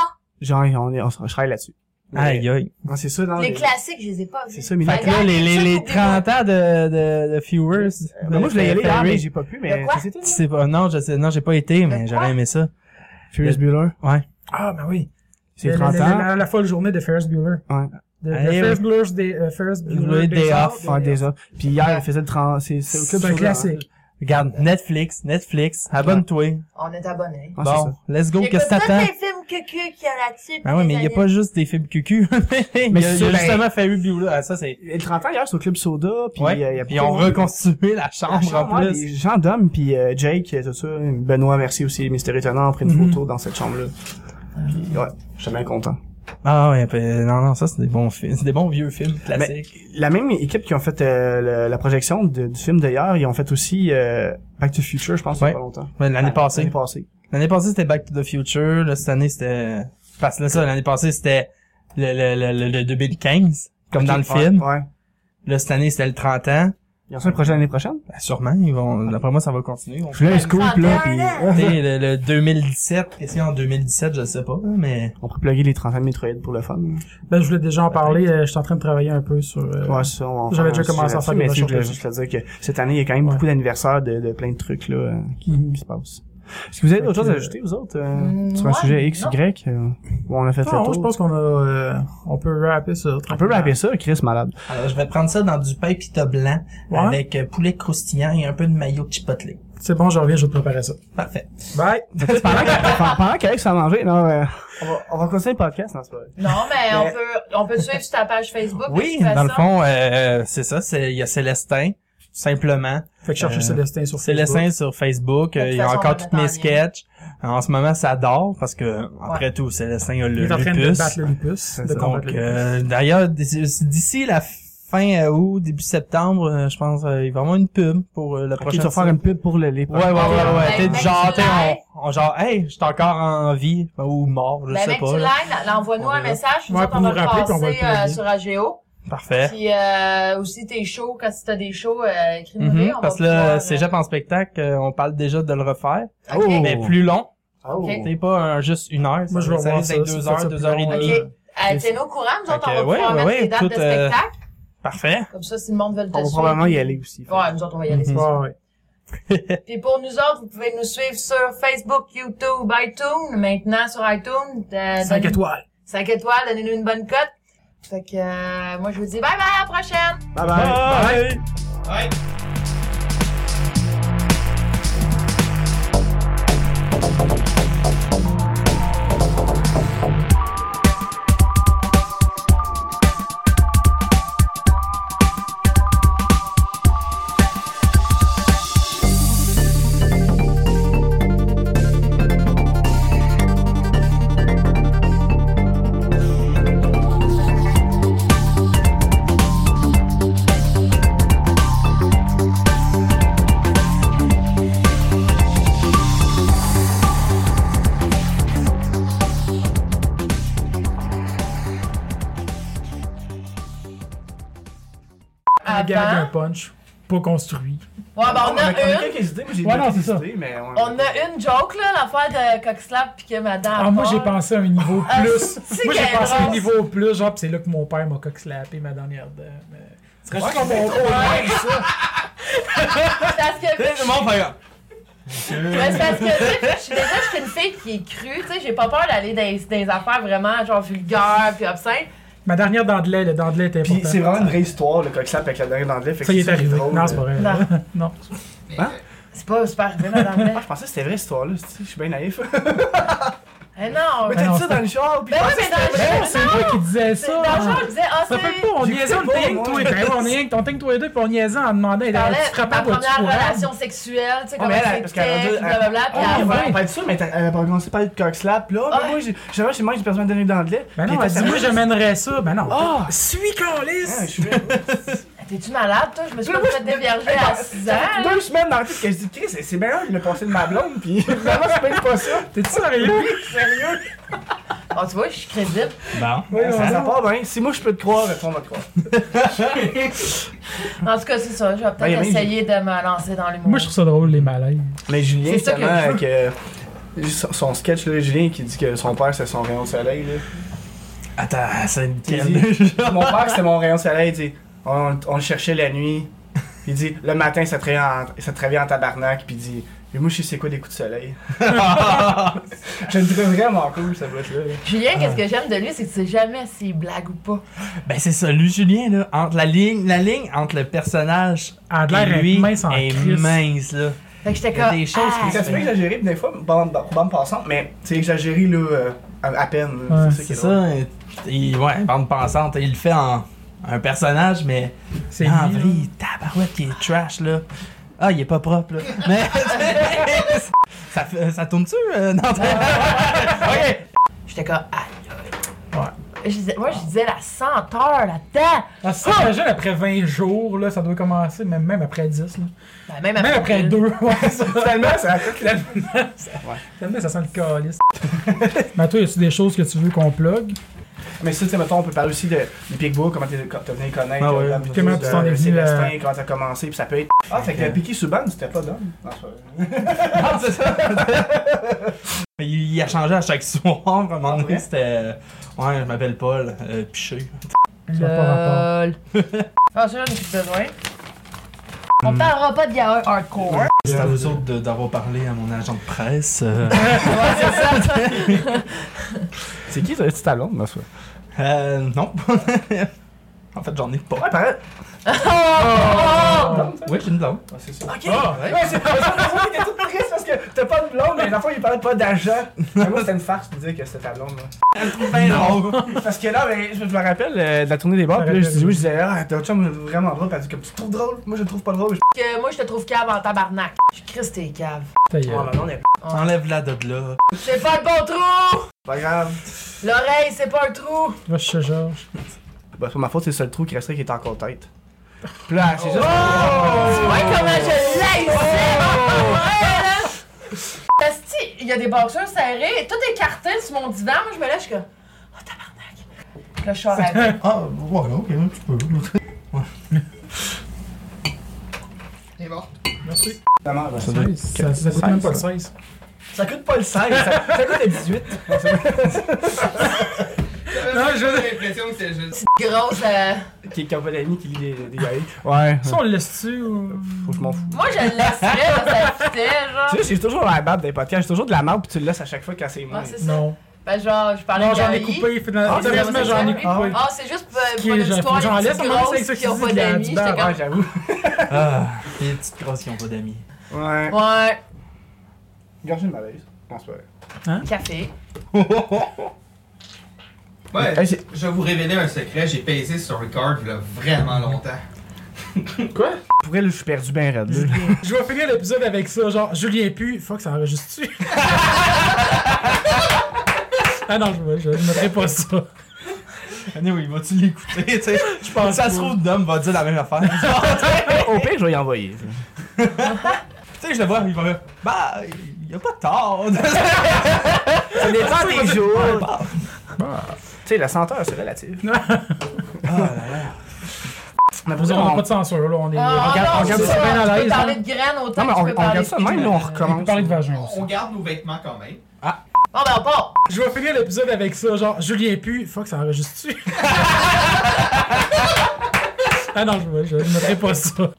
[SPEAKER 2] Genre, on est, on se on se travaille là-dessus.
[SPEAKER 4] aïe, aïe.
[SPEAKER 2] Non, Ah, c'est ça, non.
[SPEAKER 3] Les
[SPEAKER 2] mais-
[SPEAKER 3] classiques, je les ai pas vus.
[SPEAKER 2] C'est ça, mais
[SPEAKER 4] Fait que là, les, les, les 30 ans de, de, de viewers.
[SPEAKER 2] Ben, moi, je voulais y aller, hier, mais
[SPEAKER 4] Ferry.
[SPEAKER 2] j'ai pas pu, mais
[SPEAKER 3] De quoi?
[SPEAKER 2] ça, c'était,
[SPEAKER 4] Tu sais pas, non, je sais, non, j'ai pas été, mais
[SPEAKER 3] De quoi?
[SPEAKER 4] j'aurais aimé ça.
[SPEAKER 2] Furious Bueller.
[SPEAKER 4] Ouais.
[SPEAKER 1] Ah, ben oui.
[SPEAKER 2] C'est
[SPEAKER 1] La-
[SPEAKER 2] 30
[SPEAKER 1] la-
[SPEAKER 2] ans.
[SPEAKER 1] La, la folle journée de Ferris Bueller.
[SPEAKER 2] Ouais.
[SPEAKER 1] De, de
[SPEAKER 4] Ah, oui.
[SPEAKER 1] Ferris Bueller's Day, euh, Ferris
[SPEAKER 4] Bueller
[SPEAKER 1] Bueller
[SPEAKER 4] Day
[SPEAKER 1] Day
[SPEAKER 4] Off.
[SPEAKER 1] Off.
[SPEAKER 2] Ah, déjà. Puis hier, elle faisait le 30, c'est, c'est au club
[SPEAKER 1] C'est un
[SPEAKER 2] Soda, hein.
[SPEAKER 1] classique.
[SPEAKER 4] Regarde, Netflix, Netflix, abonne-toi.
[SPEAKER 3] On est abonnés.
[SPEAKER 2] Ah, c'est
[SPEAKER 4] Bon,
[SPEAKER 2] ça.
[SPEAKER 4] let's go,
[SPEAKER 3] J'écoute
[SPEAKER 4] qu'est-ce que
[SPEAKER 3] tous
[SPEAKER 4] t'attends?
[SPEAKER 3] les films que qu'il y a là-dessus.
[SPEAKER 4] Ben ouais, mais il y a pas juste des films cucu. il
[SPEAKER 2] Mais
[SPEAKER 4] y a,
[SPEAKER 2] c'est
[SPEAKER 4] il y a
[SPEAKER 2] sûr, ben-
[SPEAKER 4] justement Ferry Bueller. Ah, ça, c'est...
[SPEAKER 2] Et le 30 ans, hier, c'est au club Soda, puis
[SPEAKER 4] ouais.
[SPEAKER 2] euh, il y a
[SPEAKER 4] Puis on
[SPEAKER 2] plein de-
[SPEAKER 4] reconstitué la chambre, en
[SPEAKER 2] ouais,
[SPEAKER 4] plus.
[SPEAKER 2] des gens d'hommes, puis euh, Jake, euh, tout ça, Benoît, merci aussi, Mister Étonnant, on prend une
[SPEAKER 1] Mhm.
[SPEAKER 2] photo dans cette chambre-là. Puis, ouais, je suis bien content.
[SPEAKER 4] Ah ouais, ben, non, non, ça, c'est des bons films. C'est des bons vieux films classiques.
[SPEAKER 2] La même équipe qui ont fait euh, le- la projection de- du film d'ailleurs, ils ont fait aussi euh, Back to the Future, je pense, il y
[SPEAKER 4] Ouais.
[SPEAKER 2] a pas longtemps.
[SPEAKER 4] Ben, l'année
[SPEAKER 2] Ah,
[SPEAKER 4] passée.
[SPEAKER 2] L'année passée.
[SPEAKER 4] L'année passée, c'était Back to the Future. Là, cette année, c'était... Parce que là, ça, l'année passée, c'était le, le, le, le, le 2015, comme dans le
[SPEAKER 2] Ouais,
[SPEAKER 4] film.
[SPEAKER 2] Ouais.
[SPEAKER 4] Là, cette année, c'était le 30 ans.
[SPEAKER 2] Il y a un projet l'année prochaine?
[SPEAKER 4] Ben, sûrement, ils vont... D'après moi, ça va continuer. On-
[SPEAKER 2] Je voulais un
[SPEAKER 3] scoop, là, puis-
[SPEAKER 4] Tu sais, le, le 2017, qu'est-ce qu'il y a en 2017, je sais pas, hein, mais...
[SPEAKER 2] On pourrait plugger les 30 ans de Metroid pour le fun.
[SPEAKER 1] Ben, je voulais déjà en parler. euh, Je suis en train de travailler un peu sur... euh,
[SPEAKER 2] Ouais, ça, on va
[SPEAKER 1] J'avais
[SPEAKER 2] faire
[SPEAKER 1] déjà
[SPEAKER 2] un
[SPEAKER 1] commencé à
[SPEAKER 2] sujet
[SPEAKER 1] faire des
[SPEAKER 2] là-dessus,
[SPEAKER 1] recherches
[SPEAKER 2] mais tu sais, je voulais juste te dire que cette année, il y a quand même
[SPEAKER 1] Ouais.
[SPEAKER 2] beaucoup d'anniversaires de, de plein de trucs là euh, qui,
[SPEAKER 1] Mhm.
[SPEAKER 2] qui se passent. Est-ce que vous avez
[SPEAKER 1] Fait
[SPEAKER 2] autre chose à
[SPEAKER 1] que-
[SPEAKER 2] ajouter, vous autres, euh,
[SPEAKER 3] Mm,
[SPEAKER 2] sur un
[SPEAKER 3] ouais,
[SPEAKER 2] sujet X,
[SPEAKER 3] non.
[SPEAKER 2] Y? euh, bon, on a fait le
[SPEAKER 1] Non, Ah,
[SPEAKER 2] tour.
[SPEAKER 1] je pense qu'on a, euh, on peut rapper ça.
[SPEAKER 2] On peut rappeler ça, Chris, malade.
[SPEAKER 4] Alors, je vais prendre ça dans du pain pita blanc
[SPEAKER 1] Ouais.
[SPEAKER 4] avec euh, poulet croustillant et un peu de maillot chipotle.
[SPEAKER 1] C'est bon, je reviens, je vais te préparer ça.
[SPEAKER 4] Parfait.
[SPEAKER 1] Bye!
[SPEAKER 2] pendant que- pendant qu'Alex a mangé, non, euh, on, va, on va continuer le podcast, non, c'est pas vrai.
[SPEAKER 3] Non, mais on
[SPEAKER 2] Mais-
[SPEAKER 3] peut, on peut te suivre sur ta page Facebook.
[SPEAKER 4] Oui,
[SPEAKER 3] de toute
[SPEAKER 4] dans le
[SPEAKER 3] façon.
[SPEAKER 4] fond, euh, c'est ça. c'est- Il y a Célestin, tout simplement.
[SPEAKER 1] Fait que cherchez
[SPEAKER 4] Euh,
[SPEAKER 1] Célestin sur Facebook.
[SPEAKER 4] Célestin sur Facebook.
[SPEAKER 3] De toute
[SPEAKER 4] euh, Il y a
[SPEAKER 3] façon, on
[SPEAKER 4] encore
[SPEAKER 3] va
[SPEAKER 4] toutes
[SPEAKER 3] mettre en
[SPEAKER 4] mes
[SPEAKER 3] lien.
[SPEAKER 4] sketchs. En ce moment, ça dort parce que, après tout, Célestin a
[SPEAKER 1] Il
[SPEAKER 4] le
[SPEAKER 1] est en train de
[SPEAKER 4] lupus.
[SPEAKER 1] battre le lupus. De combattre
[SPEAKER 4] Donc,
[SPEAKER 1] le lupus.
[SPEAKER 4] euh, d'ailleurs, d'ici d'ici la fin euh, août, début septembre, euh, je pense, euh, il va y avoir une pub pour euh, la
[SPEAKER 2] Ok, tu
[SPEAKER 4] prochaine.
[SPEAKER 2] vas faire une pub pour le, les
[SPEAKER 4] Ouais, ouais, ouais,
[SPEAKER 3] Ben,
[SPEAKER 4] ouais. T'es
[SPEAKER 3] mec,
[SPEAKER 4] du genre,
[SPEAKER 3] tu
[SPEAKER 4] t'es,
[SPEAKER 3] l'as.
[SPEAKER 4] on, on genre, hey, j'étais encore en vie, ou mort, je
[SPEAKER 3] Ben,
[SPEAKER 4] sais
[SPEAKER 3] mec, tu
[SPEAKER 4] pas. là.
[SPEAKER 3] l'aimes, l'envoie-nous
[SPEAKER 4] On
[SPEAKER 3] un
[SPEAKER 4] verra.
[SPEAKER 3] message. Nous
[SPEAKER 1] Ouais,
[SPEAKER 3] autres,
[SPEAKER 1] pour
[SPEAKER 3] on va
[SPEAKER 1] nous
[SPEAKER 3] le
[SPEAKER 1] rappeler, puis on va
[SPEAKER 3] passer
[SPEAKER 1] le
[SPEAKER 3] euh,
[SPEAKER 1] plugger.
[SPEAKER 3] sur AGO.
[SPEAKER 4] Parfait.
[SPEAKER 3] Puis euh, aussi tes shows, quand si t'as des shows, euh, écris-nous
[SPEAKER 4] Mhm,
[SPEAKER 3] les, on
[SPEAKER 4] parce que
[SPEAKER 3] va pouvoir,
[SPEAKER 4] là,
[SPEAKER 3] euh,
[SPEAKER 4] Cégep en spectacle, euh, on parle déjà de le refaire,
[SPEAKER 3] Ok.
[SPEAKER 2] Oh.
[SPEAKER 4] mais plus long.
[SPEAKER 2] Oh.
[SPEAKER 3] Ok.
[SPEAKER 4] C'est pas un, juste une heure.
[SPEAKER 1] Moi, je vais
[SPEAKER 4] ça
[SPEAKER 1] voir
[SPEAKER 4] risque
[SPEAKER 1] ça,
[SPEAKER 4] d'être
[SPEAKER 1] ça
[SPEAKER 4] deux
[SPEAKER 1] fait
[SPEAKER 4] heures,
[SPEAKER 1] ça
[SPEAKER 4] deux
[SPEAKER 1] plus
[SPEAKER 4] heures et
[SPEAKER 1] long,
[SPEAKER 3] Ok.
[SPEAKER 4] demie.
[SPEAKER 1] euh,
[SPEAKER 3] Euh, Tiens-nous au courant, nous
[SPEAKER 4] Oh! Fait
[SPEAKER 3] autres, on
[SPEAKER 4] que,
[SPEAKER 3] va
[SPEAKER 4] ouais,
[SPEAKER 3] pouvoir
[SPEAKER 4] ouais,
[SPEAKER 3] mettre
[SPEAKER 4] ouais,
[SPEAKER 3] les dates de
[SPEAKER 4] tout, euh,
[SPEAKER 3] spectacle.
[SPEAKER 4] Parfait.
[SPEAKER 3] Comme ça, si le monde veut le
[SPEAKER 2] On va
[SPEAKER 3] suivre.
[SPEAKER 2] probablement y aller aussi.
[SPEAKER 3] Ouais, nous autres, on va y aller.
[SPEAKER 4] Mhm.
[SPEAKER 1] Ouais, ouais.
[SPEAKER 3] Puis pour nous autres, vous pouvez nous suivre sur Facebook, YouTube, iTunes. Maintenant, sur iTunes. euh,
[SPEAKER 1] 5
[SPEAKER 3] donnez-
[SPEAKER 1] étoiles.
[SPEAKER 3] 5 étoiles, donnez-nous une bonne cote. Fait que euh, moi, je vous dis bye bye, à la prochaine!
[SPEAKER 2] Bye bye.
[SPEAKER 4] Bye.
[SPEAKER 1] Un gag,
[SPEAKER 3] Avant.
[SPEAKER 1] un punch. Pas construit.
[SPEAKER 3] Ouais, ben, on a une.
[SPEAKER 2] quelques idées, moi j'ai
[SPEAKER 1] Ouais, non, c'est ça.
[SPEAKER 2] mais on...
[SPEAKER 3] On a une joke, là, l'affaire de Coxlap pis que madame.
[SPEAKER 1] Ah, moi, j'ai
[SPEAKER 3] parle.
[SPEAKER 1] pensé à un niveau
[SPEAKER 3] Ah,
[SPEAKER 1] plus.
[SPEAKER 3] c'est
[SPEAKER 1] moi, j'ai
[SPEAKER 3] qu'elle
[SPEAKER 1] pensé à un
[SPEAKER 3] brosse.
[SPEAKER 1] niveau plus. Genre, pis c'est là que mon père m'a coxlappé ma dernière dent. mais- C'est juste comme mon
[SPEAKER 3] Parce que.
[SPEAKER 4] Tout le monde fait comme-
[SPEAKER 3] Mais c'est parce que, tu sais, je suis déjà, je suis une fille qui est crue, tu sais, j'ai pas peur d'aller dans, les- dans les affaires vraiment, genre, vulgaires puis obscènes.
[SPEAKER 1] Ma dernière dent de lait, le dent de lait était
[SPEAKER 2] Puis
[SPEAKER 1] important.
[SPEAKER 2] c'est vraiment une vraie histoire, le coq avec la dernière dans le lait. fait
[SPEAKER 1] Ça
[SPEAKER 2] que
[SPEAKER 1] y est
[SPEAKER 2] c'est
[SPEAKER 1] arrivé.
[SPEAKER 2] drôle. euh,
[SPEAKER 1] Non, c'est pas vrai.
[SPEAKER 3] Non.
[SPEAKER 1] Non.
[SPEAKER 3] C'est pas, c'est pas arrivé, madame.
[SPEAKER 2] Ah, je pensais que c'était vrai, cette histoire-là. c'est- Je suis bien naïf.
[SPEAKER 3] Eh non!
[SPEAKER 2] Mais t'as
[SPEAKER 3] Ben
[SPEAKER 1] Ah, non,
[SPEAKER 2] dit ça dans le char, puis
[SPEAKER 3] oui,
[SPEAKER 2] je pensais
[SPEAKER 3] mais
[SPEAKER 2] que c'était
[SPEAKER 3] dans
[SPEAKER 2] vrai.
[SPEAKER 3] le
[SPEAKER 1] Ben, C'est moi qui disais ça.
[SPEAKER 3] Dans le genre, je disais, ah,
[SPEAKER 1] Ça
[SPEAKER 3] c'est.
[SPEAKER 1] fait pas, on niaisait, on
[SPEAKER 2] pas,
[SPEAKER 1] était rien que
[SPEAKER 2] moi.
[SPEAKER 1] toi et deux. On est rien que on était que toi et deux, puis on niaisait en demandant. Elle
[SPEAKER 3] parlais
[SPEAKER 1] se
[SPEAKER 3] de
[SPEAKER 1] frappait
[SPEAKER 3] ma
[SPEAKER 1] à bout
[SPEAKER 3] première relation sexuelle, tu sais,
[SPEAKER 2] Ah,
[SPEAKER 3] comment
[SPEAKER 2] mais elle,
[SPEAKER 3] c'était,
[SPEAKER 2] elle- parce qu'elle a rendu-
[SPEAKER 3] puis blablabla,
[SPEAKER 2] Ah,
[SPEAKER 3] puis
[SPEAKER 2] ouais,
[SPEAKER 3] elle- Ah.
[SPEAKER 1] ouais.
[SPEAKER 2] on parlait de ça, mais t'as- elle a pas commencé par le coq slap. Là,
[SPEAKER 3] Ouais.
[SPEAKER 2] ben moi, j'ai- j'avais chez moi, j'ai perdu ma dernière dans le lait.
[SPEAKER 1] Ben
[SPEAKER 2] puis
[SPEAKER 1] non,
[SPEAKER 2] elle
[SPEAKER 1] elle
[SPEAKER 2] était
[SPEAKER 1] dit, moi,
[SPEAKER 2] sérieuse.
[SPEAKER 1] j'amènerais ça. Ben non.
[SPEAKER 2] Ah!
[SPEAKER 1] Suis
[SPEAKER 2] Ah,
[SPEAKER 1] calice!
[SPEAKER 2] je suis bien-
[SPEAKER 3] T'es-tu malade, toi? Je me suis
[SPEAKER 2] Là,
[SPEAKER 3] pas
[SPEAKER 2] moi,
[SPEAKER 3] fait
[SPEAKER 2] je-
[SPEAKER 3] dévierger
[SPEAKER 2] Hey,
[SPEAKER 3] à
[SPEAKER 2] dans-
[SPEAKER 3] 6 ans.
[SPEAKER 2] ça
[SPEAKER 1] Hein?
[SPEAKER 2] fait
[SPEAKER 3] là.
[SPEAKER 2] Deux semaines dans le tête que je dis, Chris, c'est- c'est bien, le passé de ma blonde, puis finalement, c'est même pas ça.
[SPEAKER 1] T'es-tu sérieux?
[SPEAKER 2] Sérieux?
[SPEAKER 3] Ah, tu vois, je suis crédible.
[SPEAKER 2] Ça ça part bien. Si moi, je peux te croire, ben, toi, on va te croire.
[SPEAKER 3] En tout cas, c'est ça, je vais
[SPEAKER 2] Ben,
[SPEAKER 3] peut-être
[SPEAKER 2] même,
[SPEAKER 3] essayer de me lancer dans l'humour.
[SPEAKER 1] Moi, je trouve ça drôle, les malaises.
[SPEAKER 2] Mais Julien,
[SPEAKER 3] C'est ça
[SPEAKER 2] justement,
[SPEAKER 3] que je
[SPEAKER 2] avec euh, son son sketch, là, Julien qui dit que son père c'est son rayon de soleil. Là.
[SPEAKER 4] Attends, c'est
[SPEAKER 2] Il
[SPEAKER 4] nickel.
[SPEAKER 2] dit, mon père c'était mon rayon de soleil, il dit, on, on le cherchait la nuit. Puis il dit, le matin ça te réveille en, ça te réveille en tabarnak. Puis il dit, mais moi je sais c'est quoi des coups de soleil. je le trouve vraiment cool, ça va être là.
[SPEAKER 3] Julien, qu'est-ce que j'aime de lui, c'est que tu sais jamais s'il blague ou pas.
[SPEAKER 4] Ben c'est ça, lui Julien là, entre la ligne, la ligne entre le personnage
[SPEAKER 1] Elle a Ah, de l'air
[SPEAKER 4] et lui
[SPEAKER 1] être mince en
[SPEAKER 4] est
[SPEAKER 1] crise.
[SPEAKER 4] mince là.
[SPEAKER 3] Fait que j'étais
[SPEAKER 4] Il y a
[SPEAKER 3] comme.
[SPEAKER 4] des choses qui
[SPEAKER 3] ah,
[SPEAKER 2] Ça se fait exagéré, puis des fois, bande, bande passante, mais c'est exagéré là, euh, à, à peine. là.
[SPEAKER 1] Ouais,
[SPEAKER 2] qui
[SPEAKER 4] C'est
[SPEAKER 2] est drôle.
[SPEAKER 4] ça, et- il, ouais, bande pensante, il le fait en un personnage mais
[SPEAKER 1] C'est
[SPEAKER 2] Ah,
[SPEAKER 4] en
[SPEAKER 1] lui,
[SPEAKER 4] Ah, vrai, il tabarouette, il est trash là. Ah, il est pas propre là. Mais ça fait- ça tourne tu dans ta- OK.
[SPEAKER 3] J'étais comme. Ah,
[SPEAKER 1] Ouais.
[SPEAKER 3] je disais, moi, je disais la senteur là-dedans.
[SPEAKER 1] Ah, ça, J'imagine après 20 jours, là, ça doit commencer, même, même après 10. là.
[SPEAKER 3] Ben, même
[SPEAKER 1] Même après 2. Ouais, ça.
[SPEAKER 2] Finalement, ça a fait que la-
[SPEAKER 1] Tellement ça sent le calice. Mais toi, y a-tu des choses que tu veux qu'on plug?
[SPEAKER 2] Mais ça, tu sais, mettons, on peut parler aussi de, du Pigbois, comment t'es t'es venu le connaître.
[SPEAKER 4] Ah ouais,
[SPEAKER 2] euh,
[SPEAKER 1] puis comment
[SPEAKER 2] de-
[SPEAKER 1] tu t'en es
[SPEAKER 2] de
[SPEAKER 1] venu,
[SPEAKER 2] Sébastien,
[SPEAKER 1] euh,
[SPEAKER 2] comment t'as commencé, puis ça peut être. Ah, fait que le Piqué Souban, c'était pas d'homme. Non, c'est pas vrai.
[SPEAKER 4] Ah, c'est ça. il, il a changé à chaque soir, vraiment.
[SPEAKER 2] vrai?
[SPEAKER 4] C'était. euh, Ouais, je m'appelle Paul, euh, piché.
[SPEAKER 1] Ça a pas rapport.
[SPEAKER 3] Ah, ça, j'en ai plus besoin. On parlera pas de yaoi hardcore.
[SPEAKER 4] C'est à vous autres de- d'avoir parlé à mon agent de presse. euh,
[SPEAKER 2] C'est qui, c'est ta blonde, moi, ça?
[SPEAKER 4] euh, non. en fait, j'en ai pas.
[SPEAKER 2] Ouais, pareil.
[SPEAKER 4] Oui, j'ai une blonde.
[SPEAKER 2] Ok. ouais, c'est pas ça. C'est était toute triste parce que t'as pas de blonde, mais la fois, il parlait pas d'argent. Mais moi, c'était une farce pour dire que c'était ta blonde, là.
[SPEAKER 4] Ben non.
[SPEAKER 2] Parce que là, ben, je je me rappelle euh, de la tournée des bars, puis là, je disais, oui, je disais, ah, ton chum est vraiment drôle, puis elle dit, comme, tu te trouves drôle? Moi, je le trouve pas drôle.
[SPEAKER 3] Que moi, je te trouve cave en tabarnak. Je crisse tes caves.
[SPEAKER 1] Ta gueule.
[SPEAKER 2] Ouais, oh, ma blonde est
[SPEAKER 4] Enlève-la de là.
[SPEAKER 3] C'est pas le bon trou!
[SPEAKER 2] pas grave.
[SPEAKER 3] L'oreille, c'est pas un trou!
[SPEAKER 1] Va chez Georges.
[SPEAKER 2] Bah, c'est ma faute, c'est le seul trou qui resterait qui est encore tête. Puis là, c'est juste.
[SPEAKER 1] Oh!
[SPEAKER 3] Ouais, comment je l'ai ici! il y a des boxeurs serrés, tout écarté sur mon divan. Moi, je me lève, je suis comme, oh tabarnak. Là, je sors avec.
[SPEAKER 4] Ah, ouais, ok, un petit peu.
[SPEAKER 3] C'est bon.
[SPEAKER 1] Merci. Ça,
[SPEAKER 2] Ça,
[SPEAKER 1] ça coûte même pas le 16.
[SPEAKER 2] ça coûte pas le 16, ça, ça coûte le 18.
[SPEAKER 5] Non, je
[SPEAKER 4] l'impression que c'est juste.
[SPEAKER 3] Petite grosse. euh,
[SPEAKER 2] Qui qui a pas d'amis qui lit des, des gaillards. Ouais.
[SPEAKER 1] Ça, on le laisse-tu ou.
[SPEAKER 2] Faut que je m'en fous.
[SPEAKER 3] Moi, je le laisserais dans sa fitait, genre.
[SPEAKER 2] Tu sais, j'ai toujours la barbe des podcasts, j'ai toujours de la merde, puis tu le laisses à chaque fois quand c'est moi.
[SPEAKER 3] Ah, c'est ça.
[SPEAKER 1] Non.
[SPEAKER 3] Ben, genre, je parlais
[SPEAKER 1] Non,
[SPEAKER 3] de
[SPEAKER 1] j'en ai
[SPEAKER 3] Gary.
[SPEAKER 1] coupé. fait-
[SPEAKER 2] Ah, c'est
[SPEAKER 1] Sérieusement,
[SPEAKER 2] vrai,
[SPEAKER 1] j'en ai
[SPEAKER 2] c'est vrai.
[SPEAKER 1] coupé.
[SPEAKER 3] Ah, c'est juste pour,
[SPEAKER 1] Ce
[SPEAKER 3] pour
[SPEAKER 1] qui est-
[SPEAKER 3] une
[SPEAKER 1] j'en-
[SPEAKER 3] histoire
[SPEAKER 1] j'en
[SPEAKER 3] de
[SPEAKER 1] laisse,
[SPEAKER 3] petites
[SPEAKER 1] on va
[SPEAKER 3] grosses
[SPEAKER 1] laisser
[SPEAKER 3] qui ont
[SPEAKER 1] ça
[SPEAKER 3] pas
[SPEAKER 1] qui
[SPEAKER 3] d'amis.
[SPEAKER 1] dit,
[SPEAKER 3] J'étais
[SPEAKER 1] là,
[SPEAKER 2] Ouais,
[SPEAKER 3] comme,
[SPEAKER 2] j'avoue.
[SPEAKER 4] Ah, les petites grosses qui ont pas d'amis.
[SPEAKER 2] Ouais.
[SPEAKER 3] ouais,
[SPEAKER 2] Gorgée de malaise. Non, c'est pas vrai.
[SPEAKER 3] café.
[SPEAKER 6] Ouais,
[SPEAKER 2] Hey, c'est-
[SPEAKER 6] je vais vous révéler un secret, j'ai pesé sur record il y a vraiment longtemps.
[SPEAKER 2] Pour elle, je suis perdu bien raide. là.
[SPEAKER 1] Je vais finir l'épisode avec ça, genre, Julien Pu, fuck, ça enregistre-tu? ah non, je, je, je mettrai pas ça.
[SPEAKER 4] Anyway, vas-tu l'écouter, tu sais? Je pense ça se trouve, Dom va dire la même affaire.
[SPEAKER 2] Au pire, je vais y envoyer.
[SPEAKER 4] tu sais, je le vois, il va me dire, bah, il y a pas tort.
[SPEAKER 2] Ça dépend des jours.
[SPEAKER 4] bah,
[SPEAKER 2] Tu sais, la senteur, c'est relative. Mais
[SPEAKER 1] Vous
[SPEAKER 2] vous
[SPEAKER 1] aurez
[SPEAKER 2] on...
[SPEAKER 1] pas de censure, là, on est.
[SPEAKER 3] Ah,
[SPEAKER 1] on
[SPEAKER 2] regarde-
[SPEAKER 3] non,
[SPEAKER 2] on regarde
[SPEAKER 3] c'est
[SPEAKER 2] ça
[SPEAKER 1] bien à
[SPEAKER 3] Tu peux
[SPEAKER 1] l'aise,
[SPEAKER 3] parler
[SPEAKER 1] hein.
[SPEAKER 3] de graines autant
[SPEAKER 2] Non, mais
[SPEAKER 3] que
[SPEAKER 2] on,
[SPEAKER 3] tu
[SPEAKER 2] on
[SPEAKER 3] peux parler
[SPEAKER 2] regarde
[SPEAKER 3] de
[SPEAKER 2] ça de même, là, on
[SPEAKER 1] on peut
[SPEAKER 2] recommence.
[SPEAKER 1] parler de vagin aussi.
[SPEAKER 6] On garde nos vêtements quand même.
[SPEAKER 3] Bon, ben, on part.
[SPEAKER 1] Je vais finir l'épisode avec ça, genre, Julien Pu, fuck, ça enregistre-tu? ah non, je, je, je mettrai pas ça.